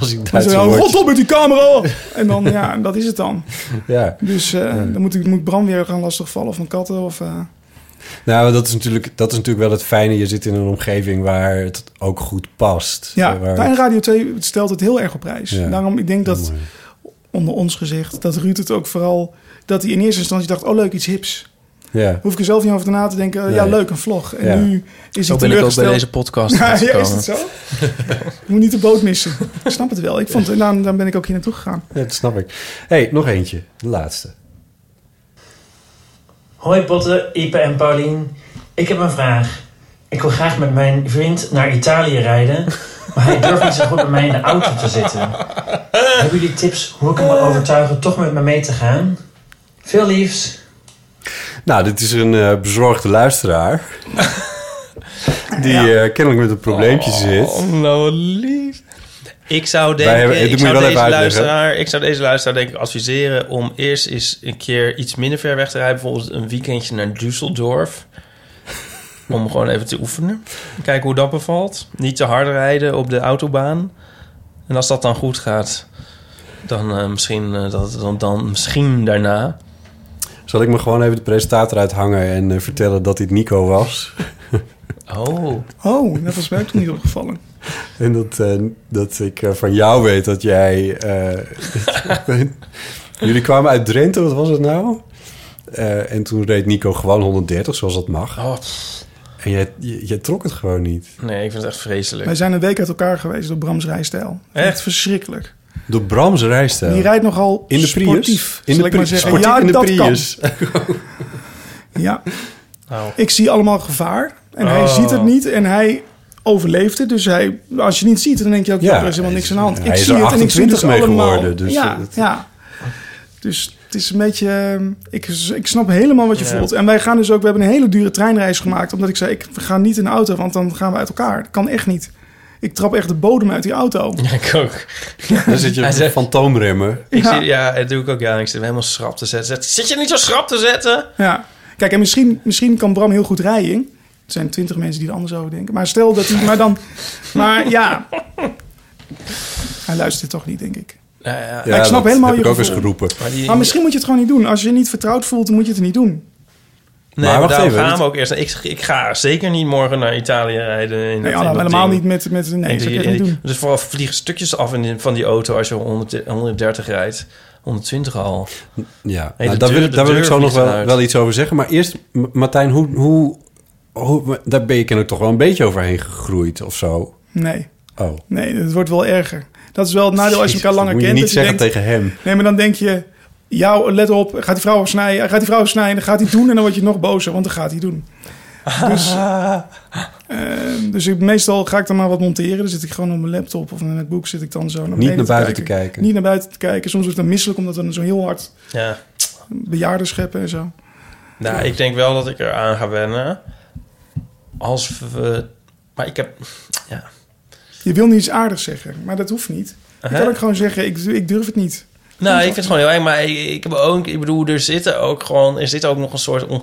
[SPEAKER 7] Als ik
[SPEAKER 5] Dan
[SPEAKER 7] Duitse
[SPEAKER 5] zo,
[SPEAKER 7] woord-
[SPEAKER 5] rot op met die camera! En dan, ja, dat is het dan.
[SPEAKER 7] Ja.
[SPEAKER 5] Dus eh, dan moet ik moet ik Bram weer gaan lastigvallen of mijn katten. Of, eh,
[SPEAKER 7] Nou, dat is, natuurlijk, dat is natuurlijk wel het fijne. Je zit in een omgeving waar het ook goed past.
[SPEAKER 5] ja,
[SPEAKER 7] Eh, waar-
[SPEAKER 5] en Radio 2 stelt het heel erg op prijs.
[SPEAKER 7] Ja.
[SPEAKER 5] Daarom, ik denk dat, onder ons gezegd, dat Ruud het ook vooral... dat hij in eerste instantie dacht, oh leuk, iets hips.
[SPEAKER 7] ja.
[SPEAKER 5] Hoef ik er zelf niet over na te denken. "Oh Ja,
[SPEAKER 6] Nee.
[SPEAKER 5] leuk, een vlog. En
[SPEAKER 6] Ja.
[SPEAKER 5] nu is
[SPEAKER 6] Zo
[SPEAKER 5] hij
[SPEAKER 6] ben ik ook bij
[SPEAKER 5] teleurgesteld.
[SPEAKER 6] deze podcast
[SPEAKER 5] Ja, ja, is
[SPEAKER 6] gekomen.
[SPEAKER 5] het zo? ik moet niet de boot missen. Ik snap het wel. Ik vond, en daarom, daarom ben ik ook hier naartoe gegaan.
[SPEAKER 7] Ja, dat snap ik. Hé, hey, nog eentje. De laatste.
[SPEAKER 12] Hoi Botte, Ipe en Paulien. Ik heb een vraag. Ik wil graag met mijn vriend naar Italië rijden, maar hij durft niet zo goed bij mij in de auto te zitten. Hebben jullie tips hoe ik hem kan overtuigen toch met me mee te gaan? Veel liefs.
[SPEAKER 7] Nou, dit is een eh, bezorgde luisteraar. die eh, kennelijk met een probleempje zit.
[SPEAKER 6] nou lief. Ik zou
[SPEAKER 7] Wij
[SPEAKER 6] denken,
[SPEAKER 7] hebben- dit
[SPEAKER 6] ik,
[SPEAKER 7] moet
[SPEAKER 6] zou
[SPEAKER 7] je wel
[SPEAKER 6] deze
[SPEAKER 7] even uitleggen.
[SPEAKER 6] luisteraar, ik zou deze luisteraar denk ik adviseren eh, om eerst eens een keer iets minder ver weg te rijden. Bijvoorbeeld een weekendje naar Düsseldorf. Om gewoon even te oefenen. Kijken hoe dat bevalt. Niet te hard rijden op de autobaan. En als dat dan goed gaat, dan, eh, misschien, eh, dat, dan, dan misschien daarna.
[SPEAKER 7] Zal ik me gewoon even de presentator uithangen en eh, vertellen dat dit Nico was?
[SPEAKER 6] Oh.
[SPEAKER 5] Oh, dat was mij ook toen niet opgevallen.
[SPEAKER 7] En dat, eh, dat ik eh, van jou weet dat jij. eh, Jullie kwamen uit Drenthe, wat was het nou? Eh, en toen reed Nico gewoon 130, zoals dat mag.
[SPEAKER 5] Oh.
[SPEAKER 7] En jij, jij, jij trok het gewoon niet.
[SPEAKER 6] Nee, ik vind het echt vreselijk.
[SPEAKER 5] Wij zijn een week uit elkaar geweest door Brams rijstijl. Echt verschrikkelijk.
[SPEAKER 7] Door Brams rijstijl.
[SPEAKER 5] Die rijdt nogal
[SPEAKER 7] In de Prius?
[SPEAKER 5] sportief,
[SPEAKER 7] In
[SPEAKER 5] zal
[SPEAKER 7] de
[SPEAKER 5] ik maar
[SPEAKER 7] Prius?
[SPEAKER 5] zeggen.
[SPEAKER 7] Sportief
[SPEAKER 5] ja,
[SPEAKER 7] in de
[SPEAKER 5] dat
[SPEAKER 7] Prius.
[SPEAKER 5] kan. ja.
[SPEAKER 6] Nou.
[SPEAKER 5] Ik zie allemaal gevaar en hij
[SPEAKER 6] Oh.
[SPEAKER 5] ziet het niet en hij overleeft het. Dus hij, als je niet ziet, dan denk je ook, ja,
[SPEAKER 7] Ja,
[SPEAKER 5] er is helemaal niks aan de hand.
[SPEAKER 7] hij
[SPEAKER 5] ik
[SPEAKER 7] is
[SPEAKER 5] zie
[SPEAKER 7] er
[SPEAKER 5] het en ik zie het
[SPEAKER 7] 28 mee
[SPEAKER 5] allemaal.
[SPEAKER 7] geworden, dus
[SPEAKER 5] ja,
[SPEAKER 7] het-
[SPEAKER 5] ja. Dus het is een beetje... ehm, Ik, ik snap helemaal wat je
[SPEAKER 7] Ja.
[SPEAKER 5] voelt. En wij gaan dus ook... We hebben een hele dure treinreis gemaakt. Omdat ik zei, ik ga niet in de auto, want dan gaan we uit elkaar. Dat kan echt niet. Ik trap echt de bodem uit die auto.
[SPEAKER 6] Ja, ik ook.
[SPEAKER 7] Dan zit je op
[SPEAKER 6] Hij
[SPEAKER 7] de
[SPEAKER 6] zegt-
[SPEAKER 7] fantoomremmen.
[SPEAKER 6] Ik
[SPEAKER 5] Ja.
[SPEAKER 6] zit, ja, dat doe ik ook. Ja, ik zit hem helemaal schrap te zetten. Zet- Zit je niet zo schrap te zetten?
[SPEAKER 5] Ja, kijk, en misschien, misschien kan Bram heel goed rijden. Er zijn twintig mensen die er anders over denken. Maar stel dat hij... Maar dan... Maar ja... Hij luistert toch niet, denk ik.
[SPEAKER 6] Nou ja,
[SPEAKER 5] Maar ik snap
[SPEAKER 7] dat
[SPEAKER 5] helemaal
[SPEAKER 7] heb
[SPEAKER 5] je
[SPEAKER 7] ik ook eens
[SPEAKER 5] gevoel.
[SPEAKER 7] geroepen.
[SPEAKER 5] Maar misschien moet je het gewoon niet doen. Als je je niet vertrouwd voelt, dan moet je het niet doen.
[SPEAKER 6] Nee,
[SPEAKER 7] maar
[SPEAKER 6] maar
[SPEAKER 7] wacht
[SPEAKER 6] daarom
[SPEAKER 7] even.
[SPEAKER 6] gaan
[SPEAKER 7] dit-
[SPEAKER 6] we ook eerst. Ik, ik ga zeker niet morgen naar Italië rijden. In
[SPEAKER 5] Nee,
[SPEAKER 6] dat-
[SPEAKER 5] Anna,
[SPEAKER 6] in dat
[SPEAKER 5] helemaal
[SPEAKER 6] ding.
[SPEAKER 5] niet met... met nee,
[SPEAKER 6] En
[SPEAKER 5] dat zou
[SPEAKER 6] die-
[SPEAKER 5] ik echt niet
[SPEAKER 6] en die-
[SPEAKER 5] doen.
[SPEAKER 6] Dus vooral vliegen stukjes af in die- van die auto als je 100, 130 rijdt. 120 al.
[SPEAKER 7] Ja,
[SPEAKER 6] Nee,
[SPEAKER 7] nou,
[SPEAKER 6] de
[SPEAKER 7] daar wil,
[SPEAKER 6] deur-
[SPEAKER 7] ik-
[SPEAKER 6] de
[SPEAKER 7] daar wil
[SPEAKER 6] deur
[SPEAKER 7] ik zo nog
[SPEAKER 6] vliegt
[SPEAKER 7] wel,
[SPEAKER 6] eruit.
[SPEAKER 7] wel iets over zeggen. Maar eerst, M- Martijn, hoe, hoe, hoe, daar ben je kennelijk toch wel een beetje overheen gegroeid of zo?
[SPEAKER 5] Nee.
[SPEAKER 7] Oh.
[SPEAKER 5] Nee, het wordt wel erger. Dat is wel het nadeel Nou, als je elkaar langer
[SPEAKER 7] Moet je
[SPEAKER 5] kent.
[SPEAKER 7] niet
[SPEAKER 5] dat je
[SPEAKER 7] zeggen
[SPEAKER 5] denkt-
[SPEAKER 7] tegen hem.
[SPEAKER 5] Nee, maar dan denk je... Ja, let op. Gaat die vrouw snijden? Hij Gaat die vrouw snijden? Dan gaat hij doen en dan word je nog bozer. Want dan gaat hij doen. Dus, eh, dus ik, meestal ga ik dan maar wat monteren. Dan zit ik gewoon op mijn laptop of met mijn boek zit ik dan zo.
[SPEAKER 7] Niet naar buiten te kijken.
[SPEAKER 5] Niet naar buiten te kijken. Soms wordt het dan misselijk omdat we dan zo heel hard
[SPEAKER 6] Ja.
[SPEAKER 5] bejaarden scheppen en zo.
[SPEAKER 6] Nou, ik denk wel dat ik eraan ga wennen. Als we... Maar ik heb... Ja.
[SPEAKER 5] Je wil niet iets aardigs zeggen, maar dat hoeft niet. Dan
[SPEAKER 6] Aha.
[SPEAKER 5] kan ik gewoon zeggen, ik, ik durf het niet.
[SPEAKER 6] Nou, ik vind het gewoon heel eng. Maar ik, ik heb ook... Ik bedoel, er zitten ook gewoon... Er zit ook nog een soort... On...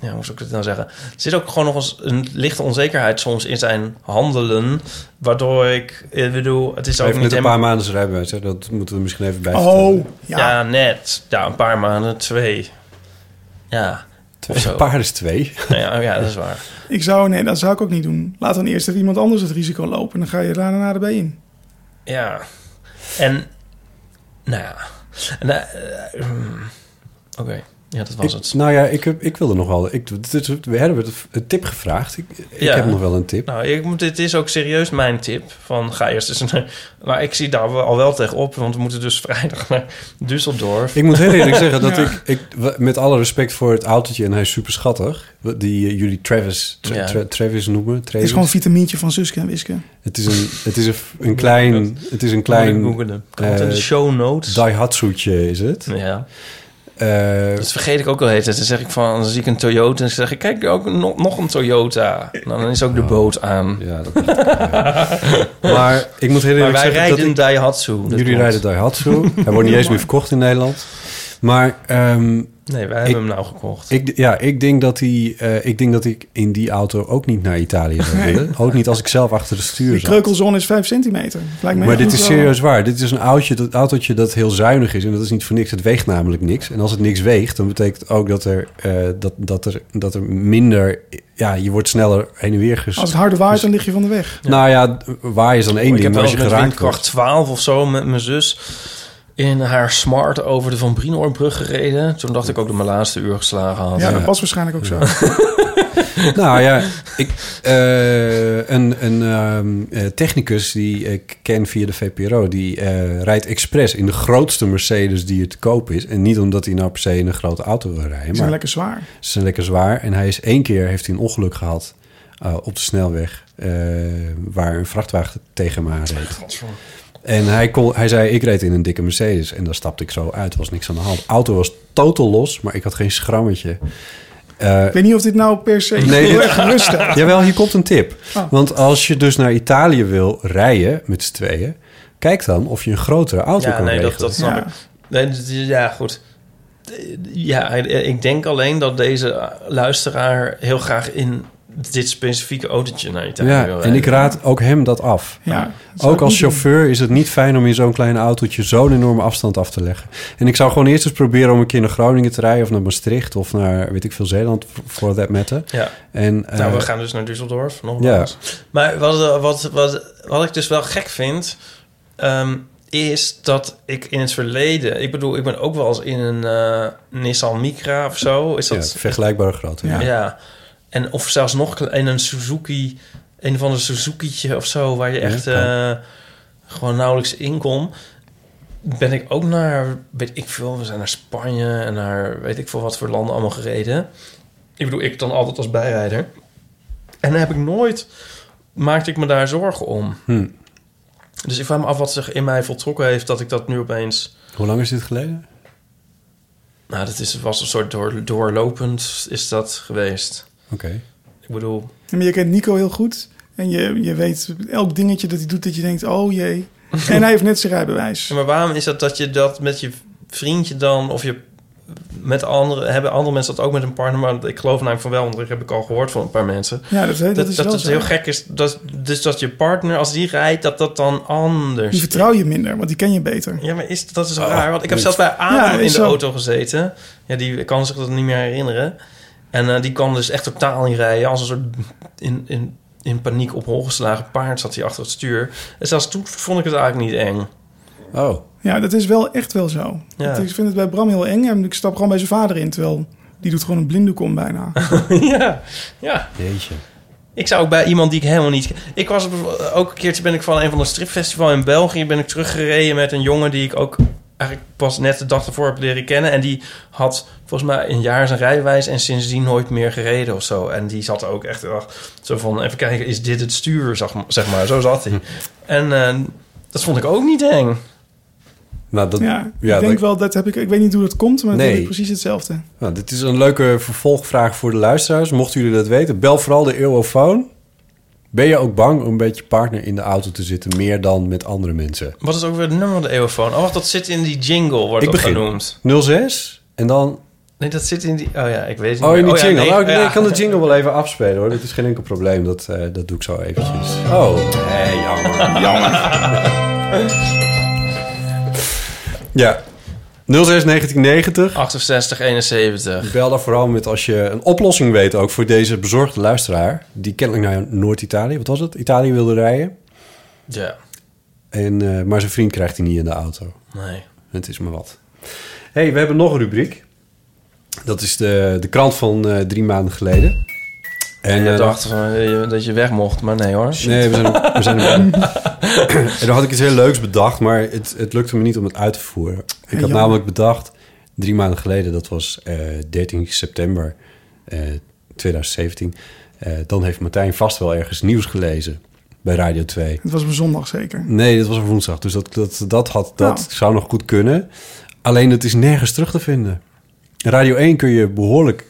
[SPEAKER 6] Ja, hoe zou ik het nou zeggen? Er zit ook gewoon nog eens een lichte onzekerheid soms in zijn handelen. Waardoor ik... Ik bedoel, het is
[SPEAKER 7] Hij
[SPEAKER 6] ook
[SPEAKER 7] heeft
[SPEAKER 6] niet
[SPEAKER 7] net een
[SPEAKER 6] helemaal...
[SPEAKER 7] paar maanden zijn rijbewijs. hè. Dat moeten we misschien even bij
[SPEAKER 5] Oh,
[SPEAKER 6] ja. net. Ja, een paar maanden. Twee. Ja.
[SPEAKER 7] Twee-
[SPEAKER 6] of zo.
[SPEAKER 7] een paar is twee.
[SPEAKER 6] Nou ja, ja, dat is waar.
[SPEAKER 5] Ik zou, nee, dat zou ik ook niet doen. Laat dan eerst even iemand anders het risico lopen. Dan ga je daarna naar de bij in.
[SPEAKER 6] Ja. En, nou ja. En, eh, eh, mm. Oké, ja, dat was
[SPEAKER 7] Ik-
[SPEAKER 6] het.
[SPEAKER 7] Nou ja, ik, heb- ik wilde nog wel... Ik, dit is- we hebben het- een tip gevraagd. Ik, ik
[SPEAKER 6] Ja.
[SPEAKER 7] heb nog wel een tip.
[SPEAKER 6] Nou, ik moet, dit is ook serieus mijn tip. Van ga eerst eens naar... Maar ik zie daar wel- al wel tegenop, want we moeten dus vrijdag naar Düsseldorf.
[SPEAKER 7] Ik moet heel eerlijk zeggen dat ik, ik, w- met alle respect voor het autootje, en hij is super schattig, die eh, jullie Travis, tra-
[SPEAKER 5] Ja.
[SPEAKER 7] tra- Travis noemen.
[SPEAKER 5] Het
[SPEAKER 7] Travis.
[SPEAKER 5] is gewoon een vitamintje van Suske en Wiske.
[SPEAKER 7] Het is een, het is een, een klein, het is een klein.
[SPEAKER 6] Moet ik googlen? Kan het in de
[SPEAKER 7] eh,
[SPEAKER 6] show notes?
[SPEAKER 7] Daihatsu'tje is het.
[SPEAKER 6] Ja.
[SPEAKER 7] Eh,
[SPEAKER 6] Dat vergeet ik ook al heet. Dan zeg ik van, dan zie ik een Toyota. En dan zeg ik, kijk, ook nog, nog een Toyota. Nou, dan is ook de boot aan.
[SPEAKER 7] oh. Ja, dat maar ik moet heel
[SPEAKER 6] Maar wij
[SPEAKER 7] eerlijk zeggen
[SPEAKER 6] rijden
[SPEAKER 7] dat ik-
[SPEAKER 6] Daihatsu. dat
[SPEAKER 7] Jullie
[SPEAKER 6] klopt.
[SPEAKER 7] rijden Daihatsu. Hij wordt niet eens meer verkocht in Nederland. Maar ehm,
[SPEAKER 6] Nee, wij
[SPEAKER 7] ik-
[SPEAKER 6] hebben hem nou gekocht.
[SPEAKER 7] Ik, ja, ik denk, dat hij, eh, ik denk dat ik in die auto ook niet naar Italië zou
[SPEAKER 5] Nee.
[SPEAKER 7] willen. Ook niet als ik zelf achter de stuur
[SPEAKER 5] Die
[SPEAKER 7] zat.
[SPEAKER 5] kreukelzone is 5 centimeter. Lijkt mij
[SPEAKER 7] Maar
[SPEAKER 5] echt
[SPEAKER 7] dit
[SPEAKER 5] niet
[SPEAKER 7] is
[SPEAKER 5] zo-
[SPEAKER 7] serieus waar. Dit is een autootje dat, autootje dat heel zuinig is. En dat is niet voor niks. Het weegt namelijk niks. En als het niks weegt, dan betekent het ook dat er, eh, dat, dat er, dat er minder... Ja, je wordt sneller heen en weer ges.
[SPEAKER 5] Als het harder waait, dan lig je van de weg.
[SPEAKER 7] Nou ja, waar is dan één
[SPEAKER 6] Oh, ik
[SPEAKER 7] ding.
[SPEAKER 6] heb wel
[SPEAKER 7] Maar als je
[SPEAKER 6] eens met
[SPEAKER 7] geraakt
[SPEAKER 6] windkracht
[SPEAKER 7] wordt...
[SPEAKER 6] 12 of zo met mijn zus in haar smart over de Van Brienoordbrug gereden. Toen dacht ik ook dat mijn laatste uur geslagen
[SPEAKER 7] Ah,
[SPEAKER 6] had.
[SPEAKER 5] Ja, dat was waarschijnlijk ook zo.
[SPEAKER 7] Nou ja, ik, eh, een, een ehm, eh, technicus die ik ken via de VPRO... die eh, rijdt expres in de grootste Mercedes die er te koop is. En niet omdat hij nou per se in een grote auto wil rijden.
[SPEAKER 5] Die zijn
[SPEAKER 7] maar-
[SPEAKER 5] lekker zwaar.
[SPEAKER 7] Ze zijn lekker zwaar. En hij is één keer heeft hij een ongeluk gehad eh, op de snelweg. eh, waar een vrachtwagen tegen me aanreed. En hij, kon, hij zei, ik reed in een dikke Mercedes. En daar stapte ik zo uit. Er was niks aan de hand. De auto was totaal los, maar ik had geen schrammetje. Eh,
[SPEAKER 5] Ik weet niet of dit nou per se heel
[SPEAKER 7] dit-
[SPEAKER 5] erg gerust stelt.
[SPEAKER 7] Jawel, hier komt een tip.
[SPEAKER 5] Oh.
[SPEAKER 7] Want als je dus naar Italië wil rijden met z'n tweeën... kijk dan of je een grotere auto
[SPEAKER 6] ja,
[SPEAKER 7] kan
[SPEAKER 6] nee, dat,
[SPEAKER 7] regelen.
[SPEAKER 6] dat snap ik. Nee, dat- ja, goed. Ja, ik denk alleen dat deze luisteraar heel graag in dit specifieke autootje naar Italië wil
[SPEAKER 7] Ja,
[SPEAKER 6] rijden.
[SPEAKER 7] en ik raad ook hem dat af.
[SPEAKER 6] Ja, dat zou
[SPEAKER 7] ook
[SPEAKER 6] ik
[SPEAKER 7] als
[SPEAKER 6] niet doen.
[SPEAKER 7] chauffeur is het niet fijn om in zo'n klein autootje zo'n enorme afstand af te leggen. En ik zou gewoon eerst eens proberen om een keer naar Groningen te rijden of naar Maastricht of naar weet ik veel Zeeland voor that matter.
[SPEAKER 6] Ja.
[SPEAKER 7] En,
[SPEAKER 6] nou,
[SPEAKER 7] eh,
[SPEAKER 6] we gaan dus naar Düsseldorf, nogmaals. Maar wat, eh, wat, wat, wat ik dus wel gek vind... ehm, is dat ik in het verleden... Ik bedoel, ik ben ook wel eens in een eh, Nissan Micra of zo. Is dat,
[SPEAKER 7] Ja, vergelijkbare grootte, ja.
[SPEAKER 6] Ja. En, of zelfs nog kle- in een Suzuki... Een van de Suzuki'tje of zo... waar je
[SPEAKER 7] Ja,
[SPEAKER 6] echt
[SPEAKER 7] kan.
[SPEAKER 6] eh, gewoon nauwelijks in kon... Ben ik ook naar, weet ik veel, we zijn naar Spanje en naar weet ik veel wat voor landen allemaal gereden. Ik bedoel, ik dan altijd als bijrijder. En dan heb ik nooit, maakte ik me daar zorgen om.
[SPEAKER 7] Hm.
[SPEAKER 6] Dus ik vraag me af wat zich in mij voltrokken heeft dat ik dat nu opeens...
[SPEAKER 7] Hoe lang is dit geleden?
[SPEAKER 6] Nou, dat is, was een soort door, doorlopend is dat geweest.
[SPEAKER 7] Oké.
[SPEAKER 6] Ik bedoel,
[SPEAKER 5] Maar je kent Nico heel goed. En je, je weet elk dingetje dat hij doet dat je denkt, oh jee. En hij heeft net zijn rijbewijs.
[SPEAKER 6] maar waarom is dat dat je dat met je vriendje dan... of je met andere, hebben andere mensen dat ook met een partner? Maar ik geloof namelijk van wel, want dat heb ik al gehoord van een paar mensen.
[SPEAKER 5] Ja, dat- dat is wel
[SPEAKER 6] het
[SPEAKER 5] zo.
[SPEAKER 6] heel gek is. Dat, dus dat je partner, als die rijdt, dat dat dan anders
[SPEAKER 5] Die vertrouw je minder, want die ken je beter.
[SPEAKER 6] Ja, maar is, dat is zo raar. Want ik heb
[SPEAKER 7] Oh,
[SPEAKER 5] dit-
[SPEAKER 6] zelfs bij Adam
[SPEAKER 5] Ja,
[SPEAKER 6] in de
[SPEAKER 5] is zo.
[SPEAKER 6] auto gezeten. Ja, die kan zich dat niet meer herinneren. En eh, die kwam dus echt totaal in rijden. Als een soort in, in, in paniek op hol geslagen paard zat hij achter het stuur. En zelfs toen vond ik het eigenlijk niet eng.
[SPEAKER 7] Oh.
[SPEAKER 5] Ja, dat is wel echt wel zo.
[SPEAKER 6] Ja.
[SPEAKER 5] Want Ik vind het bij Bram heel eng en ik stap gewoon bij zijn vader in, terwijl die doet gewoon een blinddoek om bijna.
[SPEAKER 6] ja, ja.
[SPEAKER 7] Jeetje.
[SPEAKER 6] Ik zou ook bij iemand die ik helemaal niet... Ik was op- ook een keertje ben ik van een van de stripfestival in België... ben ik teruggereden met een jongen die ik ook eigenlijk pas net de dag ervoor heb leren kennen. En die had volgens mij een jaar zijn rijwijs en sindsdien nooit meer gereden of zo. En die zat ook echt ach, zo van, even kijken, is dit het stuur, zeg maar. Zeg maar. Zo zat
[SPEAKER 7] Hm.
[SPEAKER 6] hij. En eh, dat vond ik ook niet eng.
[SPEAKER 7] Nou, dat,
[SPEAKER 5] Ja,
[SPEAKER 7] ja,
[SPEAKER 5] ik denk
[SPEAKER 7] dat-
[SPEAKER 5] wel, dat heb ik, ik weet niet hoe dat komt, maar dat
[SPEAKER 7] Nee.
[SPEAKER 5] heb ik precies hetzelfde.
[SPEAKER 7] Nou, dit is een leuke vervolgvraag voor de luisteraars. Mochten jullie dat weten, bel vooral de Eurofoon. Ben je ook bang om met je partner in de auto te zitten, meer dan met andere mensen?
[SPEAKER 6] Wat is ook weer het nummer van de eeuwfoon? Oh, wacht, dat zit in die jingle, wordt
[SPEAKER 7] ik
[SPEAKER 6] dat
[SPEAKER 7] begin.
[SPEAKER 6] genoemd.
[SPEAKER 7] 06 en dan.
[SPEAKER 6] Nee, dat zit in die... Oh ja, ik weet het
[SPEAKER 7] Oh, in
[SPEAKER 6] niet meer.
[SPEAKER 7] die
[SPEAKER 6] ja,
[SPEAKER 7] jingle.
[SPEAKER 6] nee,
[SPEAKER 7] Oh, nee,
[SPEAKER 6] ja.
[SPEAKER 7] ik kan de jingle wel even afspelen hoor. Dat is geen enkel probleem. Dat, eh, dat doe ik zo eventjes. Oh, nee, jammer. Ja. 06 1990.
[SPEAKER 6] 68 71.
[SPEAKER 7] Bel daar vooral met als je een oplossing weet ook voor deze bezorgde luisteraar. Die kennelijk naar Noord-Italië, wat was het? Italië wilde rijden.
[SPEAKER 6] Ja.
[SPEAKER 7] En, eh, maar zijn vriend krijgt hij niet in de auto.
[SPEAKER 6] Nee.
[SPEAKER 7] Het is maar wat. Hé, hey, we hebben nog een rubriek. Dat is de, de krant van eh, drie maanden geleden.
[SPEAKER 6] En je
[SPEAKER 7] eh,
[SPEAKER 6] dacht van, eh, dat je weg mocht, maar nee hoor.
[SPEAKER 7] Nee, we zijn, we zijn er En dan had ik iets heel leuks bedacht, maar het, het lukte me niet om het uit te voeren. Ik had
[SPEAKER 6] jammer.
[SPEAKER 7] namelijk bedacht, drie maanden geleden, dat was eh, 13 september eh, 2017. eh, dan heeft Martijn vast wel ergens nieuws gelezen bij Radio 2.
[SPEAKER 5] Het was op een zondag zeker.
[SPEAKER 7] Nee, dat was op woensdag, dus dat, dat, dat, had, dat
[SPEAKER 6] Oh.
[SPEAKER 5] Nou.
[SPEAKER 7] zou nog goed kunnen. Alleen het is nergens terug te vinden. Radio 1 kun je behoorlijk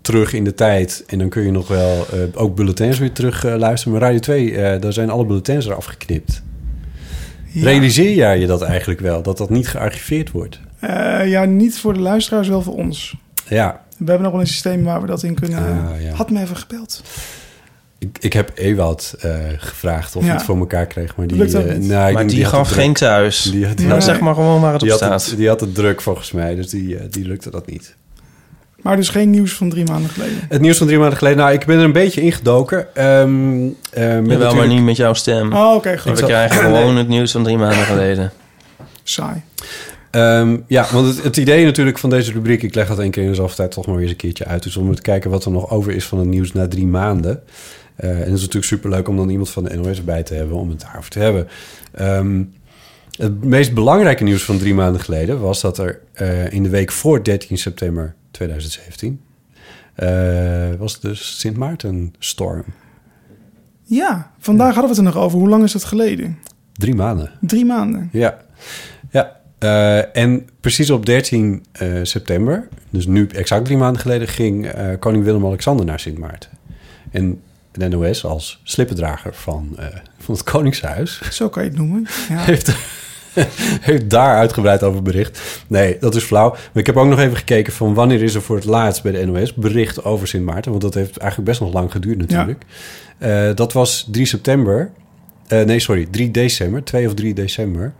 [SPEAKER 7] terug in de tijd. En dan kun je nog wel eh, ook bulletins weer terug eh, luisteren. Maar Radio 2, eh, daar zijn alle bulletins eraf geknipt. Realiseer jij je dat eigenlijk wel? Dat dat niet gearchiveerd wordt?
[SPEAKER 5] Eh, ja, niet voor de luisteraars, wel voor ons.
[SPEAKER 7] Ja,
[SPEAKER 5] We hebben nog wel een systeem waar we dat in kunnen.
[SPEAKER 7] Ah, ja.
[SPEAKER 5] Had me even gebeld.
[SPEAKER 7] ik, ik heb Ewout eh, gevraagd of
[SPEAKER 5] Ja.
[SPEAKER 7] hij het voor elkaar kreeg. Maar die,
[SPEAKER 6] Lukt ook
[SPEAKER 7] eh,
[SPEAKER 6] niet.
[SPEAKER 7] nou, ik
[SPEAKER 6] Maar
[SPEAKER 7] denk
[SPEAKER 6] die
[SPEAKER 7] had
[SPEAKER 6] gaf
[SPEAKER 7] het druk.
[SPEAKER 6] geen thuis.
[SPEAKER 7] Die had- die
[SPEAKER 6] Nou,
[SPEAKER 7] had-
[SPEAKER 6] zeg maar gewoon waar het
[SPEAKER 7] die
[SPEAKER 6] op
[SPEAKER 7] had
[SPEAKER 6] staat.
[SPEAKER 7] Het, die had het druk volgens mij, dus die, eh, die lukte dat niet.
[SPEAKER 5] Maar dus geen nieuws van drie maanden geleden.
[SPEAKER 7] Het nieuws van drie maanden geleden. Nou, ik ben er een beetje ingedoken. Ehm eh, met
[SPEAKER 6] Jawel, maar
[SPEAKER 7] natuurlijk-
[SPEAKER 6] niet met jouw stem.
[SPEAKER 5] Oh, oké, goed.
[SPEAKER 6] We krijgen
[SPEAKER 7] Nee.
[SPEAKER 6] gewoon het nieuws van drie maanden geleden.
[SPEAKER 5] Saai.
[SPEAKER 7] Ehm, ja, want het, het idee natuurlijk van deze rubriek... ik leg dat één keer in de zoveel tijd toch maar weer eens een keertje uit... dus om te kijken wat er nog over is van het nieuws na drie maanden. Eh, en het is natuurlijk superleuk om dan iemand van de NOS bij te hebben... om het daarover te hebben. Ehm, het meest belangrijke nieuws van drie maanden geleden... was dat er eh, in de week voor 13 september 2017... eh, was de Sint Maartenstorm.
[SPEAKER 5] Ja, vandaag hadden we het er nog over. Hoe lang is dat geleden?
[SPEAKER 7] Drie maanden.
[SPEAKER 5] Drie maanden.
[SPEAKER 7] Ja, ja. Eh, en precies op 13 eh, september, dus nu exact drie maanden geleden, ging eh, koning Willem-Alexander naar Sint Maarten. En de NOS als slippendrager van, eh, van het Koningshuis
[SPEAKER 5] Zo kan je het noemen. Ja.
[SPEAKER 7] heeft, heeft daar uitgebreid over bericht. Nee, dat is flauw. Maar ik heb ook nog even gekeken van wanneer is er voor het laatst bij de NOS bericht over Sint Maarten. Want dat heeft eigenlijk best nog lang geduurd natuurlijk. Eh, dat was 3 september. Eh, nee, sorry, 3 december. 2 of 3 december.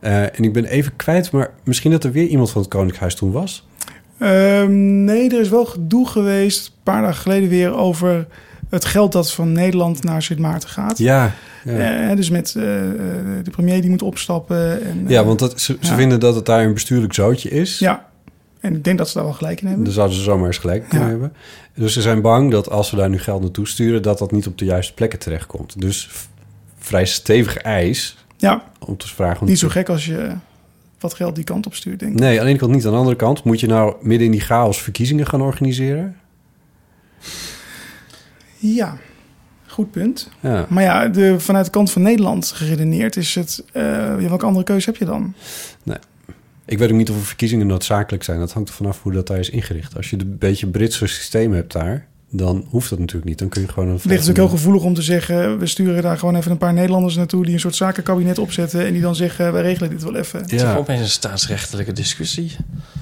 [SPEAKER 7] Eh, en ik ben even kwijt, maar misschien dat er weer iemand van het Koninkhuis toen was.
[SPEAKER 5] Ehm, nee, er is wel gedoe geweest, een paar dagen geleden weer, over het geld dat van Nederland naar Sint Maarten gaat.
[SPEAKER 7] Ja, ja.
[SPEAKER 5] Eh, dus met eh, eh, de premier die moet opstappen. En, eh,
[SPEAKER 7] Ja, want dat, ze, ze
[SPEAKER 5] ja.
[SPEAKER 7] vinden dat het daar een bestuurlijk zootje is. Dus-
[SPEAKER 5] Ja, en ik denk dat ze daar wel gelijk in hebben.
[SPEAKER 7] Dan zouden ze zomaar eens gelijk kunnen
[SPEAKER 5] Ja.
[SPEAKER 7] hebben. Dus ze zijn bang dat als we daar nu geld naartoe sturen... dat dat niet op de juiste plekken terechtkomt. Dus v- vrij stevig ijs
[SPEAKER 5] Ja.
[SPEAKER 7] om te vragen... om
[SPEAKER 5] Niet zo
[SPEAKER 7] te-
[SPEAKER 5] gek als je wat geld die kant op stuurt, denk ik.
[SPEAKER 7] Nee, aan de ene kant niet. Aan de andere kant moet je nou midden in die chaos verkiezingen gaan organiseren.
[SPEAKER 5] Ja, goed punt.
[SPEAKER 7] Ja.
[SPEAKER 5] Maar ja, de, vanuit de kant van Nederland geredeneerd is het... eh, ja, welke andere keuze heb je dan?
[SPEAKER 7] Nee. Ik weet ook niet of er verkiezingen noodzakelijk zijn. Dat hangt er vanaf hoe dat daar is ingericht. Als je een beetje Britse systeem hebt daar... dan hoeft dat natuurlijk niet. Dan kun je gewoon... Een
[SPEAKER 5] Het ligt natuurlijk heel gevoelig om te zeggen... we sturen daar gewoon even een paar Nederlanders naartoe... die een soort zakenkabinet opzetten... en die dan zeggen, wij regelen dit wel even.
[SPEAKER 6] Het is opeens een staatsrechtelijke discussie.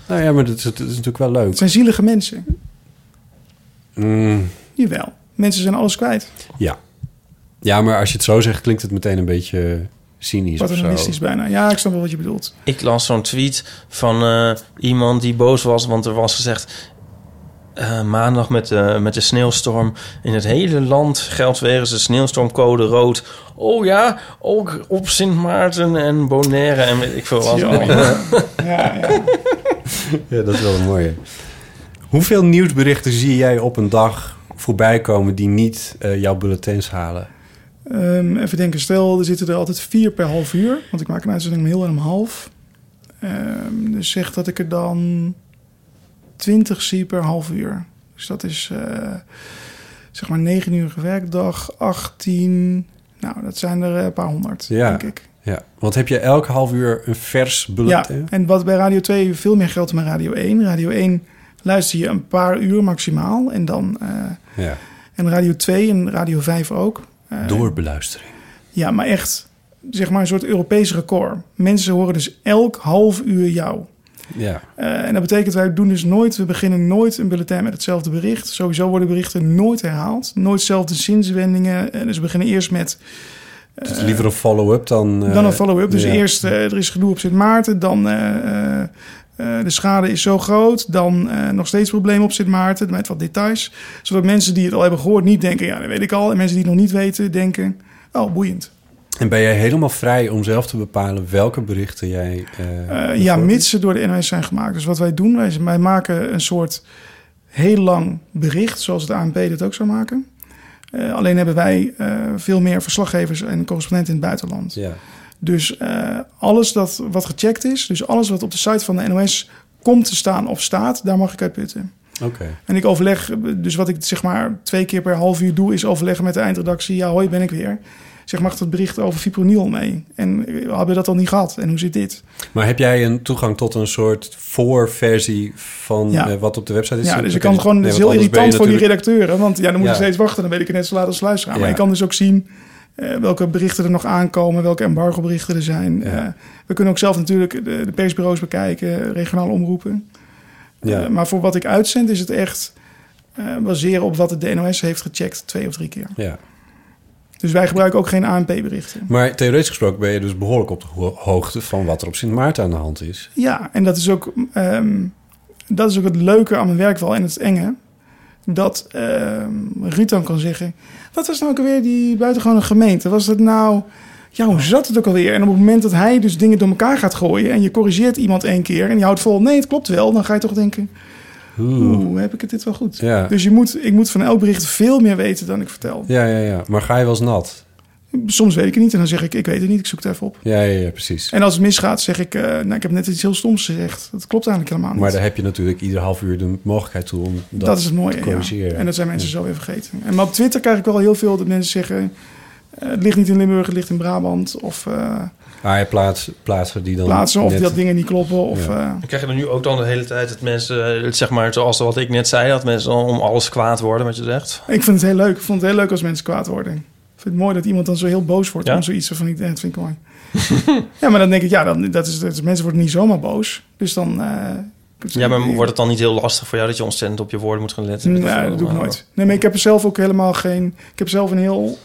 [SPEAKER 7] Nou ja, maar dat is, dat is natuurlijk wel leuk.
[SPEAKER 5] Het zijn zielige mensen.
[SPEAKER 7] Mm,
[SPEAKER 5] Jawel. Mensen zijn alles kwijt.
[SPEAKER 7] ja. ja, maar als je het zo zegt, klinkt het meteen een beetje cynisch of zo.
[SPEAKER 5] Paternalistisch bijna. Ja, ik snap wel wat je bedoelt.
[SPEAKER 6] Ik las zo'n tweet van eh, iemand die boos was, want er was gezegd... eh, maandag met de, met de sneeuwstorm. In het hele land geldt weer eens de sneeuwstormcode rood. Oh ja, ook op Sint Maarten en Bonaire en weet ik veel wat.
[SPEAKER 7] Ja.
[SPEAKER 5] Ja,
[SPEAKER 7] Ja, dat is wel een mooie. Hoeveel nieuwsberichten zie jij op een dag voorbij komen die niet eh, jouw bulletins halen?
[SPEAKER 5] Ehm, even denken, stel, er zitten er altijd vier per half uur. Want ik maak een uitzending om heel en om half. Ehm, dus zeg dat ik er dan 20 zie per half uur. Dus dat is eh, zeg maar 9 uur werkdag, 18. Nou, dat zijn er eh, een paar honderd,
[SPEAKER 7] Ja.
[SPEAKER 5] denk ik.
[SPEAKER 7] Ja, want heb je elk half uur een vers bulletin?
[SPEAKER 5] Ja, en wat bij Radio 2 veel meer geldt dan bij Radio 1. Radio 1 luister je een paar uur maximaal. En dan eh,
[SPEAKER 7] Ja.
[SPEAKER 5] en Radio 2 en Radio 5 ook. Eh,
[SPEAKER 7] Doorbeluistering.
[SPEAKER 5] Ja, maar echt, zeg maar een soort Europees record. Mensen horen dus elk half uur jou.
[SPEAKER 7] Ja.
[SPEAKER 5] Eh, en dat betekent, wij doen dus nooit, we beginnen nooit een bulletin met hetzelfde bericht. Sowieso worden berichten nooit herhaald. Nooit zelfde zinswendingen. Eh, dus we beginnen eerst met
[SPEAKER 7] Dus liever een follow-up dan... eh,
[SPEAKER 5] dan een follow-up. Dus
[SPEAKER 7] ja.
[SPEAKER 5] eerst, eh, er is gedoe op Sint Maarten. Dan eh, eh, eh, de schade is zo groot. Dan eh, nog steeds probleem op Sint Maarten met wat details. Zodat mensen die het al hebben gehoord niet denken, ja, dat weet ik al. En mensen die het nog niet weten, denken, oh, boeiend.
[SPEAKER 7] En ben jij helemaal vrij om zelf te bepalen welke berichten jij... eh,
[SPEAKER 5] Eh, ja, mits ze door de NOS zijn gemaakt. Dus wat wij doen, wij, wij maken een soort heel lang bericht, zoals het ANP dat ook zou maken. Eh, alleen hebben wij eh, veel meer verslaggevers en correspondenten in het buitenland.
[SPEAKER 7] Ja.
[SPEAKER 5] Dus eh, alles dat, wat gecheckt is, dus alles wat op de site van de NOS komt te staan of staat, daar mag ik uit putten.
[SPEAKER 7] Oké.
[SPEAKER 5] En ik overleg, dus wat ik zeg maar twee keer per half uur doe, is overleggen met de eindredactie. Ja, hoi, ben ik weer. Zeg, mag dat bericht over fipronil mee? En eh, hebben we dat al niet gehad? En hoe zit dit?
[SPEAKER 7] Maar heb jij een toegang tot een soort voorversie van
[SPEAKER 5] Ja.
[SPEAKER 7] eh, wat op de website is?
[SPEAKER 5] Ja, dus
[SPEAKER 7] Dan
[SPEAKER 5] ik kan
[SPEAKER 7] je-
[SPEAKER 5] gewoon,
[SPEAKER 7] Nee,
[SPEAKER 5] het is heel
[SPEAKER 7] want anders ben je
[SPEAKER 5] irritant voor die
[SPEAKER 7] natuurlijk-
[SPEAKER 5] redacteuren, want ja, dan moet
[SPEAKER 7] Ja.
[SPEAKER 5] je steeds wachten, dan weet ik het net zo laat als luisteraar. Maar
[SPEAKER 7] Ja.
[SPEAKER 5] ik kan dus ook zien eh, welke berichten er nog aankomen, welke embargo-berichten er zijn. Eh, we kunnen ook zelf natuurlijk de, de persbureaus bekijken, regionaal omroepen.
[SPEAKER 7] Ja.
[SPEAKER 5] Eh, maar voor wat ik uitzend is het echt eh, baseren op wat de NOS heeft gecheckt twee of drie keer.
[SPEAKER 7] Ja.
[SPEAKER 5] Dus wij gebruiken ook geen ANP-berichten.
[SPEAKER 7] Maar theoretisch gesproken ben je dus behoorlijk op de ho- hoogte van wat er op Sint Maarten aan de hand is.
[SPEAKER 5] Ja, en dat is ook, ehm, dat is ook het leuke aan mijn werk wel en het enge. Dat ehm Ruud dan kan zeggen... Wat was nou ook alweer die buitengewone gemeente? Was dat nou... Ja, hoe zat het ook alweer? En op het moment dat hij dus dingen door elkaar gaat gooien... en je corrigeert iemand één keer en je houdt vol... nee, het klopt wel, dan ga je toch denken... oeh, heb ik het dit wel goed?
[SPEAKER 7] Ja.
[SPEAKER 5] Dus je moet, ik moet van elk bericht veel meer weten dan ik vertel.
[SPEAKER 7] Ja, ja, ja. Maar ga je wel eens nat?
[SPEAKER 5] Soms weet ik het niet en dan zeg ik... ik weet het niet, ik zoek het even op.
[SPEAKER 7] Ja, ja, ja precies.
[SPEAKER 5] En als het misgaat zeg ik... eh, nou, ik heb net iets heel stoms gezegd. Dat klopt eigenlijk helemaal niet.
[SPEAKER 7] Maar daar heb je natuurlijk ieder half uur de mogelijkheid toe om dat,
[SPEAKER 5] Dat, is het mooie.
[SPEAKER 7] te
[SPEAKER 5] Ja.
[SPEAKER 7] corrigeren.
[SPEAKER 5] En dat zijn mensen zo weer vergeten. En maar op Twitter krijg ik wel heel veel dat mensen zeggen: eh, het ligt niet in Limburg, het ligt in Brabant. Of eh,
[SPEAKER 7] Ah, ja, plaats, plaatsen die dan
[SPEAKER 5] plaatsen of
[SPEAKER 7] net-
[SPEAKER 5] dat dingen niet kloppen. Of,
[SPEAKER 7] Ja.
[SPEAKER 5] eh,
[SPEAKER 6] Dan krijg je dan nu ook dan de hele tijd dat mensen, eh, zeg maar zoals wat ik net zei, dat mensen dan om alles kwaad worden, wat je zegt.
[SPEAKER 5] eh, ik vind het heel leuk. Ik vond het heel leuk als mensen kwaad worden. Ik vind het mooi dat iemand dan zo heel boos wordt
[SPEAKER 6] Ja?
[SPEAKER 5] om zoiets. Van, ik, eh, dat vind ik mooi. ja, maar dan denk ik, ja, dan, dat is, dat is- mensen worden niet zomaar boos. Dus dan. eh,
[SPEAKER 6] Ja, maar wordt het dan niet heel lastig voor jou dat je ontzettend op je woorden moet gaan letten?
[SPEAKER 5] Nee, dat doe ik nooit. Nee, maar ik heb er zelf ook helemaal geen... Ik heb zelf een heel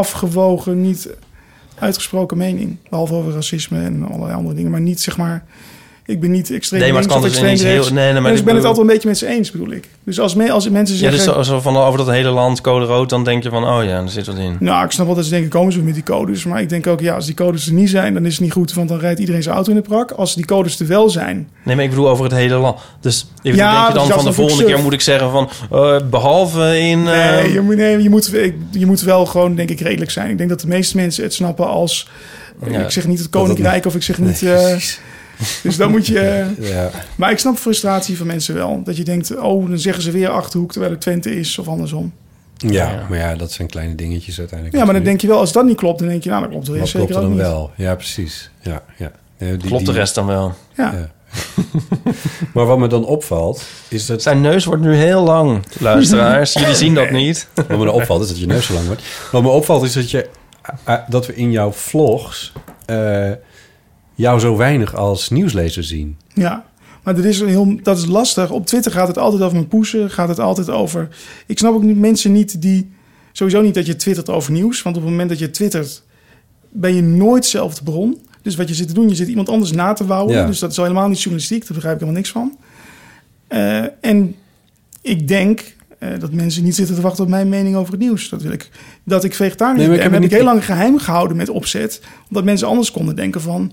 [SPEAKER 5] afgewogen, niet uitgesproken mening. Behalve over racisme en allerlei andere dingen. Maar niet, zeg maar... Ik ben niet extreem
[SPEAKER 6] Nee, maar het
[SPEAKER 5] links of
[SPEAKER 6] kan dus
[SPEAKER 5] extreem
[SPEAKER 6] ineens heel-
[SPEAKER 5] rechts.
[SPEAKER 6] nee, nee, maar
[SPEAKER 5] dus
[SPEAKER 6] ik
[SPEAKER 5] ik ben het
[SPEAKER 6] bedoel-
[SPEAKER 5] altijd een beetje met ze eens, bedoel ik. Dus als, me, als mensen
[SPEAKER 6] Ja,
[SPEAKER 5] zeggen...
[SPEAKER 6] dus als we van over dat hele land code rood, dan denk je van, oh ja, daar zit wat in.
[SPEAKER 5] Nou, ik snap wel dat ze denken, komen ze met die codes? Maar ik denk ook, ja, als die codes er niet zijn, dan is het niet goed. Want dan rijdt iedereen zijn auto in de prak. Als die codes er wel zijn,
[SPEAKER 6] Nee, maar ik bedoel over het hele land. Dus ik
[SPEAKER 5] Ja,
[SPEAKER 6] denk je dan
[SPEAKER 5] dus dat
[SPEAKER 6] van
[SPEAKER 5] is
[SPEAKER 6] de
[SPEAKER 5] natuurlijk
[SPEAKER 6] volgende
[SPEAKER 5] surf.
[SPEAKER 6] keer moet ik zeggen van, eh, behalve in... eh,
[SPEAKER 5] Nee, je moet, nee, je, moet, ik- je moet wel gewoon, denk ik, redelijk zijn. Ik denk dat de meeste mensen het snappen als... eh,
[SPEAKER 6] Ja,
[SPEAKER 5] ik zeg niet het
[SPEAKER 6] dat dat
[SPEAKER 5] koninkrijk
[SPEAKER 6] niet-
[SPEAKER 5] of ik zeg niet... eh, dus dan moet je... eh,
[SPEAKER 7] Ja.
[SPEAKER 5] Maar ik snap frustratie van mensen wel. Dat je denkt, oh, dan zeggen ze weer Achterhoek terwijl het Twente is of andersom.
[SPEAKER 7] Ja, maar ja, dat zijn kleine dingetjes uiteindelijk.
[SPEAKER 5] Ja, maar dan denk je wel, als dat niet klopt, dan denk je, nou, dat klopt er
[SPEAKER 7] Wat
[SPEAKER 5] eerst zeker
[SPEAKER 7] klopt er
[SPEAKER 5] ook
[SPEAKER 7] dan
[SPEAKER 5] niet.
[SPEAKER 7] wel? Ja, precies. Ja, ja. Nee, die-
[SPEAKER 6] Klopt de
[SPEAKER 7] die-
[SPEAKER 6] rest dan wel?
[SPEAKER 5] Ja.
[SPEAKER 7] Maar wat me dan opvalt, is dat...
[SPEAKER 6] Zijn neus wordt nu heel lang, luisteraars. Jullie zien dat niet.
[SPEAKER 7] Wat me dan opvalt, is dat je neus zo lang wordt. Wat me opvalt, is dat, je, eh, eh, dat we in jouw vlogs eh, jou zo weinig als nieuwslezer zien.
[SPEAKER 5] Ja, Maar dat is, een heel, dat is lastig. Op Twitter gaat het altijd over mijn poesen. Gaat het altijd over... Ik snap ook niet- mensen niet die... Sowieso niet dat je twittert over nieuws. Want op het moment dat je twittert... ben je nooit zelf de bron. Dus wat je zit te doen, je zit iemand anders na te wouwen.
[SPEAKER 7] Ja.
[SPEAKER 5] Dus dat is al helemaal niet journalistiek. Daar begrijp ik helemaal niks van. Eh, en ik denk... eh, dat mensen niet zitten te wachten op mijn mening over het nieuws. Dat wil ik. Dat ik vegetariër
[SPEAKER 7] Nee, maar ik
[SPEAKER 5] ben,
[SPEAKER 7] heb het
[SPEAKER 5] heb ik
[SPEAKER 7] niet-
[SPEAKER 5] heel lang geheim gehouden met opzet. Omdat mensen anders konden denken van...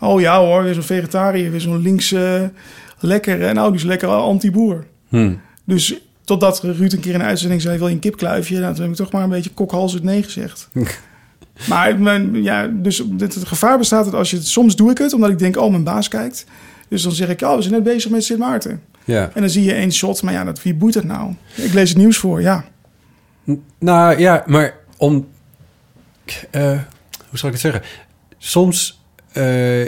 [SPEAKER 5] Oh ja hoor, weer zo'n vegetariër, weer zo'n linkse lekker. En nou, die is lekker anti-boer.
[SPEAKER 7] Hmm.
[SPEAKER 5] Dus totdat Ruud een keer in een uitzending zei... wil je een kipkluifje? Nou, toen heb ik toch maar een beetje kokhalzend nee gezegd. maar mijn, ja, dus het, het gevaar bestaat dat als je... het- Soms doe ik het, omdat ik denk, oh, mijn baas kijkt. Dus dan zeg ik, oh, we zijn net bezig met Sint Maarten.
[SPEAKER 7] Ja.
[SPEAKER 5] En dan zie je één shot, maar ja, dat, wie boeit dat nou? Ik lees het nieuws voor, ja.
[SPEAKER 7] Nou ja, maar om. eh, hoe zal ik het zeggen? Soms eh,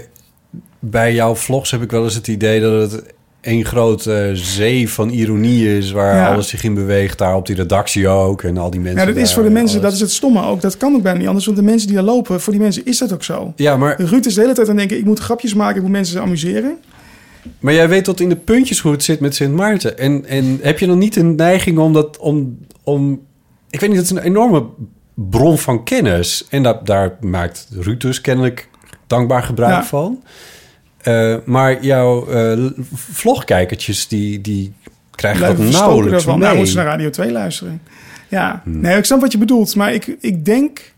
[SPEAKER 7] bij jouw vlogs heb ik wel eens het idee dat het één grote eh, zee van ironie is waar
[SPEAKER 5] Ja.
[SPEAKER 7] alles zich in beweegt. Daar op die redactie ook en al die mensen.
[SPEAKER 5] Ja, dat is
[SPEAKER 7] daar.
[SPEAKER 5] voor de mensen, dat is het stomme ook. Dat kan ook bijna niet anders, want de mensen die daar lopen, voor die mensen is dat ook zo.
[SPEAKER 7] Ja, maar,
[SPEAKER 5] Ruud is de hele tijd aan het denken, ik moet grapjes maken, ik moet mensen amuseren.
[SPEAKER 7] maar jij weet tot in de puntjes hoe het zit met Sint Maarten. En, en heb je dan niet een neiging om dat. Om, om, ik weet niet, dat is een enorme bron van kennis. En dat, daar maakt Ruud dus kennelijk dankbaar gebruik
[SPEAKER 5] Ja.
[SPEAKER 7] van. Eh, maar jouw eh, vlogkijkertjes, die, die krijgen
[SPEAKER 5] Blijven
[SPEAKER 7] dat
[SPEAKER 5] verstoken Nou,
[SPEAKER 7] nauwelijks
[SPEAKER 5] daarvan.
[SPEAKER 7] mee.
[SPEAKER 5] Daar moeten ze naar Radio 2 luisteren. Ja,
[SPEAKER 7] Hmm.
[SPEAKER 5] nee, ik snap wat je bedoelt, maar ik, ik denk...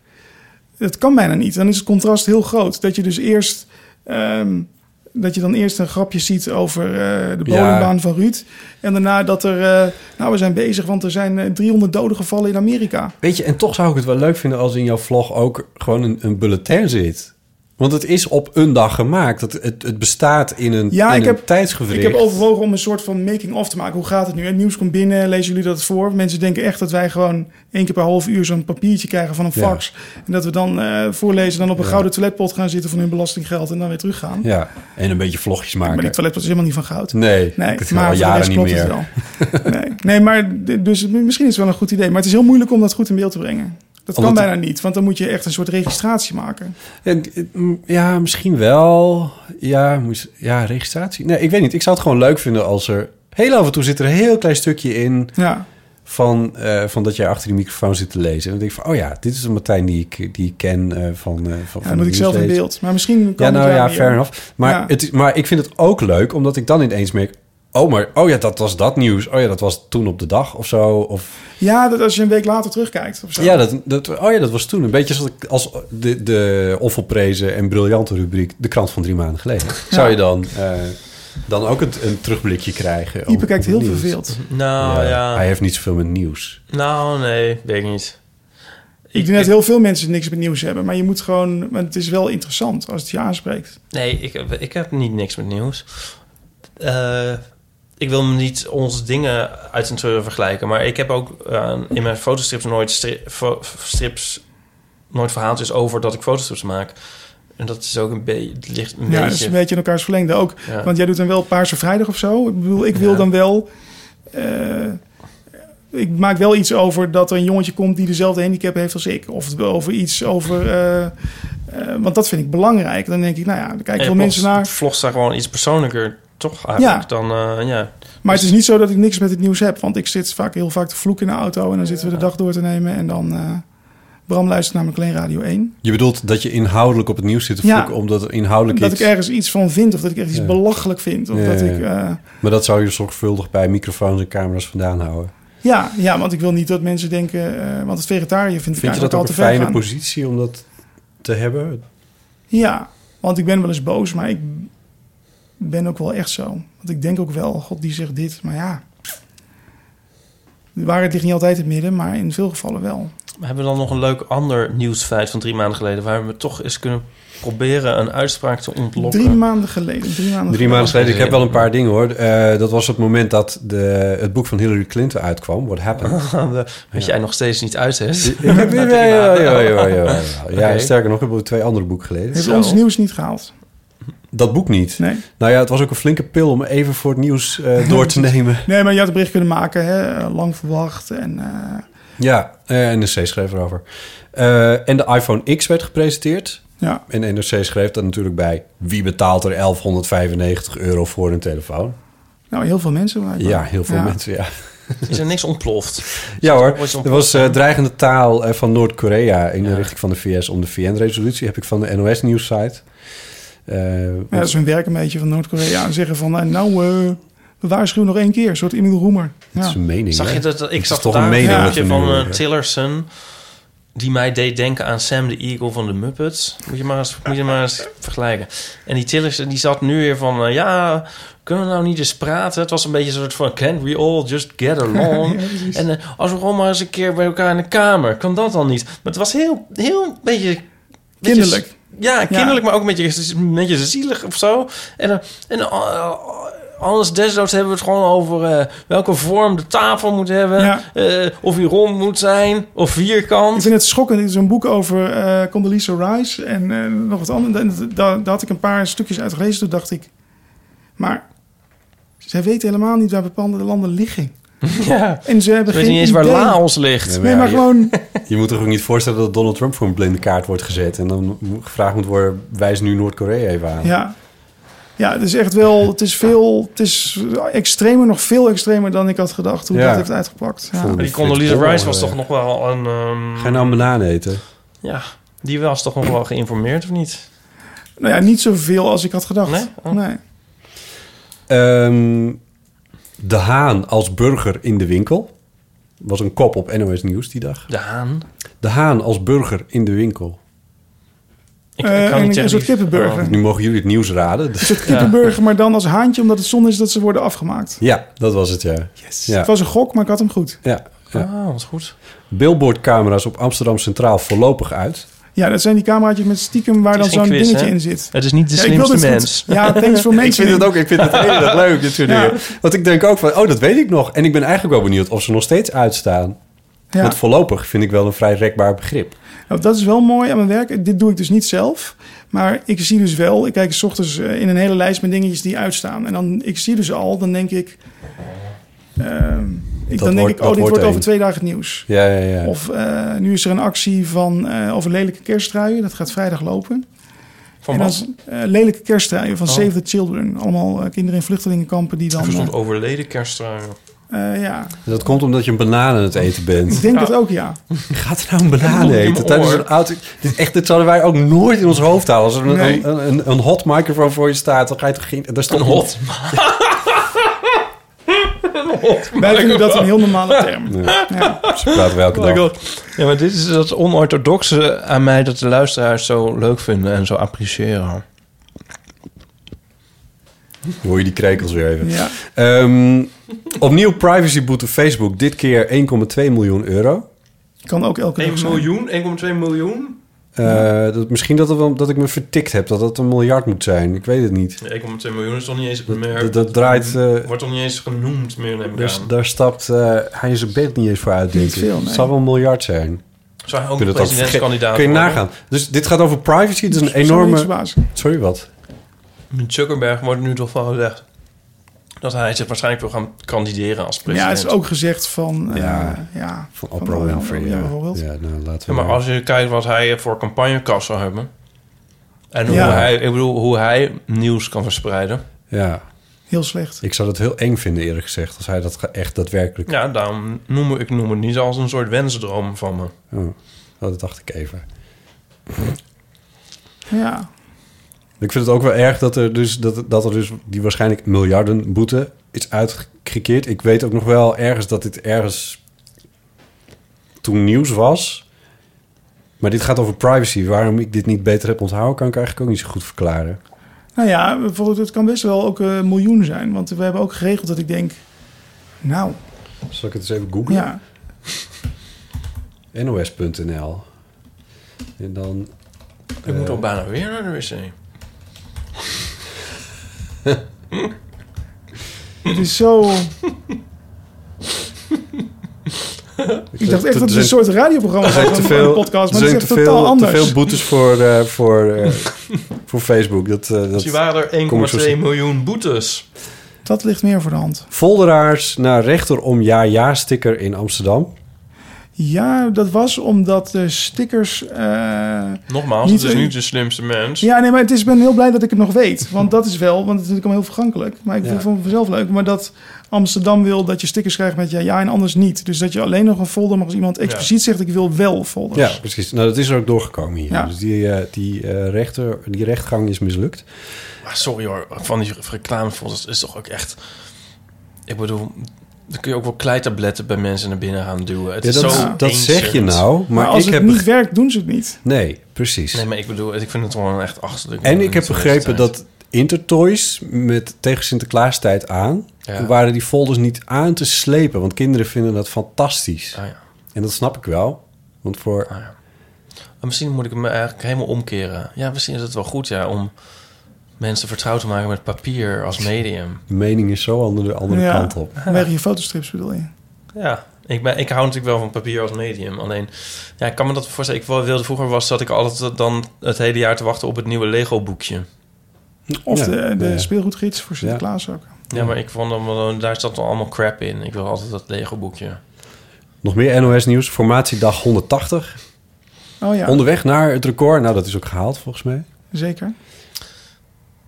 [SPEAKER 5] Dat kan bijna niet. Dan is het contrast heel groot. Dat je dus eerst... ehm, dat je dan eerst een grapje ziet over eh,
[SPEAKER 7] Ja.
[SPEAKER 5] de bowlingbaan van Ruud. En daarna dat er... eh, nou, we zijn bezig, want er zijn eh, 300 doden gevallen in Amerika.
[SPEAKER 7] Weet je, en toch zou ik het wel leuk vinden als in jouw vlog ook gewoon een, een bulletin zit. Want het is op een dag gemaakt. Het, het, het bestaat in een,
[SPEAKER 5] Ja,
[SPEAKER 7] in
[SPEAKER 5] ik
[SPEAKER 7] een
[SPEAKER 5] heb-
[SPEAKER 7] tijdsgewricht.
[SPEAKER 5] Ik heb overwogen om een soort van making-of te maken. Hoe gaat het nu? Het nieuws komt binnen, lezen jullie dat voor? Mensen denken echt dat wij gewoon één keer per half uur zo'n papiertje krijgen van een
[SPEAKER 7] Ja.
[SPEAKER 5] fax. En dat we dan eh, voorlezen, dan op een
[SPEAKER 7] Ja.
[SPEAKER 5] gouden toiletpot gaan zitten van hun belastinggeld en dan weer teruggaan.
[SPEAKER 7] Ja, en een beetje vlogjes maken.
[SPEAKER 5] Maar die toiletpot is helemaal niet van goud.
[SPEAKER 7] Nee,
[SPEAKER 5] nee
[SPEAKER 7] ik
[SPEAKER 5] maar
[SPEAKER 7] al
[SPEAKER 5] voor de
[SPEAKER 7] jaren
[SPEAKER 5] rest
[SPEAKER 7] niet
[SPEAKER 5] klopt
[SPEAKER 7] meer.
[SPEAKER 5] het wel. Nee, nee maar d- dus, misschien is het wel een goed idee. Maar het is heel moeilijk om dat goed in beeld te brengen. Dat kan
[SPEAKER 7] Omdat-
[SPEAKER 5] bijna niet, want dan moet je echt een soort registratie maken.
[SPEAKER 7] En, mm, ja, misschien wel. Ja, moest, ja, registratie. Nee, ik weet niet. Ik zou het gewoon leuk vinden als er... Heel af en toe zit er een heel klein stukje in...
[SPEAKER 5] Ja.
[SPEAKER 7] Van, eh, van dat jij achter die microfoon zit te lezen. En dan denk ik van, oh ja, dit is een Martijn die ik, die ik ken eh, van, eh, van- van...
[SPEAKER 5] Ja,
[SPEAKER 7] de
[SPEAKER 5] dan moet ik zelf in
[SPEAKER 7] nieuwslezer.
[SPEAKER 5] beeld. Maar misschien kan
[SPEAKER 7] Ja, nou
[SPEAKER 5] het
[SPEAKER 7] ja,
[SPEAKER 5] weer.
[SPEAKER 7] fair enough. Maar,
[SPEAKER 5] Ja.
[SPEAKER 7] het, is- maar ik vind het ook leuk, omdat ik dan ineens merk... Oh, maar, oh ja, dat was dat nieuws. Oh ja, dat was toen op de dag of zo. Of,
[SPEAKER 5] Ja, dat als je een week later terugkijkt of zo.
[SPEAKER 7] ja, dat, dat, oh ja, dat was toen. Een beetje zoals ik- als de, de onvolprezen en briljante rubriek... De krant van drie maanden geleden. Zou je dan, eh, dan ook een, een terugblikje krijgen?
[SPEAKER 5] Ipe
[SPEAKER 7] op-
[SPEAKER 5] kijkt
[SPEAKER 7] op het
[SPEAKER 5] heel
[SPEAKER 7] nieuws?
[SPEAKER 5] verveeld.
[SPEAKER 6] Nou, ja.
[SPEAKER 7] Hij heeft niet zoveel met nieuws.
[SPEAKER 6] Nou, nee, weet ik niet.
[SPEAKER 5] Ik denk dat heel veel mensen niks met nieuws hebben. Maar je moet gewoon... Want het is wel interessant als het je aanspreekt.
[SPEAKER 6] Nee, ik, heb- ik heb niet niks met nieuws. Eh, ik wil niet onze dingen uit en treuren vergelijken. Maar ik heb ook eh, in mijn fotostrips nooit stri- fo- strips, nooit verhaaltjes over dat ik fotostrips maak. En dat is ook een, be het ligt een
[SPEAKER 5] ja, dat is
[SPEAKER 6] beetje...
[SPEAKER 5] een beetje in elkaars verlengde ook.
[SPEAKER 6] Ja.
[SPEAKER 5] Want jij doet dan wel Paarse Vrijdag of zo. Ik bedoel, ik wil
[SPEAKER 6] Ja.
[SPEAKER 5] dan wel... eh, ik maak wel iets over dat er een jongetje komt die dezelfde handicap heeft als ik. Of het- over iets over... eh, eh, want dat vind ik belangrijk. Dan denk ik, nou ja, dan kijken veel mensen naar.
[SPEAKER 6] Vlogs zijn gewoon iets persoonlijker, toch eigenlijk?
[SPEAKER 5] Ja.
[SPEAKER 6] Dan, eh, ja.
[SPEAKER 5] Maar het is niet zo dat ik niks met het nieuws heb. Want ik zit vaak heel vaak te vloeken in de auto. En dan zitten we de dag door te nemen. En dan... eh, Bram luistert naar mijn Klein Radio 1.
[SPEAKER 7] Je bedoelt dat je inhoudelijk op het nieuws zit te
[SPEAKER 5] Ja.
[SPEAKER 7] vloeken... omdat er inhoudelijk
[SPEAKER 5] dat
[SPEAKER 7] iets...
[SPEAKER 5] ik ergens iets van vind of dat ik ergens iets
[SPEAKER 7] Ja.
[SPEAKER 5] belachelijk vind. Of
[SPEAKER 7] Ja,
[SPEAKER 5] dat
[SPEAKER 7] ja,
[SPEAKER 5] ik,
[SPEAKER 7] ja.
[SPEAKER 5] eh,
[SPEAKER 7] Maar dat zou je zorgvuldig bij microfoons en camera's vandaan houden.
[SPEAKER 5] ja, ja, want ik wil niet dat mensen denken, eh, want het vegetariër vind ik
[SPEAKER 7] Vind je dat
[SPEAKER 5] eigenlijk
[SPEAKER 7] ook
[SPEAKER 5] al
[SPEAKER 7] een
[SPEAKER 5] te ver
[SPEAKER 7] fijne
[SPEAKER 5] gaan.
[SPEAKER 7] positie om dat te hebben?
[SPEAKER 5] Ja, want ik ben wel eens boos, maar ik ben ook wel echt zo. Want ik denk ook wel, god die zegt dit, maar ja. De waarheid ligt niet altijd in het midden, maar in veel gevallen wel.
[SPEAKER 6] We hebben dan nog een leuk ander nieuwsfeit van drie maanden geleden... waar we toch eens kunnen proberen een uitspraak te ontlokken.
[SPEAKER 5] Drie maanden geleden. Drie maanden
[SPEAKER 7] Drie maanden geleden, ik heb wel een paar dingen hoor. Eh, dat was het moment dat de, het boek van Hillary Clinton uitkwam, What Happened.
[SPEAKER 6] Wat jij nog steeds niet uit hebt.
[SPEAKER 7] Ik heb ja,
[SPEAKER 6] Na drie
[SPEAKER 7] ja, ja,
[SPEAKER 6] maanden.
[SPEAKER 7] ja, ja, ja, ja. Ja,
[SPEAKER 6] Oké.
[SPEAKER 7] sterker nog, ik heb twee andere boeken gelezen.
[SPEAKER 5] Heeft ons nieuws niet gehaald.
[SPEAKER 7] Dat boek niet.
[SPEAKER 5] Nee.
[SPEAKER 7] Nou ja, het was ook een flinke pil om even voor het nieuws eh, door te nemen.
[SPEAKER 5] Nee, maar je had het bericht kunnen maken, hè? eh, lang verwacht. En, eh,
[SPEAKER 7] Ja, eh, NRC schreef erover. Eh, en de iPhone X werd gepresenteerd.
[SPEAKER 5] Ja.
[SPEAKER 7] En NRC schreef dat natuurlijk bij. Wie betaalt er 1195 euro voor een telefoon?
[SPEAKER 5] Nou, heel veel mensen. blijkbaar.
[SPEAKER 7] Ja, heel veel mensen, ja.
[SPEAKER 6] Is er niks ontploft?
[SPEAKER 7] Ja hoor,
[SPEAKER 6] Ooit zo'n
[SPEAKER 7] er was eh, dreigende taal eh, van Noord-Korea in de richting van de VS om de VN-resolutie. Heb ik van de NOS-nieuwssite. Eh,
[SPEAKER 5] Ja, dat is hun werk een beetje van Noord-Korea. En zeggen van, eh, nou, eh we waarschuwen nog één keer. Een soort Emiel Roemer. Ja.
[SPEAKER 7] is een mening.
[SPEAKER 6] Zag je
[SPEAKER 7] hè?
[SPEAKER 6] dat? Ik
[SPEAKER 7] is
[SPEAKER 6] zag
[SPEAKER 7] toch
[SPEAKER 6] daar
[SPEAKER 7] een mening.
[SPEAKER 6] een
[SPEAKER 7] wat we
[SPEAKER 6] filmpje
[SPEAKER 7] nu
[SPEAKER 6] van eh,
[SPEAKER 7] horen.
[SPEAKER 6] Tillerson. Die mij deed denken aan Sam de Eagle van de Muppets. Moet je maar eens, moet je maar eens vergelijken. En die Tillerson die zat nu weer van... eh, ja, kunnen we nou niet eens praten? Het was een beetje een soort van... Can't we all just get along?
[SPEAKER 12] Ja, precies.
[SPEAKER 6] en eh, als we gewoon maar eens een keer bij elkaar in de kamer... Kan dat dan niet? Maar het was heel, heel beetje... beetje-
[SPEAKER 5] Kinderlijk.
[SPEAKER 6] ja, kinderlijk, maar ook een beetje, een beetje zielig of zo. En, eh, en eh, anders desnoods hebben we het gewoon over eh, welke vorm de tafel moet hebben. eh, of hij rond moet zijn, of vierkant.
[SPEAKER 5] Ik vind het schokkend. Er is een boek over eh Condoleezza Rice en eh, nog wat anders. En da- Daar had ik een paar stukjes uit gelezen. Toen dacht ik, maar zij weten helemaal niet waar bepaalde landen liggen.
[SPEAKER 6] Ja.
[SPEAKER 5] En ze hebben
[SPEAKER 6] Ze
[SPEAKER 5] geen
[SPEAKER 6] weten niet eens waar
[SPEAKER 5] idee.
[SPEAKER 6] Laos ligt.
[SPEAKER 5] Nee, maar
[SPEAKER 7] ja,
[SPEAKER 5] gewoon...
[SPEAKER 7] Je moet toch ook niet voorstellen dat Donald Trump voor een blinde kaart wordt gezet. En dan gevraagd moet worden, wijs nu Noord-Korea even aan.
[SPEAKER 5] Ja. ja, het is echt wel... Het is veel... Het is extremer, nog veel extremer dan ik had gedacht hoe
[SPEAKER 7] Ja.
[SPEAKER 5] dat heeft uitgepakt. Ja.
[SPEAKER 7] Voelde
[SPEAKER 6] Maar die
[SPEAKER 7] Frits
[SPEAKER 6] Condoleezza
[SPEAKER 7] Bommel,
[SPEAKER 6] Rice was
[SPEAKER 7] eh,
[SPEAKER 6] toch nog wel een... ehm,
[SPEAKER 7] Ga je nou een banaan eten?
[SPEAKER 6] ja, die was toch nog wel geïnformeerd, of niet?
[SPEAKER 5] Nou ja, niet zoveel als ik had gedacht. Nee?
[SPEAKER 7] Ehm, de Haan als burger in de winkel. Was een kop op NOS Nieuws die dag.
[SPEAKER 6] De Haan?
[SPEAKER 7] De Haan als burger in de winkel.
[SPEAKER 5] Eh, niet en een tegen soort die- kippenburger.
[SPEAKER 7] Nu mogen jullie het nieuws raden. dus-
[SPEAKER 5] Kippenburger, maar dan als haantje, omdat het zonde is dat ze worden afgemaakt.
[SPEAKER 7] Ja, dat was het, ja. ja.
[SPEAKER 5] Het was een gok, maar ik had hem goed.
[SPEAKER 7] ja, ja.
[SPEAKER 6] Ah, wat goed.
[SPEAKER 7] Billboardcamera's op Amsterdam Centraal voorlopig uit.
[SPEAKER 5] Ja, dat zijn die cameraatjes met stiekem waar
[SPEAKER 6] Het
[SPEAKER 5] dan
[SPEAKER 6] is
[SPEAKER 5] zo'n
[SPEAKER 6] geen quiz,
[SPEAKER 5] dingetje
[SPEAKER 6] hè?
[SPEAKER 5] in zit.
[SPEAKER 6] Het is niet de
[SPEAKER 5] Ja, ik wil
[SPEAKER 6] slimste
[SPEAKER 5] dit
[SPEAKER 6] mens.
[SPEAKER 5] goed- Ja, thanks voor mensen.
[SPEAKER 7] Ik vind het ook, ik vind het heel erg leuk, dit soort
[SPEAKER 5] Ja.
[SPEAKER 7] dingen. Want ik denk ook van, oh, dat weet ik nog. En ik ben eigenlijk wel benieuwd of ze nog steeds uitstaan.
[SPEAKER 5] Ja.
[SPEAKER 7] Want voorlopig vind ik wel een vrij rekbaar begrip.
[SPEAKER 5] Nou, dat is wel mooi aan mijn werk. Dit doe ik dus niet zelf. Maar ik zie dus wel, ik kijk 's ochtends eh, in een hele lijst met dingetjes die uitstaan. En dan, ik zie dus al, dan denk ik, ehm, ik
[SPEAKER 7] Dat
[SPEAKER 5] dan denk
[SPEAKER 7] wordt-
[SPEAKER 5] ik,
[SPEAKER 7] dat
[SPEAKER 5] oh,
[SPEAKER 7] wordt
[SPEAKER 5] dit wordt over
[SPEAKER 7] één.
[SPEAKER 5] twee dagen het nieuws.
[SPEAKER 7] Ja, ja, ja.
[SPEAKER 5] Of eh, nu is er een actie van, eh, over lelijke kerstruien. Dat gaat vrijdag lopen.
[SPEAKER 6] Van
[SPEAKER 5] en dan
[SPEAKER 6] wat?
[SPEAKER 5] is- eh, lelijke kerstruien van
[SPEAKER 6] Oh.
[SPEAKER 5] Save the Children. Allemaal eh, kinderen in vluchtelingenkampen die dan...
[SPEAKER 6] Ik verstond
[SPEAKER 5] eh,
[SPEAKER 6] overleden kerstrui.
[SPEAKER 5] eh, ja,
[SPEAKER 7] Dat komt omdat je een banaan aan het eten bent.
[SPEAKER 5] ik denk het ook, ja.
[SPEAKER 7] Gaat er nou een banaan
[SPEAKER 5] Doe je
[SPEAKER 7] eten
[SPEAKER 5] mijn
[SPEAKER 7] tijdens
[SPEAKER 5] oor.
[SPEAKER 7] een auto? Dit, echt, dit zouden wij ook nooit in ons hoofd halen. Als er een,
[SPEAKER 5] Nee.
[SPEAKER 7] een, een, een hot microfoon voor je staat, dan ga je toch geen... Daar stond
[SPEAKER 6] Een hot
[SPEAKER 5] Wij vinden dat een heel normale term.
[SPEAKER 6] Ja.
[SPEAKER 5] Ja.
[SPEAKER 7] Ze praten we elke
[SPEAKER 6] Oh my
[SPEAKER 7] dag.
[SPEAKER 6] God. Ja, maar dit is dat onorthodoxe aan mij dat de luisteraars zo leuk vinden en zo appreciëren.
[SPEAKER 7] Hoor je die krekels weer even.
[SPEAKER 6] Ja.
[SPEAKER 7] Ehm, opnieuw privacyboete Facebook. Dit keer 1,2 miljoen euro.
[SPEAKER 5] Kan ook elke dag
[SPEAKER 6] 1
[SPEAKER 5] zijn.
[SPEAKER 6] miljoen, 1,2 miljoen?
[SPEAKER 7] Eh, dat, misschien dat, het wel- dat ik me vertikt heb. Dat dat een miljard moet zijn. Ik weet het niet.
[SPEAKER 6] 1,2 miljoen is toch niet eens meer...
[SPEAKER 7] dat- dat draait, eh,
[SPEAKER 6] wordt toch niet eens genoemd meer, neem ik
[SPEAKER 7] Dus
[SPEAKER 6] aan.
[SPEAKER 7] daar stapt eh, hij zijn bed niet eens voor uit, denk
[SPEAKER 6] Niet
[SPEAKER 7] ik.
[SPEAKER 6] veel, nee.
[SPEAKER 7] Het zou wel een miljard zijn.
[SPEAKER 6] Zou hij ook
[SPEAKER 7] Ik vind
[SPEAKER 6] een
[SPEAKER 7] het verge-
[SPEAKER 6] presidentskandidaat
[SPEAKER 7] Kun je
[SPEAKER 6] worden?
[SPEAKER 7] nagaan. Dus dit gaat over privacy. Het is een
[SPEAKER 6] Zou me niet
[SPEAKER 7] enorme...
[SPEAKER 6] verbazen.
[SPEAKER 7] Sorry, wat?
[SPEAKER 6] Zuckerberg wordt nu toch wel gezegd dat hij zich waarschijnlijk wil gaan kandideren als president.
[SPEAKER 5] Ja, het is ook gezegd van... eh,
[SPEAKER 6] Ja.
[SPEAKER 5] ja. van
[SPEAKER 7] Oprah Winfrey, ja.
[SPEAKER 5] bijvoorbeeld.
[SPEAKER 7] Ja, nou, laten we
[SPEAKER 6] Ja, maar
[SPEAKER 7] maar-
[SPEAKER 6] als je kijkt wat hij voor campagnekas zou hebben... en hoe,
[SPEAKER 5] Ja.
[SPEAKER 6] hij, ik bedoel, hoe hij nieuws kan verspreiden...
[SPEAKER 7] Ja.
[SPEAKER 5] Heel slecht.
[SPEAKER 7] Ik zou dat heel eng vinden, eerlijk gezegd. Als hij dat ge- echt daadwerkelijk...
[SPEAKER 6] Ja, daarom noem ik, ik noem het niet als een soort wensdroom van me.
[SPEAKER 7] Oh, oh, dat dacht ik even.
[SPEAKER 5] Ja.
[SPEAKER 7] Ik vind het ook wel erg dat er dus, dat, dat er dus die waarschijnlijk miljarden boete is uitgekeerd. Ik weet ook nog wel ergens dat dit ergens toen nieuws was. Maar dit gaat over privacy. Waarom ik dit niet beter heb onthouden, kan ik eigenlijk ook niet zo goed verklaren.
[SPEAKER 5] Nou ja, bijvoorbeeld, het kan best wel ook eh, een miljoen zijn. Want we hebben ook geregeld dat ik denk... Nou,
[SPEAKER 7] Zal ik het eens even googlen?
[SPEAKER 5] ja.
[SPEAKER 7] NOS.nl. En dan...
[SPEAKER 6] Ik moet al bijna Nou, weer naar de wc.
[SPEAKER 5] Het is zo... Ik dacht echt dat het een soort radioprogramma
[SPEAKER 7] Er
[SPEAKER 5] was
[SPEAKER 7] zijn
[SPEAKER 5] van
[SPEAKER 7] te
[SPEAKER 5] van een
[SPEAKER 7] veel,
[SPEAKER 5] podcast, maar
[SPEAKER 7] er
[SPEAKER 5] het
[SPEAKER 7] zijn
[SPEAKER 5] is echt
[SPEAKER 7] te veel,
[SPEAKER 5] totaal anders.
[SPEAKER 7] te veel boetes voor, eh, voor, eh, voor Facebook. Dat, eh, dat
[SPEAKER 6] Dus waren er
[SPEAKER 7] kom ik zo
[SPEAKER 6] 1,2
[SPEAKER 7] snel.
[SPEAKER 6] miljoen boetes.
[SPEAKER 5] Dat ligt meer voor de hand.
[SPEAKER 7] Volderaars naar rechter om ja-ja-sticker in Amsterdam.
[SPEAKER 5] Ja, dat was omdat de stickers. eh,
[SPEAKER 6] Nogmaals,
[SPEAKER 5] Niet
[SPEAKER 6] het is
[SPEAKER 5] een-
[SPEAKER 6] niet de slimste mens.
[SPEAKER 5] Ja, nee, maar het is, ik ben heel blij dat ik het nog weet. Want dat is wel, want het is natuurlijk allemaal heel vergankelijk. Maar ik
[SPEAKER 6] Ja.
[SPEAKER 5] vind het vanzelf leuk. Maar dat Amsterdam wil dat je stickers krijgt met ja, ja en anders niet. Dus dat je alleen nog een folder mag als iemand expliciet zegt... ik wil wel folders.
[SPEAKER 7] Ja, precies. Nou, dat is er ook doorgekomen hier.
[SPEAKER 5] Ja.
[SPEAKER 7] Dus die, eh, die, eh, rechter, die rechtgang is mislukt.
[SPEAKER 6] Maar sorry hoor, van die reclamefolders is toch ook echt... Ik bedoel, dan kun je ook wel kleitabletten bij mensen naar binnen gaan duwen. Het
[SPEAKER 7] Ja,
[SPEAKER 6] is
[SPEAKER 7] dat-
[SPEAKER 6] zo
[SPEAKER 7] dat zeg je
[SPEAKER 6] ancient.
[SPEAKER 7] nou, maar
[SPEAKER 5] Maar als
[SPEAKER 7] ik
[SPEAKER 5] het
[SPEAKER 7] heb
[SPEAKER 5] niet werkt, doen ze het niet.
[SPEAKER 7] Nee, precies.
[SPEAKER 6] Nee, maar ik bedoel, ik vind het wel een echt achterlijk.
[SPEAKER 7] En ik heb begrepen dat Intertoys met tegen Sinterklaastijd aan...
[SPEAKER 6] Ja.
[SPEAKER 7] waren die folders niet aan te slepen. Want kinderen vinden dat fantastisch.
[SPEAKER 6] Ah,
[SPEAKER 7] En dat snap ik wel. Want voor...
[SPEAKER 6] Misschien moet ik hem eigenlijk helemaal omkeren. Ja, misschien is het wel goed ja, om mensen vertrouwd te maken met papier als medium.
[SPEAKER 7] De mening is zo andere, andere
[SPEAKER 5] ja,
[SPEAKER 7] kant op.
[SPEAKER 5] Vanwege je fotostrips bedoel je.
[SPEAKER 6] Ja, ik, ben, ik hou natuurlijk wel van papier als medium. Alleen, ja, ik kan me dat voorstellen. Ik wel wilde vroeger was dat ik altijd dan het hele jaar te wachten op het nieuwe Lego boekje.
[SPEAKER 5] Of
[SPEAKER 6] Ja,
[SPEAKER 5] de, de
[SPEAKER 6] ja.
[SPEAKER 5] speelgoedgids voor Sinterklaas ook.
[SPEAKER 6] Ja, maar ik vond dan wel- daar zat dan allemaal crap in. Ik wil altijd dat Lego boekje.
[SPEAKER 7] Nog meer NOS-nieuws. Formatiedag 180.
[SPEAKER 5] Oh ja,
[SPEAKER 7] Onderweg naar het record. Nou, dat is ook gehaald volgens mij.
[SPEAKER 5] zeker.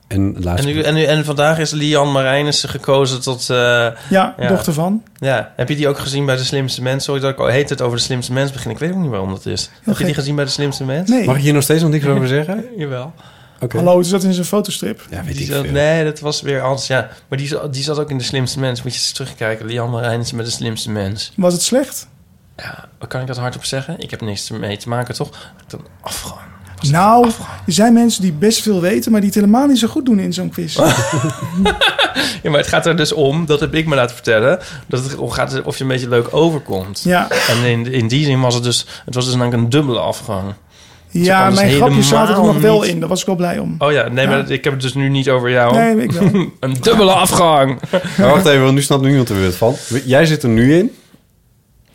[SPEAKER 7] En de
[SPEAKER 6] En,
[SPEAKER 7] laatste...
[SPEAKER 6] nu, en, nu, en vandaag is Lian Marijnissen gekozen tot... eh,
[SPEAKER 5] Ja, dochter van.
[SPEAKER 6] Ja, heb je die ook gezien bij De Slimste Mens? Sorry dat ik al heet het over De Slimste Mens begin. Ik weet ook niet waarom dat is. heb je
[SPEAKER 5] gek.
[SPEAKER 6] die gezien bij De Slimste Mens?
[SPEAKER 5] Nee. Mag ik hier
[SPEAKER 7] nog steeds nog niks over zeggen?
[SPEAKER 6] Jawel.
[SPEAKER 5] Hallo, is dat in zijn fotostrip?
[SPEAKER 7] Ja,
[SPEAKER 6] Die zat- nee, dat was weer anders, ja. Maar die, zat- die zat ook in De Slimste Mens. Moet je eens terugkijken. Lian Marijnissen met De Slimste Mens.
[SPEAKER 5] Was het slecht?
[SPEAKER 6] Kan ik dat hardop zeggen? Ik heb niks ermee te maken, toch? Dan afgaan.
[SPEAKER 5] Nou, er zijn mensen die best veel weten... maar die het helemaal niet zo goed doen in zo'n quiz.
[SPEAKER 6] Ja, maar het gaat er dus om, dat heb ik me laten vertellen... dat het om gaat of je een beetje leuk overkomt.
[SPEAKER 5] Ja.
[SPEAKER 6] En in, in die zin was het dus... het was dus namelijk een dubbele afgang. Ze
[SPEAKER 5] Ja,
[SPEAKER 6] kan dus
[SPEAKER 5] mijn grapjes zaten er
[SPEAKER 6] helemaal
[SPEAKER 5] nog wel
[SPEAKER 6] niet-
[SPEAKER 5] in. Daar was ik wel blij om.
[SPEAKER 6] Oh ja, nee, maar ik heb het dus nu niet over jou.
[SPEAKER 5] Nee, ik wel.
[SPEAKER 6] een dubbele afgang.
[SPEAKER 7] Maar wacht even, want nu snapt niemand er weer van. Jij zit er nu in.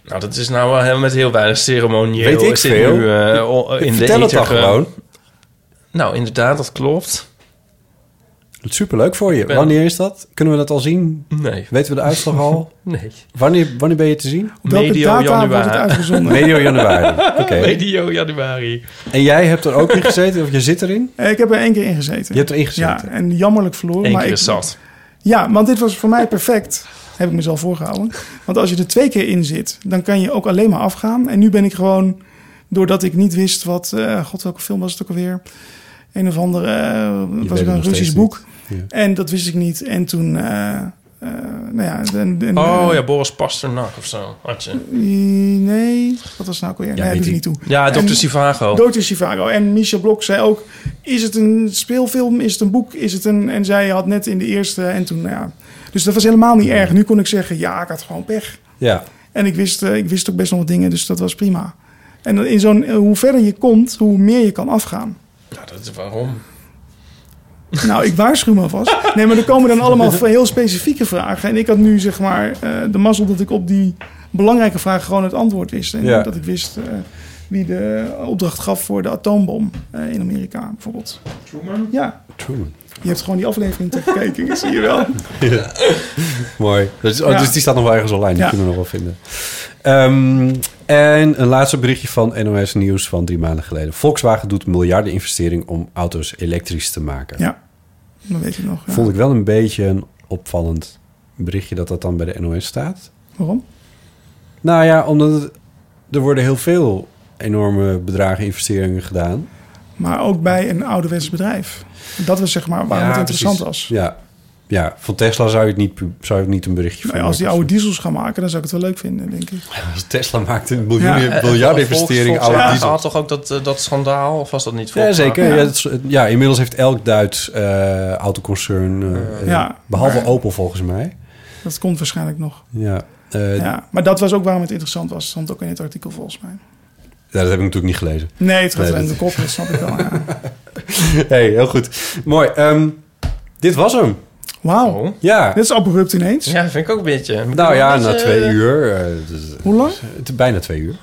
[SPEAKER 6] Nou, dat is nou wel heel- met heel weinig ceremonieel.
[SPEAKER 7] Weet ik
[SPEAKER 6] zit
[SPEAKER 7] veel.
[SPEAKER 6] Nu, eh, o-
[SPEAKER 7] Ik
[SPEAKER 6] in
[SPEAKER 7] vertel
[SPEAKER 6] de
[SPEAKER 7] het dan
[SPEAKER 6] ether, eh,
[SPEAKER 7] gewoon.
[SPEAKER 6] Nou, inderdaad, dat klopt.
[SPEAKER 7] Het is superleuk voor je.
[SPEAKER 6] ben-
[SPEAKER 7] Wanneer is dat? Kunnen we dat al zien?
[SPEAKER 6] Nee.
[SPEAKER 7] Weten we de uitslag al?
[SPEAKER 6] Nee.
[SPEAKER 7] Wanneer, wanneer ben je te zien?
[SPEAKER 6] Op welke Medio data wordt het januari. uitgezonden?
[SPEAKER 7] Medio januari. Oké.
[SPEAKER 6] Medio januari.
[SPEAKER 7] En jij hebt er ook in gezeten? Of je zit erin?
[SPEAKER 5] Eh, Ik heb er één keer in gezeten.
[SPEAKER 7] Je hebt erin gezeten.
[SPEAKER 5] Ja, en jammerlijk verloren.
[SPEAKER 7] Eén
[SPEAKER 5] maar
[SPEAKER 7] keer
[SPEAKER 5] ik-
[SPEAKER 7] is zat.
[SPEAKER 5] Ja, want dit was voor mij perfect. Heb ik mezelf voorgehouden. Want als je er twee keer in zit, dan kan je ook alleen maar afgaan. En nu ben ik gewoon, doordat ik niet wist wat... eh, God, welke film was het ook alweer? Een of andere... eh, was
[SPEAKER 7] het nog
[SPEAKER 5] ook een
[SPEAKER 7] steeds
[SPEAKER 5] Russisch boek.
[SPEAKER 7] niet.
[SPEAKER 5] En dat wist ik niet. En toen... eh, eh, nou ja, en- en-
[SPEAKER 6] oh ja, Boris Pasternak of zo. Had je.
[SPEAKER 5] Nee, wat was het nou ook weer?
[SPEAKER 6] Ja,
[SPEAKER 5] nee,
[SPEAKER 6] weet
[SPEAKER 5] doet
[SPEAKER 6] ik.
[SPEAKER 5] niet toe.
[SPEAKER 6] Ja,
[SPEAKER 5] En-
[SPEAKER 6] Dr. Sivago.
[SPEAKER 5] Dr. Sivago. En Michel Blok zei ook, is het een speelfilm? Is het een boek? Is het een... En zij had net in de eerste en toen, nou ja. Dus dat was helemaal niet erg. Nu kon ik zeggen, ja, ik had gewoon pech.
[SPEAKER 7] Ja.
[SPEAKER 5] En ik wist, eh, ik wist ook best nog wat dingen, dus dat was prima. En in zo'n, eh, hoe verder je komt, hoe meer je kan afgaan.
[SPEAKER 6] Nou, dat is waarom.
[SPEAKER 5] Nou, ik waarschuw me alvast. Nee, maar er komen dan allemaal heel specifieke vragen. En ik had nu zeg maar eh, de mazzel dat ik op die belangrijke vraag gewoon het antwoord wist. En
[SPEAKER 7] Ja.
[SPEAKER 5] dat ik wist eh, wie de opdracht gaf voor de atoombom eh, in Amerika bijvoorbeeld. Truman? Ja,
[SPEAKER 7] Truman.
[SPEAKER 5] je hebt gewoon die aflevering teruggekeken, zie je wel.
[SPEAKER 7] Ja. Mooi. Dus, oh,
[SPEAKER 5] Ja.
[SPEAKER 7] dus die staat nog wel ergens online. Die
[SPEAKER 5] Ja.
[SPEAKER 7] kunnen we nog wel vinden. Ehm, en een laatste berichtje van NOS Nieuws van drie maanden geleden. Volkswagen doet miljarden investering om auto's elektrisch te maken.
[SPEAKER 5] Ja, dat weet ik nog. ja.
[SPEAKER 7] Vond ik wel een beetje een opvallend berichtje dat dat dan bij de NOS staat.
[SPEAKER 5] Waarom?
[SPEAKER 7] Nou ja, omdat het- er worden heel veel enorme bedragen investeringen gedaan.
[SPEAKER 5] Maar ook bij een ouderwets bedrijf. Dat was zeg maar waarom
[SPEAKER 7] Ja,
[SPEAKER 5] het interessant
[SPEAKER 7] precies.
[SPEAKER 5] was.
[SPEAKER 7] Ja. ja, van Tesla zou je het niet, pu- zou je het niet een berichtje
[SPEAKER 5] Nou
[SPEAKER 7] van
[SPEAKER 5] ja, als die
[SPEAKER 7] maken.
[SPEAKER 5] oude diesels gaan maken, dan zou ik het wel leuk vinden, denk ik.
[SPEAKER 7] Als Tesla maakt een miljoen,
[SPEAKER 5] Ja. eh,
[SPEAKER 7] miljard investering oude
[SPEAKER 6] Volkswagen
[SPEAKER 7] diesel.
[SPEAKER 6] had toch ook dat, eh, dat schandaal? Of was dat niet
[SPEAKER 7] Ja,
[SPEAKER 6] Volkswagen?
[SPEAKER 7] zeker. Ja. dat is- ja, inmiddels heeft elk Duits eh, autoconcern, eh, eh,
[SPEAKER 5] Ja,
[SPEAKER 7] behalve
[SPEAKER 5] maar-
[SPEAKER 7] Opel volgens mij.
[SPEAKER 5] Dat komt waarschijnlijk nog.
[SPEAKER 7] Ja, eh,
[SPEAKER 5] Ja, maar dat was ook waarom het interessant was. Stond ook in het artikel volgens mij.
[SPEAKER 7] ja, dat heb ik natuurlijk niet gelezen.
[SPEAKER 5] Nee, het gaat
[SPEAKER 7] dat-
[SPEAKER 5] alleen in de kop, dat snap ik wel. ja.
[SPEAKER 7] hey, heel goed. Mooi. ehm, dit was hem.
[SPEAKER 5] Wauw.
[SPEAKER 7] Ja.
[SPEAKER 5] Dit is abrupt ineens.
[SPEAKER 6] Ja, vind ik ook een beetje.
[SPEAKER 7] Nou ja,
[SPEAKER 6] Dat is,
[SPEAKER 7] na
[SPEAKER 6] eh,
[SPEAKER 7] twee uur. eh, dus-
[SPEAKER 5] Hoe lang?
[SPEAKER 7] Het- Bijna twee uur.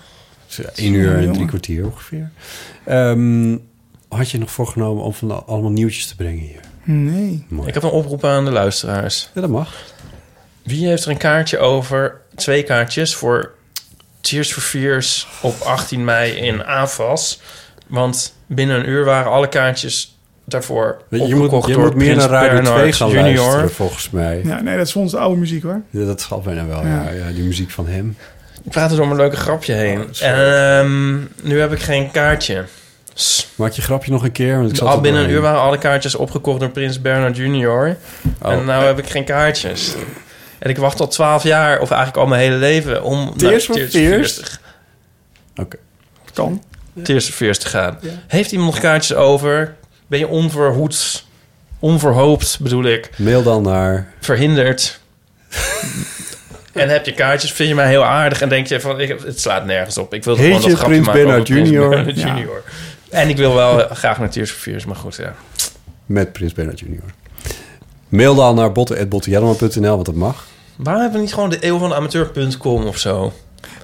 [SPEAKER 7] Dus ja, één uur en
[SPEAKER 6] jongen.
[SPEAKER 7] drie kwartier ongeveer. Ehm, had je nog voorgenomen om van de- allemaal nieuwtjes te brengen hier?
[SPEAKER 5] Nee.
[SPEAKER 6] Ik heb een oproep aan de luisteraars.
[SPEAKER 7] Ja, dat mag.
[SPEAKER 6] Wie heeft er een kaartje over? Twee kaartjes voor Tears for Fears op 18 mei in AFAS. Want binnen een uur waren alle kaartjes daarvoor
[SPEAKER 7] Weet je, je
[SPEAKER 6] opgekocht
[SPEAKER 7] moet- je
[SPEAKER 6] door
[SPEAKER 7] moet meer
[SPEAKER 6] Prins
[SPEAKER 7] naar Radio
[SPEAKER 6] Bernhard
[SPEAKER 7] 2 gaan
[SPEAKER 6] junior.
[SPEAKER 7] luisteren, volgens mij.
[SPEAKER 5] Ja, nee, dat is voor ons de oude muziek hoor.
[SPEAKER 7] Ja, dat valt bijna wel, ja.
[SPEAKER 5] Ja.
[SPEAKER 7] Ja, Die muziek van hem. Oh,
[SPEAKER 6] Ik praat er om een leuke grapje heen. Ehm, nu heb ik geen kaartje.
[SPEAKER 7] Maak je grapje nog een keer? Want ik zat
[SPEAKER 6] Al
[SPEAKER 7] er
[SPEAKER 6] binnen een uur
[SPEAKER 7] doorheen.
[SPEAKER 6] waren alle kaartjes opgekocht door Prins Bernhard Jr. En nou heb ik geen kaartjes. En ik wacht al 12 jaar, of eigenlijk al mijn hele leven, om naar
[SPEAKER 7] Tears for Fears?
[SPEAKER 6] te gaan.
[SPEAKER 7] Oké.
[SPEAKER 6] Kan. Tears for Fears te gaan. Heeft iemand nog kaartjes over? Ben je onverhoeds, onverhoopt bedoel ik,
[SPEAKER 7] Mail dan naar...
[SPEAKER 6] verhinderd? en heb je kaartjes, vind je mij heel aardig en denk je van, ik, het slaat nergens op. Ik wil
[SPEAKER 7] Heet
[SPEAKER 6] gewoon dat
[SPEAKER 7] je
[SPEAKER 6] grapje
[SPEAKER 7] Prins
[SPEAKER 6] maken over
[SPEAKER 7] Bernhard
[SPEAKER 6] Prins
[SPEAKER 7] Junior?
[SPEAKER 6] Bernhard
[SPEAKER 7] Ja.
[SPEAKER 6] Junior. En ik wil wel graag naar Tears for Fears, maar goed, ja.
[SPEAKER 7] Met Prins Bernhard Jr. Mail dan naar botten.bottenjellema.nl, want dat mag.
[SPEAKER 6] Waarom hebben we niet gewoon de eeuw van de amateur.com of zo?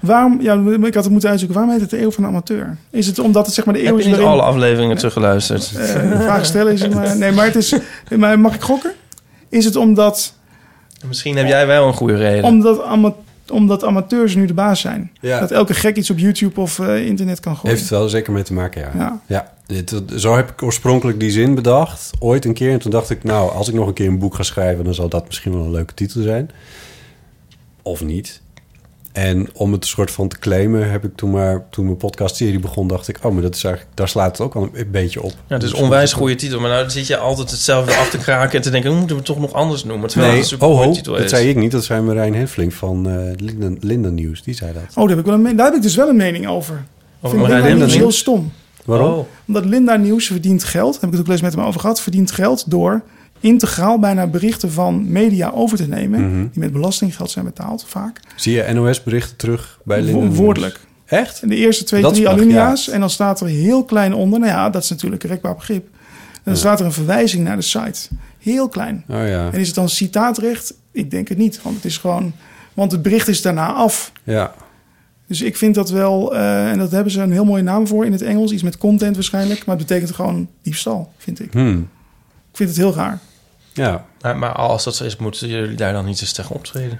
[SPEAKER 5] Waarom, ja, ik had het moeten uitzoeken, waarom heet het de eeuw van de amateur? Is het omdat het zeg maar de eeuw
[SPEAKER 6] Heb
[SPEAKER 5] is
[SPEAKER 6] je niet
[SPEAKER 5] waarin-
[SPEAKER 6] alle afleveringen teruggeluisterd?
[SPEAKER 5] Eh, de vraag stellen is... Maar, nee, maar het is... Maar mag ik gokken? Is het omdat,
[SPEAKER 6] Misschien heb jij wel een goede reden.
[SPEAKER 5] omdat, ama- omdat amateurs nu de baas zijn?
[SPEAKER 7] Ja.
[SPEAKER 5] Dat elke gek iets op YouTube of eh, internet kan gooien?
[SPEAKER 7] Heeft het wel zeker mee te maken, ja.
[SPEAKER 5] Ja.
[SPEAKER 7] Dit- zo heb ik oorspronkelijk die zin bedacht, ooit een keer. En toen dacht ik, nou, als ik nog een keer een boek ga schrijven... dan zal dat misschien wel een leuke titel zijn. Of niet. En om het soort van te claimen heb ik toen maar... toen mijn podcastserie begon, dacht ik... oh, maar dat is eigenlijk, daar slaat het ook al een beetje op.
[SPEAKER 6] Ja, het is
[SPEAKER 7] Dus
[SPEAKER 6] een onwijs goede titel, maar nou zit je altijd hetzelfde af te kraken en te denken, moeten we het toch nog anders noemen? Terwijl
[SPEAKER 7] Nee,
[SPEAKER 6] het een
[SPEAKER 7] oh,
[SPEAKER 6] supergoeie
[SPEAKER 7] ho,
[SPEAKER 6] titel
[SPEAKER 7] dat
[SPEAKER 6] is.
[SPEAKER 7] zei ik niet. Dat zei Marijn Henfling van eh, Linden, Linden News. Die zei dat.
[SPEAKER 5] Oh, daar heb, ik wel een me- daar heb ik dus wel een mening over. Ik vind
[SPEAKER 7] Marijn Oh,
[SPEAKER 5] Linda
[SPEAKER 7] Linda
[SPEAKER 5] Nieuws heel
[SPEAKER 7] Nieuws?
[SPEAKER 5] stom.
[SPEAKER 7] Waarom?
[SPEAKER 6] Oh.
[SPEAKER 5] Omdat Linda Nieuws verdient geld, daar heb ik het ook wel eens met hem over gehad, verdient geld door integraal bijna berichten van media over te nemen,
[SPEAKER 7] Mhm.
[SPEAKER 5] die met belastinggeld zijn betaald vaak.
[SPEAKER 7] Zie je NOS-berichten terug bij
[SPEAKER 5] Wo-
[SPEAKER 7] Linden News?
[SPEAKER 5] woordelijk.
[SPEAKER 7] Echt?
[SPEAKER 5] De eerste twee,
[SPEAKER 7] Dat
[SPEAKER 5] drie
[SPEAKER 7] mag,
[SPEAKER 5] alinea's en dan staat er heel klein onder, nou ja, dat is natuurlijk een rekbaar begrip. En dan staat er een verwijzing naar de site. Heel klein.
[SPEAKER 7] Oh ja.
[SPEAKER 5] En is het dan citaatrecht? Ik denk het niet, want het is gewoon, want het bericht is daarna af.
[SPEAKER 7] Ja.
[SPEAKER 5] Dus ik vind dat wel, eh, en dat hebben ze een heel mooie naam voor in het Engels. Iets met content waarschijnlijk, maar het betekent gewoon diefstal, vind ik.
[SPEAKER 7] Hmm.
[SPEAKER 5] Ik vind het heel raar.
[SPEAKER 7] Ja.
[SPEAKER 6] Maar, maar als dat zo is, moeten jullie daar dan niet eens tegen optreden?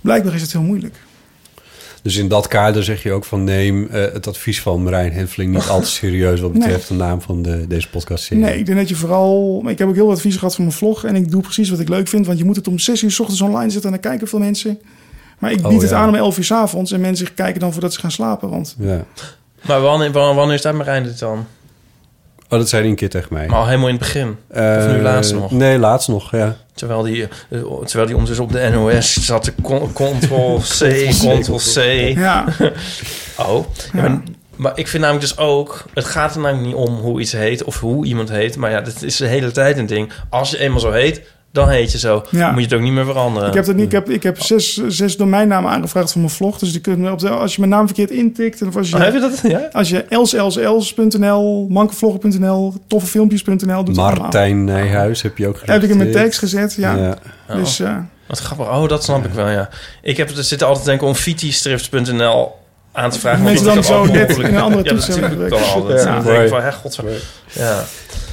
[SPEAKER 5] Blijkbaar is het heel moeilijk.
[SPEAKER 7] Dus in dat kader zeg je ook van neem eh, het advies van Marijn Henfling niet al te serieus wat betreft de naam van de, deze podcastserie.
[SPEAKER 5] Nee, ik denk dat je vooral... Ik heb ook heel wat advies gehad van mijn vlog en ik doe precies wat ik leuk vind. Want je moet het om 6 uur 's ochtends online zetten en dan kijken veel mensen. Maar ik bied
[SPEAKER 7] Oh,
[SPEAKER 5] het
[SPEAKER 7] ja.
[SPEAKER 5] aan om 11 uur 's avonds en mensen kijken dan voordat ze gaan slapen. Want
[SPEAKER 7] Ja.
[SPEAKER 6] Maar wanneer, wanneer, wanneer staat Marijn dit dan?
[SPEAKER 7] Oh, dat zei hij een keer tegen mij.
[SPEAKER 6] Maar al helemaal in het begin?
[SPEAKER 7] Eh,
[SPEAKER 6] of nu laatst nog?
[SPEAKER 7] Nee, laatst nog, ja.
[SPEAKER 6] Terwijl die, eh, terwijl die ondertussen op de NOS zat te con- Ctrl-C, Ctrl-C.
[SPEAKER 5] Ja.
[SPEAKER 6] Oh. Ja, maar, maar ik vind namelijk dus ook... Het gaat er namelijk niet om hoe iets heet of hoe iemand heet. Maar ja, dat is de hele tijd een ding. Als je eenmaal zo heet, dan heet je zo.
[SPEAKER 5] Ja.
[SPEAKER 6] Dan moet je het ook niet meer veranderen.
[SPEAKER 5] ik heb, dat niet, ik heb, ik heb zes, zes domeinnamen aangevraagd voor mijn vlog. Dus die kunnen op de, als je mijn naam verkeerd intikt... en Of als je,
[SPEAKER 6] Oh, heb je dat? Ja?
[SPEAKER 5] Als je elselsels.nl, mankenvloggen.nl, toffefilmpjes.nl doet het allemaal.
[SPEAKER 7] Martijn Nijhuis heb je ook gezegd.
[SPEAKER 5] Heb ik in mijn tekst gezet, ja.
[SPEAKER 6] Oh,
[SPEAKER 5] Dus, eh,
[SPEAKER 6] Wat grappig. Oh, dat snap ik wel, ja. Ik heb er zitten altijd te denken om fitistrips.nl aan te vragen. want dat
[SPEAKER 5] Mensen dan
[SPEAKER 6] is ook
[SPEAKER 5] zo net
[SPEAKER 6] mogelijk.
[SPEAKER 5] in een andere
[SPEAKER 6] ja,
[SPEAKER 5] toets
[SPEAKER 6] natuurlijk
[SPEAKER 5] hebben
[SPEAKER 6] kan
[SPEAKER 5] gedrukt.
[SPEAKER 6] altijd.
[SPEAKER 5] Ja.
[SPEAKER 6] Dan denk ik van,
[SPEAKER 7] Right.
[SPEAKER 6] hè, godver... Ja.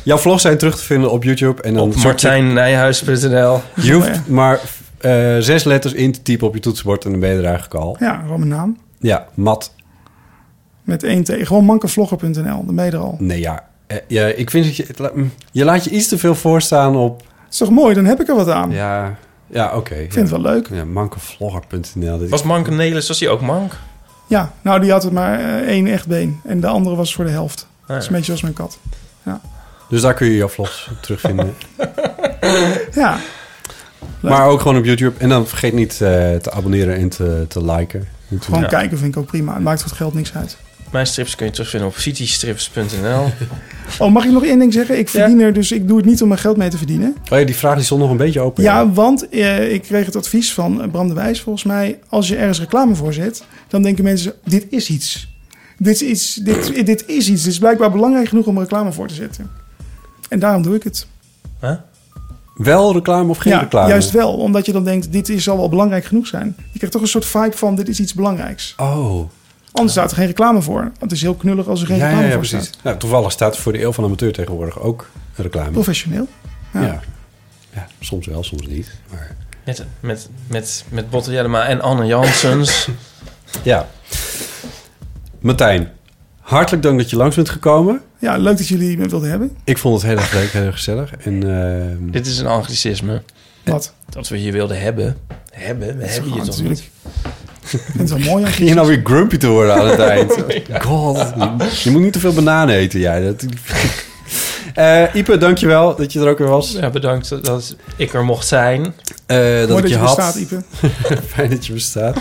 [SPEAKER 7] Jouw vlogs zijn terug te vinden op YouTube. En dan
[SPEAKER 6] Op martijnnijhuis.nl.
[SPEAKER 7] Je
[SPEAKER 5] Oh,
[SPEAKER 7] hoeft maar eh, zes letters in te typen op je toetsenbord en dan ben je er eigenlijk al.
[SPEAKER 5] ja, gewoon mijn naam.
[SPEAKER 7] Ja, mat.
[SPEAKER 5] Met één T. Gewoon mankenvlogger.nl, dan ben je er al.
[SPEAKER 7] Nee, ja. Eh, ja ik vind dat je... het la- mm, Je laat je iets te veel voorstaan op...
[SPEAKER 5] is toch mooi? Dan heb ik er wat aan.
[SPEAKER 7] Ja, ja oké. Ik
[SPEAKER 5] vind het wel leuk.
[SPEAKER 7] Ja, mankenvlogger.nl. Dit-
[SPEAKER 6] Was Mank Nelis, was hij ook mank?
[SPEAKER 5] Ja, nou die had het maar eh, één echt been. En de andere was voor de helft.
[SPEAKER 6] Ah, ja.
[SPEAKER 5] Dat is een beetje als mijn kat. Ja.
[SPEAKER 7] Dus daar kun je jouw vlogs op terugvinden.
[SPEAKER 5] ja.
[SPEAKER 7] maar ook gewoon op YouTube. En dan vergeet niet eh, te abonneren en te, te liken.
[SPEAKER 5] Gewoon
[SPEAKER 6] Ja.
[SPEAKER 5] kijken vind ik ook prima. Het maakt voor het geld niks uit.
[SPEAKER 6] Mijn strips kun je terugvinden op citystrips.nl.
[SPEAKER 5] Oh, mag ik nog één ding zeggen? Ik verdien er dus, ik doe het niet om mijn geld mee te verdienen.
[SPEAKER 7] Oh ja, die vraag die stond nog een beetje open.
[SPEAKER 5] Ja, want eh, ik kreeg het advies van eh, Bram de Wijs volgens mij. Als je ergens reclame voor zet, dan denken mensen: dit is iets. Dit is iets. Dit, dit is iets. Dit is blijkbaar belangrijk genoeg om reclame voor te zetten. En daarom doe ik het.
[SPEAKER 7] Wel reclame of geen
[SPEAKER 5] ja,
[SPEAKER 7] reclame?
[SPEAKER 5] juist wel. Omdat je dan denkt: dit is, zal wel belangrijk genoeg zijn. Je krijgt toch een soort vibe van: dit is iets belangrijks.
[SPEAKER 7] Oh.
[SPEAKER 5] Anders staat er geen reclame voor. Want het is heel knullig als er geen
[SPEAKER 7] ja, ja,
[SPEAKER 5] reclame
[SPEAKER 7] ja,
[SPEAKER 5] voor
[SPEAKER 7] precies.
[SPEAKER 5] staat.
[SPEAKER 7] Nou, toevallig staat voor de eeuw van de amateur tegenwoordig ook een reclame.
[SPEAKER 5] Professioneel.
[SPEAKER 7] Ja.
[SPEAKER 5] Ja.
[SPEAKER 7] ja. soms wel, soms niet. Maar...
[SPEAKER 6] Met, met, met, met Botte Jellema en Anne Janssens.
[SPEAKER 7] Ja. Martijn, hartelijk dank dat je langs bent gekomen.
[SPEAKER 5] Ja, leuk dat jullie me wilden hebben.
[SPEAKER 7] Ik vond het heel erg leuk, heel erg gezellig. En, ehm,
[SPEAKER 6] Dit is een anglicisme.
[SPEAKER 5] Wat?
[SPEAKER 6] Dat we hier wilden hebben. Hebben? We
[SPEAKER 5] is
[SPEAKER 6] hebben je
[SPEAKER 5] gewoon
[SPEAKER 6] toch niet?
[SPEAKER 5] Het is wel mooi.
[SPEAKER 7] Ging je nou weer grumpy te worden aan het eind?
[SPEAKER 6] Oh,
[SPEAKER 7] God, je- je moet niet te veel bananen eten, jij. Dat... Eh Ipe, dankjewel dat je er ook weer was. Eh,
[SPEAKER 6] Ja, bedankt dat ik er mocht zijn.
[SPEAKER 7] dat
[SPEAKER 6] Mooi
[SPEAKER 7] ik
[SPEAKER 6] dat
[SPEAKER 7] je
[SPEAKER 6] je
[SPEAKER 7] had.
[SPEAKER 6] bestaat, Ipe.
[SPEAKER 7] Fijn dat je bestaat.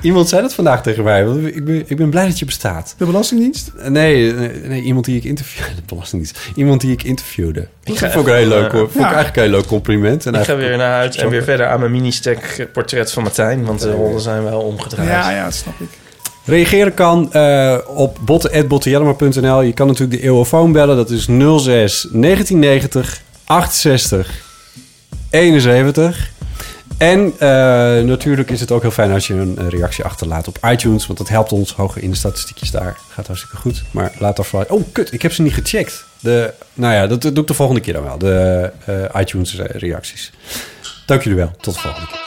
[SPEAKER 7] Iemand zei dat vandaag tegen mij. want Ik ben, ik ben blij dat je bestaat.
[SPEAKER 5] De Belastingdienst?
[SPEAKER 7] Nee, nee, nee, iemand die ik interviewde. De Belastingdienst. Iemand die ik interviewde.
[SPEAKER 6] Ik
[SPEAKER 7] Ik
[SPEAKER 6] ga
[SPEAKER 7] vond ik een heel
[SPEAKER 6] even,
[SPEAKER 7] leuk,
[SPEAKER 6] eh,
[SPEAKER 7] hoor. Vond ik
[SPEAKER 6] ja.
[SPEAKER 7] eigenlijk een heel leuk compliment. En
[SPEAKER 6] ik ga
[SPEAKER 7] eigenlijk-
[SPEAKER 6] weer naar huis en
[SPEAKER 7] Sorry.
[SPEAKER 6] weer verder aan mijn mini-stack eh, portret van Martijn. Want de rollen zijn wel omgedraaid.
[SPEAKER 5] Ja, ja, dat snap ik.
[SPEAKER 7] Reageren kan eh, op botten.bottenjelmer.nl. Je kan natuurlijk de eeuwofoon bellen. Dat is 06 1990 68 71. En eh, natuurlijk is het ook heel fijn als je een eh, reactie achterlaat op iTunes. Want dat helpt ons hoger in de statistiekjes daar. Gaat hartstikke goed. Maar laat daar vooral... Oh, kut. Ik heb ze niet gecheckt. De, nou ja, dat, dat doe ik de volgende keer dan wel. De eh, iTunes eh, reacties. Dank jullie wel. Tot de volgende keer.